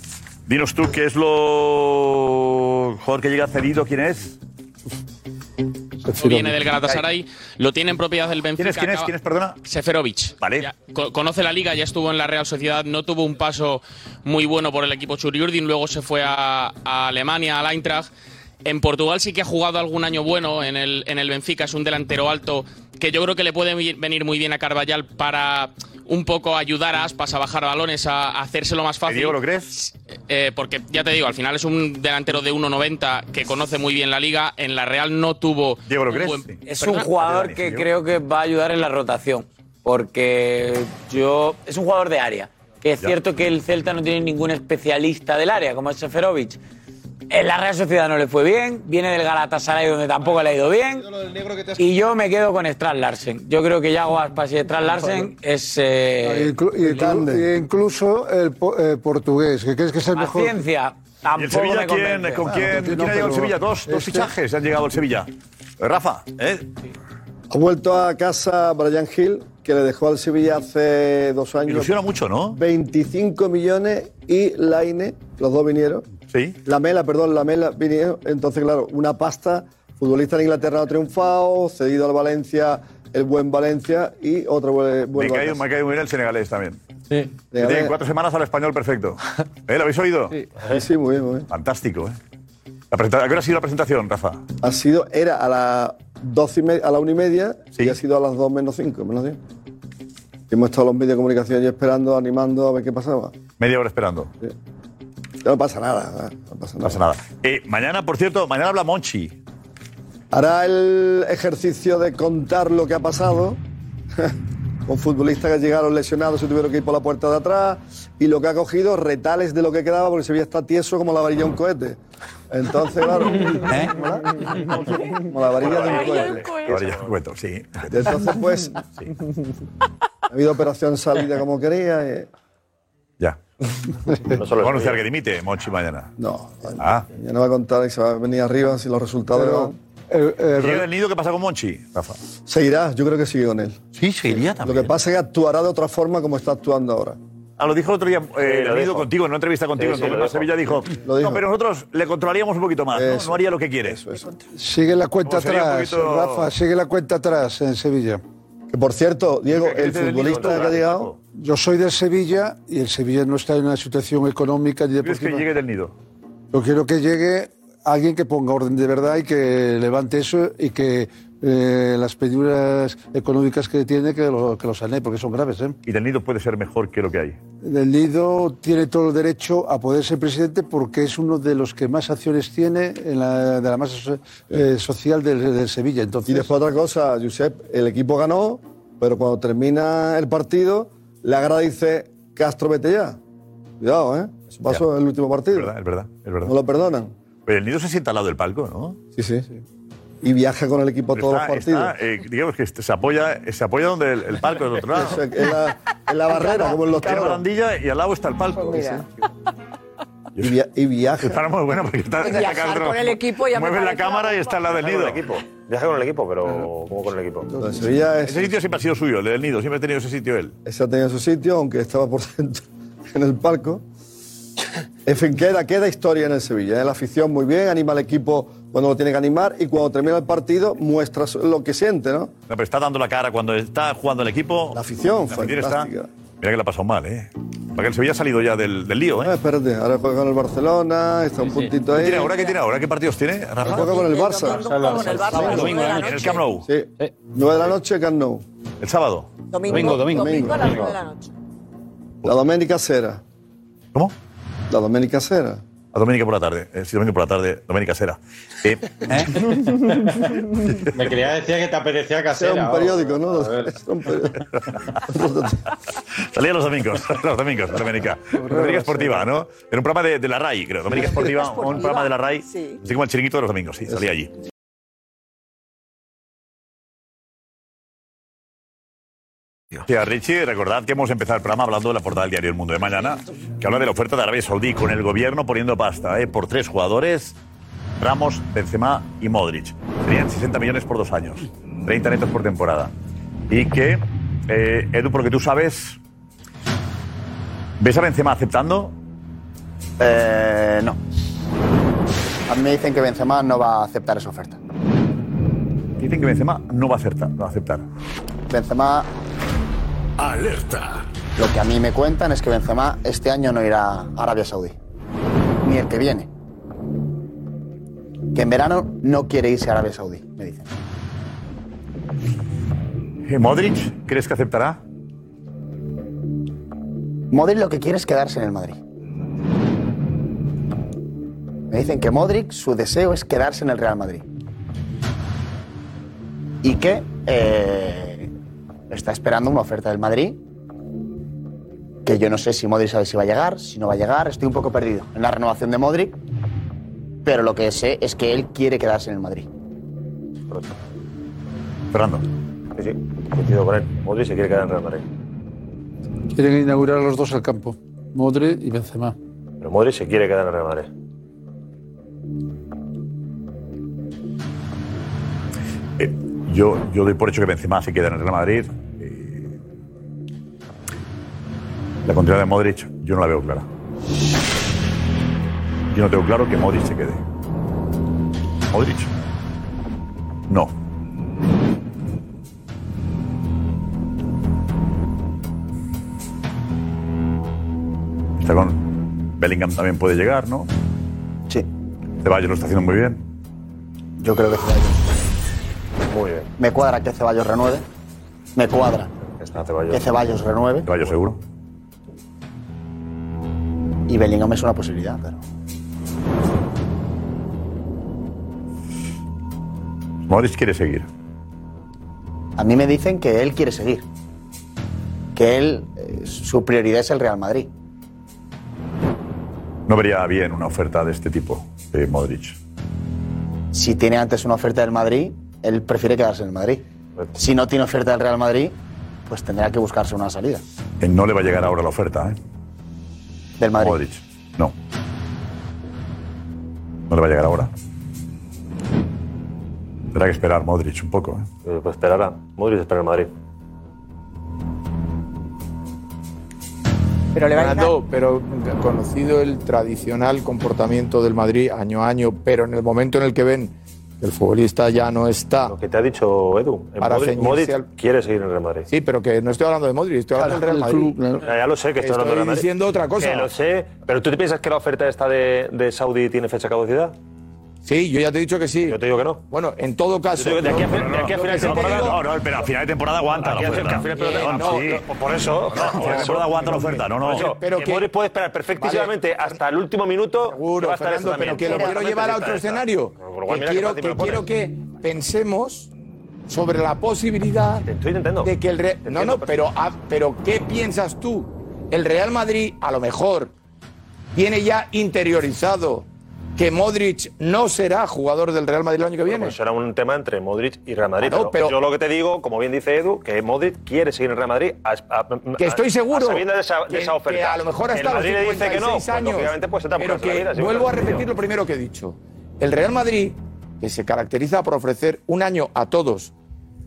G: Dinos tú qué es lo. el jugador que llega cedido, ¿quién es?
B: Viene del Galatasaray, lo tiene en propiedad del Benfica.
G: ¿Quién es, quién es, quién es, perdona?
B: Seferovic.
G: Vale.
B: conoce la liga, ya estuvo en la Real Sociedad, no tuvo un paso muy bueno por el equipo Churiurdin, luego se fue a, a Alemania, al Eintracht. En Portugal sí que ha jugado algún año bueno en el, en el Benfica, es un delantero alto que yo creo que le puede vi- venir muy bien a Carvallal para un poco ayudar a Aspas a bajar balones, a, a hacérselo más fácil.
G: Diego, ¿lo crees?
B: Eh, porque ya te digo, al final es un delantero de 1.90 que conoce muy bien la liga. En la Real no tuvo. un buen-
U: Es un jugador que creo que va a ayudar en la rotación. Porque yo. Es un jugador de área. Que es
G: Ya.
U: cierto que el Celta no tiene ningún especialista del área, como es Seferovic. En la Real Sociedad no le fue bien. Viene del Galatasaray, donde tampoco le ha ido bien. Y yo me quedo con Strand Larsen. Yo creo que Yago Aspas y Strand Larsen es. eh,
J: Inclu- y inclu- y incluso el po- eh, portugués, que crees que es el mejor.
U: Paciencia.
G: ¿Y el
U: Tampoco
G: Sevilla
U: me
G: quién?
U: convence.
G: ¿Con quién,
J: no,
G: quién ha llegado el
J: pero
G: Sevilla? Dos, dos
J: este-
G: fichajes han llegado al Sevilla. Eh, Rafa, ¿eh?
Q: Ha vuelto a casa Brian Hill, que le dejó al Sevilla hace dos años.
G: Ilusiona mucho, ¿no?
Q: 25 millones y Laine, los dos vinieron.
G: Sí.
Q: La Mela, perdón, la Mela vinieron. Entonces, claro, una pasta. Futbolista en Inglaterra no ha triunfado, cedido al Valencia, el buen Valencia y otro vuelve,
G: Me ha
Q: vuelve a
G: caído,
Q: casa.
G: me ha caído muy bien el senegalés también. Sí.
Q: Senegalés.
G: Tiene cuatro semanas al español perfecto. ¿Eh? ¿Lo habéis oído? Sí,
Q: sí muy bien, muy bien.
G: Fantástico, ¿eh? La presenta- ¿A qué hora ha sido la presentación, Rafa?
Q: Ha sido, era a las doce y me- a la una y media y ha sido a las dos menos cinco, menos diez. Y hemos estado los medios de comunicación allí esperando, animando a ver qué pasaba.
G: Media hora esperando.
Q: No pasa nada, ¿eh? no pasa
G: No pasa nada. Eh, mañana, por cierto, mañana habla Monchi.
Q: Hará el ejercicio de contar lo que ha pasado. Con futbolistas que llegaron lesionados se tuvieron que ir por la puerta de atrás. Y lo que ha cogido, retales de lo que quedaba, porque se veía estar tieso como la varilla de un cohete. Entonces, claro. ¿verdad? Como la varilla de un cohete.
G: La varilla de un cohete, sí.
Q: Entonces, pues. Ha habido operación salida como quería. eh.
G: Ya. No solo va a anunciar que dimite Monchi mañana.
Q: No.
G: Ah.
Q: Ya no va a contar que se va a venir arriba si los resultados. le van.
G: eh,
Q: eh,
G: ¿Llega del nido qué pasa con Monchi, Rafa?
Q: Seguirá, yo creo que sigue con él.
G: Sí, seguiría
Q: también. Lo que pasa es que actuará de otra forma como está actuando ahora.
G: Ah, lo dijo el otro día, eh,
Q: lo
G: el nido
Q: dijo.
G: contigo, en una entrevista contigo
Q: Sí, sí,
G: en
Q: lo
G: Copa
Q: dijo.
G: Sevilla, dijo,
Q: Lo dijo.
G: No, pero nosotros le controlaríamos un poquito más, ¿no?
Q: Eso.
G: No haría lo que quiere.
J: Sigue la cuenta
G: Como sería un
J: atrás,
G: poquito-
J: Rafa, sigue la cuenta atrás en Sevilla.
Q: Que por cierto, Diego,
J: ¿Qué
Q: el
J: dice del Liverpool?
Q: futbolista que ha llegado.
J: Yo soy del Sevilla y el Sevilla no está en una situación económica ni
G: ¿Crees
J: deportiva.
G: que llegue del nido?
J: Yo quiero que llegue alguien que ponga orden de verdad y que levante eso y que eh, las penurias económicas que tiene que lo, que lo sane, porque son graves. ¿eh?
G: Y del nido puede ser mejor que lo que hay.
J: El Nido tiene todo el derecho a poder ser presidente porque es uno de los que más acciones tiene en la- de la masa so- eh, social del del Sevilla. Entonces,
Q: Y después otra cosa, Josep, el equipo ganó, pero cuando termina el partido, la grada dice, Castro, vete ya. Cuidado, ¿eh? Eso pasó en el último partido.
G: Es verdad, es verdad.
Q: No lo perdonan.
G: Pero el nido se sienta al lado del palco, ¿no?
Q: Sí, sí. Y viaja con el equipo a
G: Pero
Q: todos
G: está-
Q: los partidos.
G: está, eh, digamos que este- se apoya, se apoya donde el, el palco del otro lado.
Q: Eso, en la, en la barrera, como en los
G: Está la
Q: toros.
G: barandilla y al lado está el palco.
P: Pues
Q: Y, via- y viaja.
G: Está muy bueno porque está,
O: Pues Viajar
G: está Castro.
O: con el equipo ya me
G: Mueven la
O: parece
G: cámara y está al lado del nido.
F: Viaja con el equipo, pero ¿cómo con el equipo?
G: Ese sitio siempre ha sido suyo, el del nido. Siempre ha tenido ese sitio él.
Q: Ese ha tenido su sitio, aunque estaba por dentro en el palco. En fin, queda, queda historia en el Sevilla. ¿eh? La afición muy bien, anima al equipo cuando lo tiene que animar y cuando termina el partido muestra su- lo que siente, ¿no?
G: No, pero está dando la cara cuando está jugando el equipo. La
Q: afición,
G: está.
Q: fantástica.
G: Mira que la ha pasado mal, ¿eh? Porque el Sevilla ha salido ya del, del lío, ¿eh?
Q: Ah, espérate, ahora juega con el Barcelona, está un puntito
G: ¿Qué
Q: ahí.
G: tiene ahora? ¿Qué tiene ahora? ¿Qué partidos tiene? Rafa?
Q: Juega con el Barça.
G: Con el Barça, el domingo, ¿eh? En el Camp Nou.
Q: Sí. 9 de la noche, Camp Nou.
G: El sábado.
R: Domingo, domingo.
P: Domingo a las
Q: Domingo.
P: nueve de la noche.
Q: La Doménica Cera.
G: ¿Cómo?
Q: La Doménica Cera.
G: A Doménica por la tarde. eh, sí, domingo por la tarde. Doménica Cera. Eh,
W: Me quería decir que te apetecía casera.
G: oh.
Q: Era un
W: vamos.
Q: periódico, ¿no?
W: A ver.
Q: Era un periódico.
G: Salía los domingos, los domingos, Doménica. Doménica Esportiva, ¿no? Era un programa de, de la RAI, creo. Doménica Esportiva, un programa de la RAI. Así como el chiringuito de los domingos, sí, salía allí. Sí, a Richie, recordad que hemos empezado el programa hablando de la portada del diario El Mundo de Mañana, que habla de la oferta de Arabia Saudí con el gobierno poniendo pasta ¿eh? por tres jugadores, Ramos, Benzema y Modric. Serían 60 millones por dos años, 30 netos por temporada. Y que, eh, Edu, porque tú sabes, ¿ves a Benzema aceptando?
E: Eh, no. A mí me dicen que Benzema no va a aceptar esa oferta.
G: Dicen que Benzema no va a aceptar. No va a aceptar.
E: Benzema,
I: Alerta.
E: lo que a mí me cuentan es que Benzema este año no irá a Arabia Saudí. Ni el que viene. Que en verano no quiere irse a Arabia Saudí, me dicen.
G: ¿Y Eh, ¿Modric crees que aceptará?
E: Modric lo que quiere es quedarse en el Madrid. Me dicen que Modric, su deseo es quedarse en el Real Madrid. Y que eh, está esperando una oferta del Madrid. Que yo no sé si Modric sabe si va a llegar, si no va a llegar. Estoy un poco perdido en la renovación de Modric. Pero lo que sé es que él quiere quedarse en el Madrid.
G: Fernando.
F: Sí, sí, coincido con él. Modric se quiere quedar en Real Madrid.
N: Quieren inaugurar los dos el campo, Modric y Benzema.
F: Pero Modric se quiere quedar en Real Madrid.
G: Yo, yo doy por hecho que Benzema se queda en el Real Madrid. Eh, La continuidad de Modric yo no la veo clara. Yo no tengo claro que Modric se quede. Modric. No. Está con Bellingham también puede llegar, ¿no?
E: Sí.
G: Ceballos lo está haciendo muy bien.
E: Yo creo que
F: Muy bien.
E: Me cuadra que Ceballos renueve. Me cuadra
F: Está Ceballos.
E: que Ceballos renueve.
G: Ceballos seguro.
E: Y Bellingham es una posibilidad, pero.
G: Modric quiere seguir.
E: A mí me dicen que él quiere seguir. Que él, eh, su prioridad es el Real Madrid.
G: No vería bien una oferta de este tipo de Modric.
E: Si tiene antes una oferta del Madrid, él prefiere quedarse en el Madrid. Si no tiene oferta del Real Madrid, pues tendrá que buscarse una salida.
G: Eh, No le va a llegar ahora la oferta, ¿eh?
E: Del Madrid.
G: Modric. No. No le va a llegar ahora. Tendrá que esperar Modric un poco, ¿eh?
F: Eh, Pues esperará. Modric espera en Madrid.
K: Pero pero conocido el tradicional comportamiento del Madrid año a año, pero en el momento en el que ven que el futbolista ya no está.
F: Lo que te ha dicho Edu. Eh,
K: Para
F: Modric,
K: ceñirse
F: Modric
K: al-
F: quiere seguir en Real Madrid.
K: Sí, pero que no estoy hablando de Modric, estoy hablando del Real Madrid.
F: Ya, ya lo sé que estoy hablando de Real Madrid.
K: diciendo otra cosa.
F: Que lo sé. Pero ¿tú te piensas que la oferta esta de, de Saudi tiene fecha de caducidad?
K: Sí, yo ya te he dicho que sí. Yo
F: te digo que no.
K: Bueno, en todo
F: Yo
K: caso.
F: te digo que de aquí a, fin- de aquí a final
K: Lo que
F: de
K: sí te
F: temporada.
K: digo-
G: No, no, espera, a final de temporada aguanta
F: Aquí
G: la
F: a fin- que a
G: oferta.
F: final de temporada-
G: No,
F: sí.
G: no,
F: por eso.
G: No, a final de temporada aguanta la oferta, no, no.
F: Por eso,
K: Pero
F: que
K: que-
F: Modric puede esperar perfectísimamente hasta el último minuto. que va a
K: Seguro,
F: estar
K: Fernando,
F: eso
K: pero
F: también.
K: que lo quiero llevar a
F: Está,
K: otro
F: está.
K: escenario.
F: Uruguay,
K: Que
F: mira
K: quiero,
F: fácil me
K: que,
F: lo pones.
K: quiero que pensemos sobre la posibilidad de que el Re- no no pero ah, pero qué piensas tú el Real Madrid a lo mejor tiene ya interiorizado que Modric no será jugador del Real Madrid el año que viene
F: Bueno, pues, será un tema entre Modric y Real Madrid.
K: Ah, no,
F: pero
K: pero-
F: yo lo que te digo, como bien dice Edu, que Modric quiere seguir en Real Madrid. a- a-
K: que
F: a-
K: estoy seguro
F: Ah, A sabiendas de esa, de
K: que,
F: esa oferta.
K: que a lo mejor
F: Que
K: hasta
F: el
K: los
F: Madrid le dice que no,
K: 56
F: pues,
K: años
F: obviamente, pues, se te han
K: pero
F: puesto la
K: que
F: vida, sí,
K: vuelvo a
F: claro.
K: repetir lo primero que he dicho el Real Madrid que se caracteriza por ofrecer un año a todos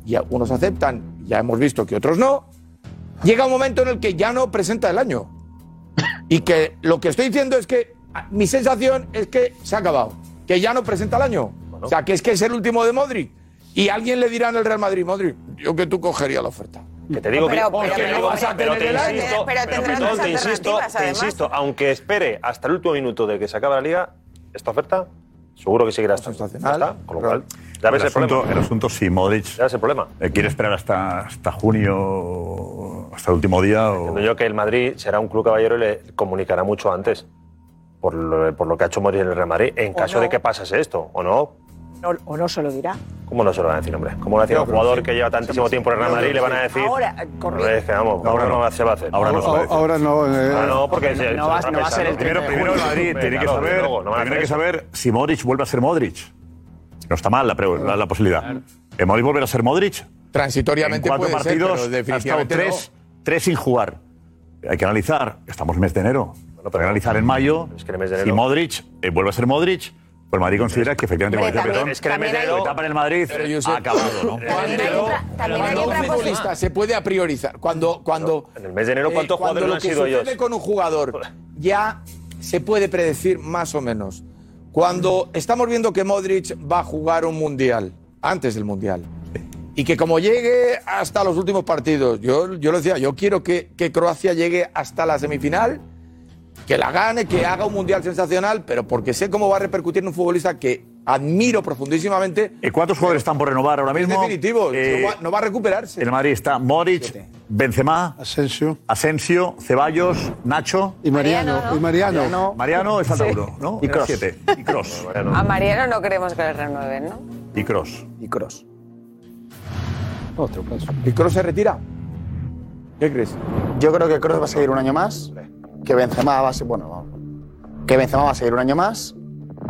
K: y a- unos aceptan ya hemos visto que otros no llega un momento en el que ya no presenta el año y que lo que estoy diciendo es que ah, mi sensación es que se ha acabado que ya no presenta el año o sea que es que es el último de Modric y alguien le dirá en el Real Madrid Modric yo que tú cogería la oferta
F: Que te digo que-
K: Pero-
F: que,
K: pero-
F: te digo-
K: vas a
F: pero
K: tener
F: te
K: el año.
F: insisto,
K: Pero
F: pero
K: tendrás
F: perdón,
K: más
F: te insisto,
K: alternativas,
F: te
K: además.
F: insisto, aunque espere hasta el último minuto de que se acabe la liga, esta oferta Seguro que seguirá estando. Ya está, Con lo cual, ya ves
G: el,
F: el
G: asunto,
F: problema.
G: el asunto si Modric
F: Ya ves el problema.
G: eh, quiere esperar hasta, hasta junio, hasta el último día. O...
F: Entiendo yo que el Madrid será un club caballero y le comunicará mucho antes por lo, por lo que ha hecho Modric en el Real Madrid, en
O: O
F: caso
O: no.
F: de que pasase esto, ¿o no?
O: No- o no se lo dirá.
F: ¿Cómo no se lo van a decir, hombre? ¿Cómo lo decir a
O: Yo
F: un
O: creo que
F: jugador
O: sí.
F: que lleva tantísimo tiempo en el Real Madrid y le van a decir...
O: Ahora, eh, correcto.
F: Hombre, que vamos, ahora no se va a hacer.
G: Ahora no se va a
J: A- Ahora no. eh,
F: Ah, no, porque se- se lo están pensando.
G: primero, primero el Madrid tiene que
F: Claro,
G: saber,
F: luego, no van a
G: tiene
F: hacer
G: que
F: eso.
G: saber si Modric vuelve a ser Modric. No está mal la, pre- la- la posibilidad. ¿Eh, ¿Modric volverá a ser Modric?
K: Transitoriamente
G: en cuatro
K: puede ser,
G: partidos ha
K: pero
G: estado
K: definitivamente
G: tres, tres sin jugar. Hay que analizar. Estamos en mes de enero. Hay que analizar en mayo.
F: Es que en el mes de
G: Si
F: enero-
G: Modric eh, vuelve a ser Modric, pues el Madrid considera que efectivamente
F: Hombre,
G: como decía
F: también-
G: Petón,
F: es que en el mes de
G: la
F: enero-
G: etapa en el Madrid ha acabado, ¿no?
K: Cuando un futbolista se puede a priorizar. Cuando, cuando, eh,
F: En el mes de
U: Eh,
F: enero, ¿cuántos
K: cuando
F: jugadores
K: lo
F: han
K: que
F: sido
K: sucede
F: ellos?
K: con un jugador ya se puede predecir más o menos. Cuando estamos viendo que Modric va a jugar un mundial, antes del mundial, y que como llegue hasta los últimos partidos, yo, yo lo decía, yo quiero que, que Croacia llegue hasta la semifinal, que la gane, que haga un mundial sensacional, pero porque sé cómo va a repercutir en un futbolista que admiro profundísimamente.
G: ¿Y cuántos jugadores están por renovar ahora
K: Es
G: mismo?
K: definitivo,
G: Eh,
K: no, va, no va a recuperarse.
G: El Madrid está Modric, Benzema,
J: Asensio,
G: Ceballos, Nacho
J: Y Mariano, ¿no? y Mariano.
G: Mariano, Mariano es falta
J: Sí.
G: uno, ¿no?
J: Y
G: Era
J: Kroos.
G: siete. Y Cross.
P: A Mariano no queremos que le renueven, ¿no?
G: Y Cross.
K: Y Cross. ¿Y Kroos se retira? ¿Qué crees?
E: Yo creo que Kroos va a seguir un año más, que Benzema va a ser, bueno, que Benzema va a seguir un año más,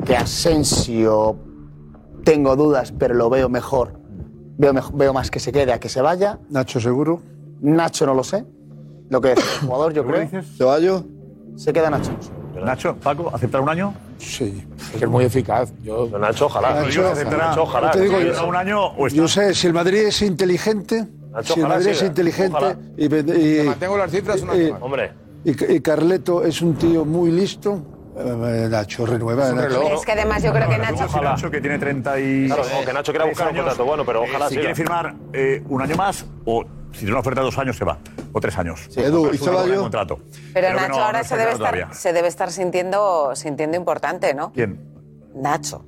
E: que Asensio tengo dudas, pero lo veo mejor. Veo, mej- veo más que se quede a que se vaya.
J: Nacho seguro.
E: Nacho no lo sé. Lo que es el jugador, yo creo.
Q: Ceballos.
E: Se queda Nacho.
G: Nacho, Paco, ¿aceptar un año?
J: Sí.
K: Es muy eficaz. Yo...
F: Nacho, ojalá.
J: Nacho,
F: Nacho, ojalá.
J: yo te digo,
F: Nacho,
J: yo-
F: un año o está.
J: Yo sé, si el Madrid es inteligente,
F: Nacho,
J: si el
F: ojalá
J: Madrid es
F: siga.
J: inteligente
F: Ojalá.
J: y, ven- y- y-
F: Hombre,
J: y- y Carleto es un tío muy listo, eh, Nacho renueva. Nacho.
P: Es que además yo creo que Nacho.
G: Ojalá. Nacho que tiene 30 y...
F: Claro, como que Nacho quiera buscar un
G: años,
F: contrato bueno, pero
G: eh,
F: ojalá
G: Si
F: siga.
G: quiere firmar eh, un año más o si tiene una oferta de dos años se va. O tres años.
Q: Edu,
G: Ojalá
Q: ¿y
G: es una
Q: Ceballos?
G: buena contrato.
P: Pero
G: que
P: Nacho
G: no- no
P: ahora se,
G: está
P: debe
G: claro
P: estar,
G: todavía.
P: se debe estar sintiendo, sintiendo importante, ¿no?
G: ¿Quién?
P: Nacho.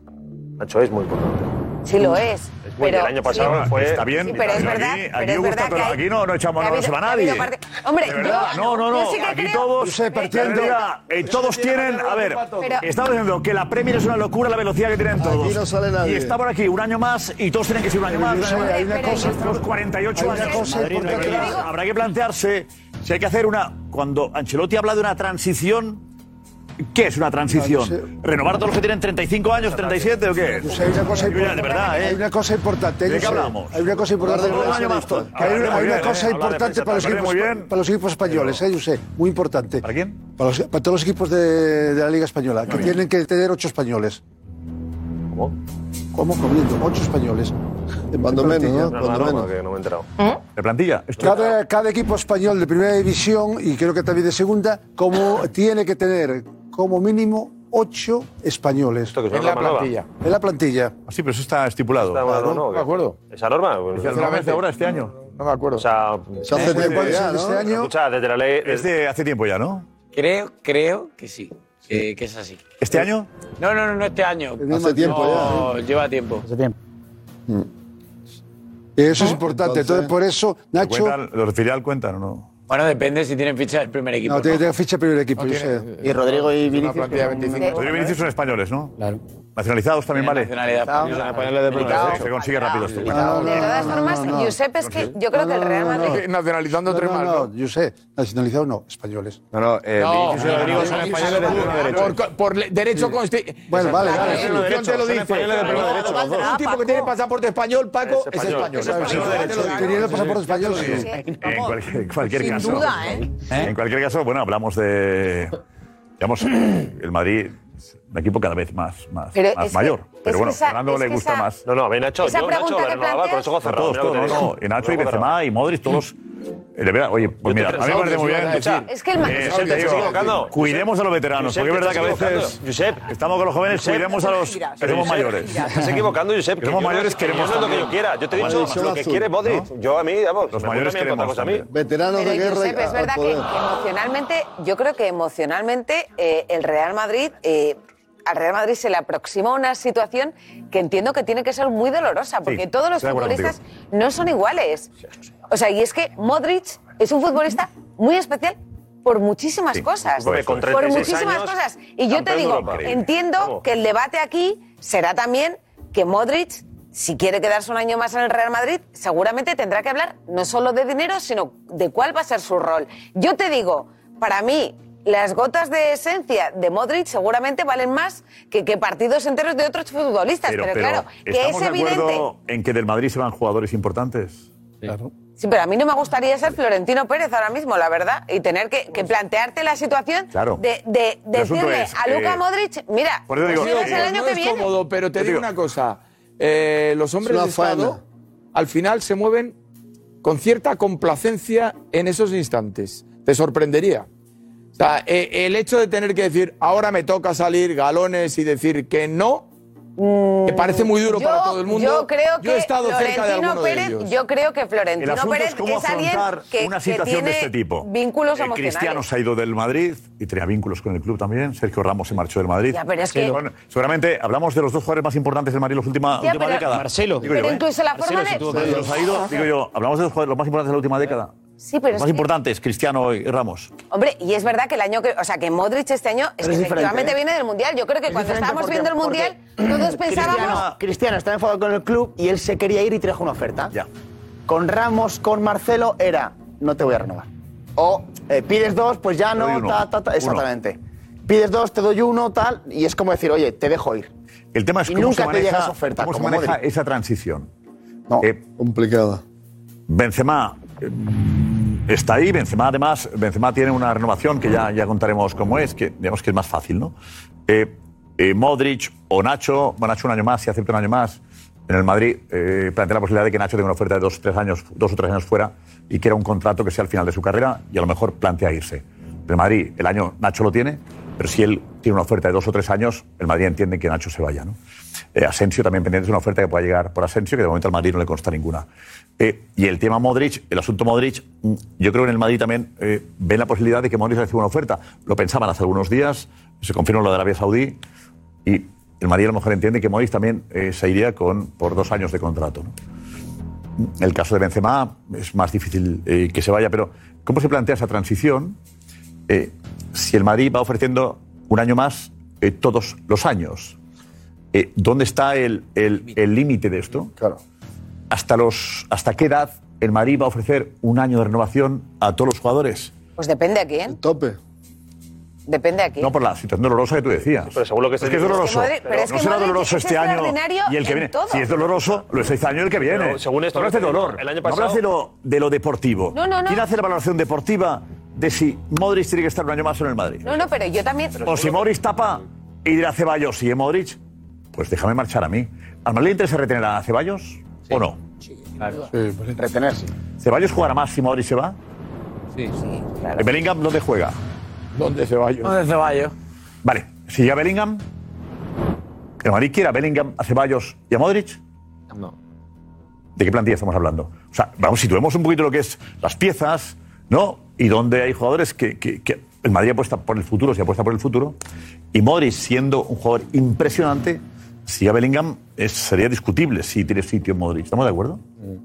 F: Nacho es muy importante.
P: Sí
G: Mm.
P: lo es.
F: Bueno,
P: pero
F: el año pasado
P: sí,
F: fue...
G: Está bien,
P: Sí, pero es
G: aquí-
P: verdad.
G: aquí
P: pero es
G: gusta
P: verdad
G: todo-
P: que hay-
G: aquí no- no echamos
P: que ha
G: la
P: habido-
G: base a
P: que ha habido
G: nadie.
P: parte- Hombre,
G: De
P: yo-
G: verdad, no, no, no.
P: yo sí que
G: aquí
P: creo-
G: todos.
P: Yo sí
G: de
P: creo-
G: verdad, eh, todos tienen. A ver,
P: Pero-
G: estamos diciendo que la Premier es una locura la velocidad que tienen todos.
Q: no sale nadie.
G: Y está por aquí un año más y todos tienen que ser un año
J: Pero
G: más.
J: yo sé,
G: un año
J: hay una
G: más,
J: cosa-
G: hasta los 48
J: hay una
G: años.
J: cosa
G: Madrid, de
J: importante.
G: verdad, Habrá que plantearse si hay que hacer una. Cuando Ancelotti habla de una transición. ¿Qué es una transición?
J: No, yo
G: ¿Renovar a todos los que tienen 35 años, 37 o qué?
J: Yo sé, hay una cosa
G: Mira,
J: importante.
G: de verdad,
J: Hay
G: ¿eh?
J: una cosa importante.
G: ¿De
J: yo
G: qué
J: sé,
G: hablamos?
J: Hay una cosa importante.
G: Hablar de los años más todos.
J: Hay una- hay
G: Hablar de
J: una cosa
G: bien, ¿eh? Hablar de
J: importante
G: prensa,
J: para los,
G: hablar
J: equipos,
G: muy bien.
J: para los equipos españoles, ¿eh? yo sé, muy importante. ¿Para
G: quién?
J: Para, los- para todos los equipos de, de la Liga Española, que tienen que tener ocho españoles.
F: ¿Cómo?
J: ¿Cómo comiendo? Ocho españoles.
Q: Cuando
J: De
Q: menos,
J: plantilla.
Q: ¿no?
F: Una
Q: Cuando
F: broma
Q: menos.
F: que no me he enterado.
P: ¿Eh?
G: ¿De plantilla?
J: Cada, cada equipo español de primera división y creo que también de segunda, como tiene que tener como mínimo ocho españoles.
F: que es una En la norma nueva. plantilla.
J: En la plantilla.
G: Ah, Sí, pero eso está estipulado.
F: Pues Está bueno, ¿no?
K: No me acuerdo.
F: ¿Esa norma?
G: Pues,
F: Bueno,
K: Sinceramente.
G: ahora, este año?
K: No me acuerdo.
F: O sea,
K: Se hace
F: desde-
K: tiempo ya, ¿no?
F: Escucha, Escucha, desde la ley...
G: Es de hace tiempo ya, ¿no?
U: Creo, creo que sí,
F: Eh,
U: que, que es así.
G: ¿Este año?
U: No, no, no, no este año.
Q: Hace tiempo
U: No,
J: ¿eh?
U: lleva tiempo.
R: Hace tiempo.
J: Eso es importante. Entonces, por eso, Nacho.
G: ¿Cuentan- ¿Los Pues filial cuentan o no?
U: Bueno, depende si tienen ficha del primer equipo.
J: No, tiene que tener ficha primer equipo, yo sé.
P: Eh,
E: Y Rodrigo y Vinicius.
J: plantilla de
E: que son-
J: 25.
G: Rodrigo y Vinicius son españoles, ¿no? Claro. Nacionalizados también, ¿vale?
U: nacionalidad española.
G: Españoles de
U: Nacionalidad.
G: Se consigue rápido esto.
P: De todas formas, Josep, es que yo creo que el Real Madrid.
J: Nacionalizando tres más. No, yo sé, nacionalizado no, españoles.
C: No, no, eh,
K: No,
C: Vinicius y Rodrigo son españoles de pleno derecho.
K: Por, co- por le- derecho constitucional.
J: Bueno, vale, vale.
K: La Constitución te lo
C: Son
K: dice.
C: españoles de pleno derecho, los dos.
K: Un tipo que tiene pasaporte español, Paco, es español.
J: Es español de derecho. Teniendo el pasaporte español, sí.
G: En cualquier, cualquier
J: Sin
G: caso.
J: duda, ¿eh?
G: En cualquier caso, bueno, hablamos de. Digamos, el Madrid, un equipo cada vez más, más,
P: Pero
G: más
P: es que-
G: mayor.
P: es
G: pero
P: que
G: bueno,
P: esa-
G: a Fernando
P: es
G: le
P: que
G: gusta
P: esa-
G: más.
F: No, no, a mí Nacho,
P: Esa
F: yo Nacho
P: pregunta
F: lo
P: que
F: renovaba con los ojos
G: A
F: cerrados.
G: todos, todos, no, no. Y Nacho y Benzema y Modric, todos. eh, De verdad, oye, pues mira, a mí me parece muy bien.
P: Es que el Madrid.
G: Eh,
F: Josep, te
G: digo,
F: estás equivocando.
G: Cuidemos a los veteranos,
F: Josep,
G: porque es verdad que a
F: te estás
G: veces
F: equivocando.
G: estamos con los jóvenes,
F: Josep,
G: cuidemos a los
F: Josep,
G: que somos mayores.
F: Te Estás equivocando, Josep. que
G: Somos
F: yo no-
G: mayores,
F: que yo
G: queremos
F: no es lo que
G: también.
F: yo quiera. Yo te he
G: Bueno,
F: dicho
G: son
F: lo que
G: azul,
F: quiere Modric. Yo a mí, vamos.
G: Los
F: me
G: mayores
F: gusta a mí otra
G: queremos
F: cosa a mí.
G: también.
Q: Veteranos de
P: Pero
Q: guerra.
P: Josep,
Q: y-
P: es
Q: al
P: verdad que,
Q: poder.
P: que emocionalmente, yo creo que emocionalmente eh, el Real Madrid eh, al Real Madrid se le aproxima una situación que entiendo que tiene que ser muy dolorosa, porque todos los
A: estoy de acuerdo
P: futbolistas no son iguales. O sea, y es que Modric es un futbolista muy especial por muchísimas
F: Sí.
P: cosas.
F: Hombre, con
P: por
F: 36
P: muchísimas
F: años,
P: cosas. Y yo te
F: campeón de
P: digo,
F: Europa.
P: entiendo
F: Vamos.
P: que el debate aquí será también que Modric, si quiere quedarse un año más en el Real Madrid, seguramente tendrá que hablar no solo de dinero, sino de cuál va a ser su rol. Yo te digo, para mí, las gotas de esencia de Modric seguramente valen más que, que partidos enteros de otros futbolistas. Pero, claro, que es
G: ¿estamos de
P: evidente.
G: acuerdo en que del Madrid se van jugadores importantes? Claro.
P: Sí, pero a mí no me gustaría ser Florentino Pérez ahora mismo, la verdad, y tener que, que plantearte la situación
G: Claro.
P: de, de- de
G: El asunto
P: decirle
G: es,
P: a Luka
K: eh,
P: Modric, mira,
K: Por eso digo,
P: pues llegas
K: eh,
P: el año
K: no
P: que
K: es
P: viene.
K: cómodo, pero te
P: Yo
K: digo
P: digo-
K: una cosa. eh, los hombres
P: una
K: de Estado
P: faena.
K: al final se mueven con cierta complacencia en esos instantes. Te sorprendería. O sea, eh, el hecho de tener que decir, ahora me toca salir galones y decir que no, que parece muy duro
P: Mm. yo-
K: para todo el mundo.
P: Yo creo que
K: yo he estado cerca de
P: Florentino
K: alguno de
P: Pérez,
K: ellos.
P: yo creo que
G: El
P: Florentino
G: asunto
P: Pérez
G: es cómo
P: alguien
G: afrontar
P: que,
G: una
P: que
G: situación de
P: tiene
G: este tipo.
P: Vínculos
G: Eh,
P: emocionales.
G: Cristiano se ha ido del Madrid y tenía vínculos con el club también. Sergio Ramos se marchó del Madrid.
P: Ya, pero es que-
G: Bueno, seguramente hablamos de los dos jugadores más importantes del Madrid en la última,
P: Ya,
G: última
P: pero-
G: década.
P: Marcelo.
G: Digo
P: Pero
G: yo, ¿eh?
P: incluso la forma Marcelo, de- sin duda.
G: Se los ha ido, digo yo, hablamos de los jugadores los más importantes de la última década.
P: Sí, pero
G: los
P: es
G: más
P: que-
G: importantes, Cristiano y Ramos.
P: Hombre, y es verdad que el año que. O sea, que Modric este año es
G: Pero
P: que
G: es diferente,
P: efectivamente
G: ¿eh?
P: viene del mundial. Yo creo que cuando
E: diferente
P: estábamos
E: porque-
P: viendo el mundial, todos pensábamos.
E: Cristiano, Cristiano está enfadado con el club y él se quería ir y trajo una oferta. Con Ramos, con Marcelo, era no te voy a renovar. O eh, pides dos, pues ya
G: doy
E: no,
G: uno.
E: ta, ta, ta.
G: Uno.
E: Exactamente. Pides dos, te doy uno, tal, y es como decir, oye, te dejo ir.
G: El tema es
E: Y
G: cómo
E: nunca
G: se
E: te
G: maneja,
E: llega esa oferta,
G: cómo se
E: como
G: maneja
E: Modric.
G: esa transición. Eh,
Q: No, complicada.
G: Benzema eh, está ahí, Benzema además, Benzema tiene una renovación que ya, ya contaremos cómo es, que digamos que es más fácil, ¿no? Eh, eh, Modric o Nacho, bueno, Nacho un año más, si acepta un año más, en el Madrid eh, plantea la posibilidad de que Nacho tenga una oferta de dos, tres años, dos o tres años fuera y quiera un contrato que sea al final de su carrera y a lo mejor plantea irse. Pero el Madrid, el año Nacho lo tiene, pero si él tiene una oferta de dos o tres años, el Madrid entiende que Nacho se vaya, ¿no? Eh, Asensio también pendiente de una oferta que pueda llegar por Asensio, que de momento al Madrid no le consta ninguna. Eh, y el tema Modric, el asunto Modric, mm, yo creo que en el Madrid también eh, ven la posibilidad de que Modric reciba una oferta. Lo pensaban hace algunos días, se confirmó lo de Arabia Saudí y el Madrid a lo mejor entiende que Modric también eh, se iría con, por dos años de contrato. ¿no? Mm, El caso de Benzema es más difícil eh, que se vaya, pero ¿cómo se plantea esa transición eh, si el Madrid va ofreciendo un año más eh, todos los años? Eh, ¿Dónde está el el- el límite de esto? Claro. ¿Hasta, los, ¿Hasta qué edad el Madrid va a ofrecer un año de renovación a todos los jugadores?
P: Pues depende a quién.
G: Tope.
P: Depende a quién.
G: No por la situación dolorosa que tú decías. Pero seguro que es que es
P: dice-
G: doloroso.
P: Pero es que Modric- pero es
G: no
P: que
G: será
P: Modric
G: doloroso
P: es
G: este año
P: extraordinario
G: y el que
P: en
G: viene.
P: todo.
G: Si es doloroso, lo es este año y el que viene.
F: Pero según esto,
G: no hablas de
F: el año-
G: dolor.
F: el año
G: No hablas
F: pasado-
G: de lo, de lo deportivo.
P: No, no, no.
G: ¿Quién hace la valoración deportiva de si Modric tiene que estar un año más en el Madrid?
P: No, no, pero yo también.
G: O si Modric tapa y dirá a Ceballos, ¿sigue Modric? Pues déjame marchar a mí. ¿Al Madrid le interesa retener a Ceballos o no?
E: Retener, sí.
G: ¿Ceballos jugará más si Modric se va? Sí. ¿Bellingham dónde juega? ¿Dónde Ceballos? ¿Dónde Ceballos? Vale, si ya Bellingham, ¿el Madrid quiere a Bellingham, a Ceballos y a Modric?
Z: No.
G: ¿De qué plantilla estamos hablando? O sea, vamos, situemos un poquito lo que es las piezas, ¿no? Y dónde hay jugadores que, que- que el Madrid apuesta por el futuro, si apuesta por el futuro. Y Modric, siendo un jugador impresionante, si a Bellingham es- sería discutible si tiene sitio en Modric. ¿Estamos de acuerdo?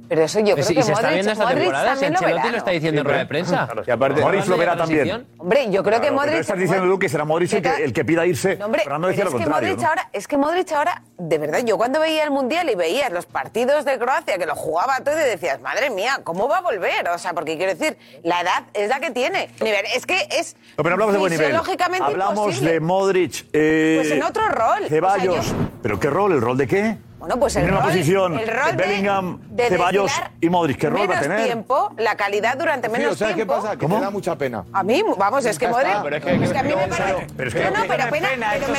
P: Pero eso yo creo
L: Sí,
P: que
L: y se está
P: Modric-
L: viendo esta
P: Modric
L: temporada,
P: también lo
L: Ancelotti
P: verá,
L: lo
P: ¿no?
L: está diciendo en rueda de prensa.
G: Claro, y aparte- Modric lo verá también.
P: Hombre, yo creo que
G: Claro, pero
P: Modric.
G: Estás diciendo tú que será Modric el que, el que pida irse.
P: No, hombre,
G: Fernando
P: pero
G: decía
P: es
G: lo
P: que
G: contrario.
P: Modric
G: ¿no?
P: ahora, es que Modric ahora, de verdad, yo cuando veía el Mundial y veía los partidos de Croacia, que lo jugaba todo y decías, madre mía, ¿cómo va a volver? O sea, porque quiero decir, la edad es la que tiene. Nivel- Es que es
G: No, pero hablamos de buen nivel.
P: fisiológicamente
G: Hablamos
P: imposible.
G: de Modric. eh,
P: Pues en otro rol.
G: Ceballos.
P: O sea,
G: ¿Pero qué rol? ¿El rol de qué?
P: Bueno, pues el
G: Tiene una
P: rol-
G: posición.
P: el rol de-
G: Bellingham,
P: de
G: Ceballos
P: desvelar
G: y Modric. ¿Qué rol va a
P: menos
G: tener?
P: tiempo, la calidad durante menos
K: ¿sabes qué
P: tiempo.
K: pasa? Que me da mucha pena.
P: A mí, vamos, es que
K: Ya está,
P: Modric.
K: pero es que-
P: es que a mí me parece.
K: pero es
P: no,
K: que-
P: no, pero pena. pero me parece que- que lo que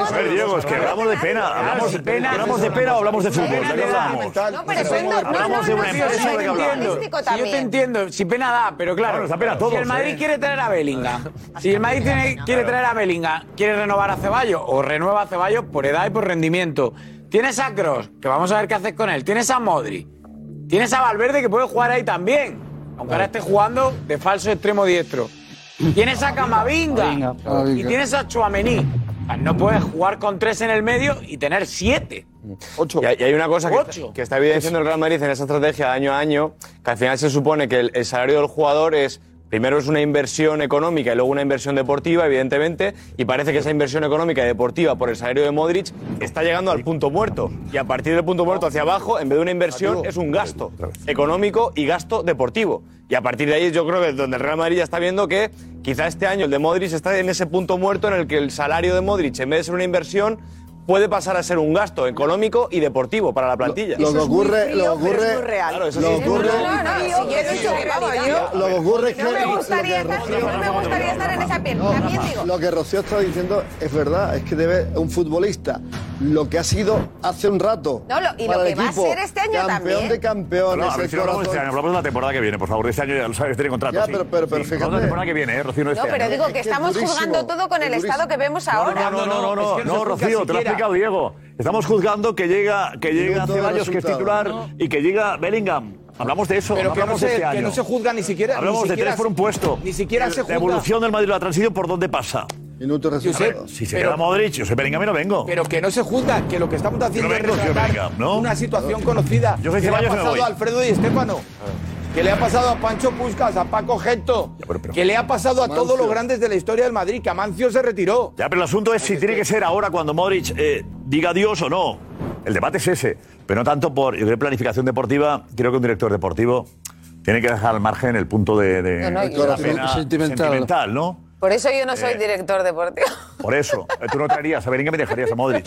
P: hace
G: A ver, Diego, es que hablamos de pena. Ah, Hablamos, de pena, hablamos de pena o hablamos de fútbol. ¿De qué hablamos?
P: No, pero eso es no- no,
G: Hablamos de
P: no,
G: una
P: no,
G: empresa,
P: no,
G: ¿de qué
P: no,
G: hablamos?
P: no,
G: Si
P: no,
G: yo
P: también.
U: Yo te entiendo, si pena da, pero claro.
G: Claro, da pena a todos, Ah.
U: si el Madrid
G: eh.
U: quiere traer a Bellingham, si el Madrid tiene- quiere traer a Bellingham, quiere renovar a Ceballos o renueva a Ceballos por edad y por rendimiento. Tienes a Kroos, que vamos a ver qué haces con él. Tienes a Modri. Tienes a Valverde que puede jugar ahí también, aunque ahora esté jugando de falso extremo diestro. Tienes a Camavinga
N: Camavinga.
U: y tienes a Chuamení. No puedes jugar con tres en el medio y tener siete.
A: Y hay, y hay una cosa que,
U: Ocho.
A: está- que está evidenciando el Real Madrid en esa estrategia de año a año, que al final se supone que el, el salario del jugador es primero es una inversión económica y luego una inversión deportiva, evidentemente, y parece que esa inversión económica y deportiva por el salario de Modric está llegando al punto muerto. Y a partir del punto muerto hacia abajo, en vez de una inversión, es un gasto económico y gasto deportivo. Y a partir de ahí yo creo que es donde el Real Madrid ya está viendo que quizá este año el de Modric está en ese punto muerto en el que el salario de Modric, en vez de ser una inversión, puede pasar a ser un gasto económico y deportivo para la plantilla.
Q: Lo que ocurre, lo que ocurre,
A: Claro, eso
Q: lo
A: sí.
Q: que ocurre,
P: No, no, sí, yo he dicho que vamos, yo-
Q: lo que ocurre es que
P: No me gustaría estar, no me gustaría estar en esa piel. También digo.
Q: Lo que Rocío está diciendo es verdad, es que debe un futbolista lo que ha sido hace un rato.
P: No, lo- y lo
Q: para
P: que
Q: el
P: va a
Q: equipo,
P: ser este año
Q: campeón
P: también.
Q: de campeones,
G: No, a ver
Q: el
G: si no hablamos de
Q: corazón.
G: este año, hablamos de la temporada que viene, por favor. De este año ya lo sabes, tiene contrato.
Q: Ya,
G: sí.
Q: pero- pero- pero
G: Sí, hablamos de
Q: fíjate.
G: la temporada que viene, ¿eh, Rocío? No, este
P: No, pero
G: año.
P: digo que estamos juzgando todo con el estado que vemos ahora.
G: No, no, no, no, no, Rocío, te lo ha explicado Diego. Estamos juzgando que llega, que llega
K: Viendo
G: Ceballos,
K: el
G: que es
K: resultado.
G: titular, y que llega Bellingham. Hablamos de eso,
K: Pero
G: no
K: que no,
G: hablamos de
K: se,
G: este año.
K: que no se juzga ni siquiera. ni
G: Hablamos de
K: siquiera-
G: tres por un puesto.
K: Ni siquiera
G: El-
K: se juzga.
G: La evolución del Madrid, la transición, ¿por dónde pasa?
Q: Minuto
K: Josep,
G: Si se
K: pero-
G: queda Modric, yo soy Bellingham y no vengo.
K: Pero que no se juzga, que lo que estamos haciendo
G: Yo
K: es
G: vengo, yo
K: retratar
G: Bellingham, ¿no?
K: una situación conocida.
G: Yo soy
K: que le ha
G: Ceballos, me
K: pasado
G: voy.
K: a Alfredo y Estefano, que le ha pasado a Pancho Puscas, a Paco Gento, que le ha pasado a todos
G: Amancio.
K: los grandes de la historia del Madrid, que Amancio se retiró.
G: Ya, pero el asunto es si tiene que ser ahora cuando Modric eh, diga adiós o no. El debate es ese. Pero no tanto por yo creo, planificación deportiva. Creo que un director deportivo tiene que dejar al margen el punto de. de-
P: No, no,
G: de
P: yo-
G: la pena
P: Sentimental.
G: sentimental, ¿no?
P: Por eso yo no soy
G: Eh.
P: director deportivo.
G: Por eso. Eh, Tú no traerías a Bellingham y dejarías a Modric.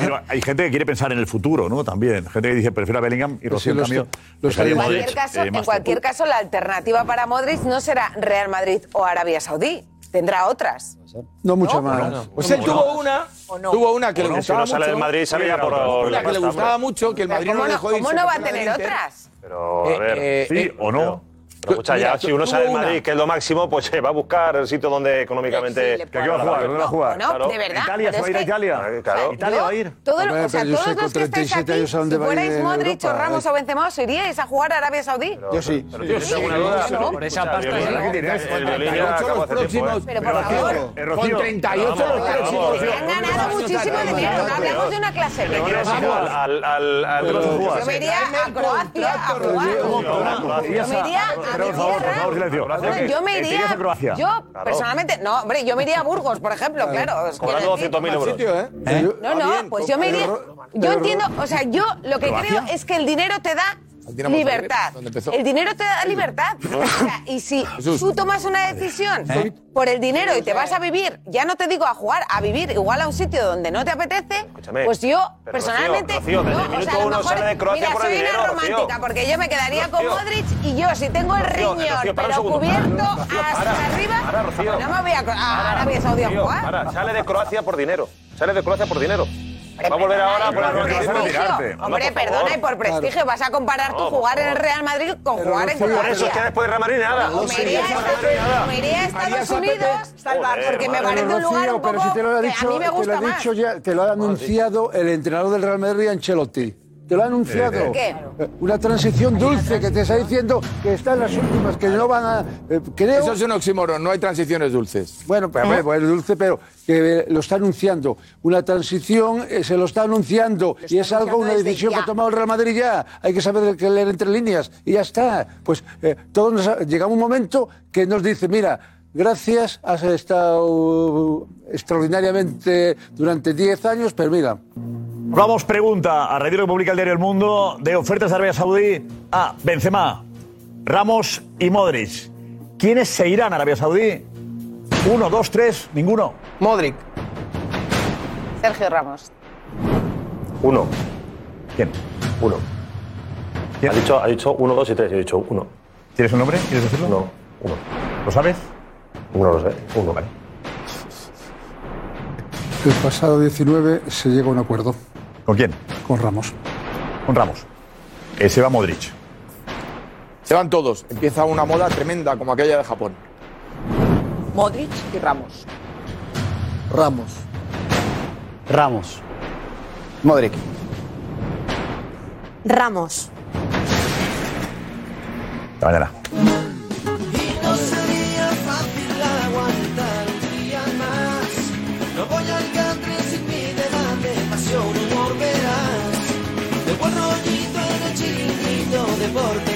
G: Pero hay gente que quiere pensar en el futuro, ¿no? También. Gente que dice, prefiero a Bellingham y Rocío, en
J: los
G: cambio,
J: que- los
G: dejaría
P: En
G: a
P: cualquier,
G: Modric,
P: caso,
G: eh,
P: en
G: más
P: cualquier caso, la alternativa para Modric no será Real Madrid o Arabia Saudí. Tendrá otras.
J: No mucha más.
K: Pues él tuvo una, tuvo una que
G: Bueno,
K: le
G: si no
K: gustaba
G: sale
K: mucho.
G: del Madrid, sale ya por- por la
K: Una que le
G: pasta,
K: gustaba
G: hombre.
K: mucho, que el Madrid no
P: ¿Cómo
K: le
P: no,
K: dejó irse
P: cómo no va a
K: por la
P: tener
K: del Inter.
P: otras?
F: Pero, a
K: Eh,
F: ver,
K: eh,
F: sí
K: eh,
F: o no. Pero escucha,
K: mira,
F: ya, si uno
K: tuvo
F: sale del
K: una.
F: Madrid, que es lo máximo, pues se va a buscar el sitio donde económicamente.
P: Flexible, ¿Pero qué va a jugar? ¿Dónde va a jugar? No, de verdad,
G: Italia, se
P: pero
G: va a
P: es
G: ir a
P: que-
G: Italia.
F: Claro.
G: Italia
P: Yo-
G: va a ir.
P: todo lo-
J: Hombre,
P: o sea,
J: pero yo
P: todos
J: sé,
P: los
J: con
P: que estáis
J: 37
P: aquí,
J: años, ¿a dónde
P: si
J: va a ir
P: fuerais
J: en
P: Modric o
J: Europa?
P: Ramos o Benzema, ¿os iríais a jugar a Arabia Saudí?
J: Yo sí.
F: Yo sí, una duda. Por esa pasta, sí. El violín ya acabó hace tiempo, ¿eh?
P: Pero por favor,
G: Eh,
K: Con
G: Rocío,
K: 38 los próximos.
P: han ganado muchísimo dinero. No hablamos de una clase
F: Te
P: B.
F: quieres ir al- al- al- al-
P: Yo me iría a Croacia a jugar. Yo me iría a mi
G: Por favor, por favor, silencio.
P: tierra. Hombre, Yo me
G: Eh, te
P: iría.
G: irías a Croacia.
P: Yo, personalmente, no, hombre, yo me iría a Burgos, por ejemplo, claro. os quiero
F: Cobrando
P: decir.
F: 200.000 euros.
C: eh?
Q: ¿Eh?
P: No, no, pues yo me iría. Yo entiendo, o sea, yo lo que creo es que el dinero te da
K: Dinamo Zagreb,
P: libertad.
K: donde empezó.
P: El dinero te da libertad. O sea, y si
K: Jesús.
P: tú tomas una decisión
K: ¿Eh?
P: por el dinero y te vas a vivir, ya no te digo a jugar, a vivir igual a un sitio donde no te apetece,
F: Escúchame,
P: pues yo
F: pero
P: personalmente.
F: Rocío, Rocío, desde el
P: no, o sea,
F: minuto
P: a lo
F: uno
P: mejor-
F: sale de Croacia
P: mira,
F: por el
P: soy
F: dinero,
P: una
F: Rocío.
P: romántica, porque yo me quedaría con
F: Rocío.
P: Modric y yo, si tengo el
F: Rocío,
P: riñón,
F: Rocío, para un
P: pero
F: segundo.
P: cubierto hasta arriba,
F: Rocío.
P: no me voy a, a Arabia Saudí a
F: Tío,
P: jugar.
F: ahora, sale de Croacia por dinero. Sale de Croacia por dinero. Va a volver ahora a poner
P: Prestigio. Hombre, perdona, y por prestigio vas a comparar
F: No,
P: tu
F: por
P: jugar en el Real Madrid con jugar en
F: Por eso es que
P: Croacia.
F: después de Real Madrid nada.
P: O me iría a Estados- me iría a Estados Unidos, salvar, porque me
J: Pero,
P: parece un lugar
J: Rocío,
P: un
J: pero si
P: poco
J: te lo ha
P: que
J: dicho,
P: a mí me
J: te lo
P: gusta
J: ha
P: más.
J: dicho ya, te lo ha anunciado el entrenador del Real Madrid, Ancelotti. Te lo ha anunciado.
P: ¿Por qué?
J: Eh, Una transición dulce que te está diciendo que está en las últimas, que no van a. eh, creo.
K: Eso es un oxímoron, no hay transiciones dulces. ¿Eh?
J: Bueno, pues, a ver, bueno, dulce, pero que eh, lo está anunciando. Una transición eh, se lo está anunciando y es algo, una
P: desde
J: decisión
P: ya.
J: que ha tomado el Real Madrid ya. Hay que saber que leer entre líneas y ya está. Pues eh, todos nos ha- llega un momento que nos dice, mira, gracias, has estado eh, extraordinariamente durante 10 años, pero mira,
G: Vamos, pregunta a Radio República el Diario El Mundo de ofertas de Arabia Saudí a Benzema, Ramos y Modric. ¿Quiénes se irán a Arabia Saudí? Uno, dos, tres, ninguno.
K: Modric.
P: Sergio Ramos.
F: Uno. ¿Quién? Uno. Ha dicho, ha dicho uno, dos y tres. Yo he dicho uno.
G: ¿Tienes un nombre? ¿Quieres decirlo?
F: No, uno.
G: ¿Lo sabes?
F: Uno lo sé. Uno, vale.
J: el pasado 19 se llega a un acuerdo
G: ¿Con quién?
J: con Ramos.
G: Con Ramos. Eh, se va Modric.
K: Se van todos. Empieza una moda tremenda como aquella de Japón.
O: Modric y Ramos.
K: Ramos.
R: Ramos.
E: Modric.
L: Ramos.
G: Hasta mañana.
L: No sería fácil aguantar un día más. No voy al gato. deporte.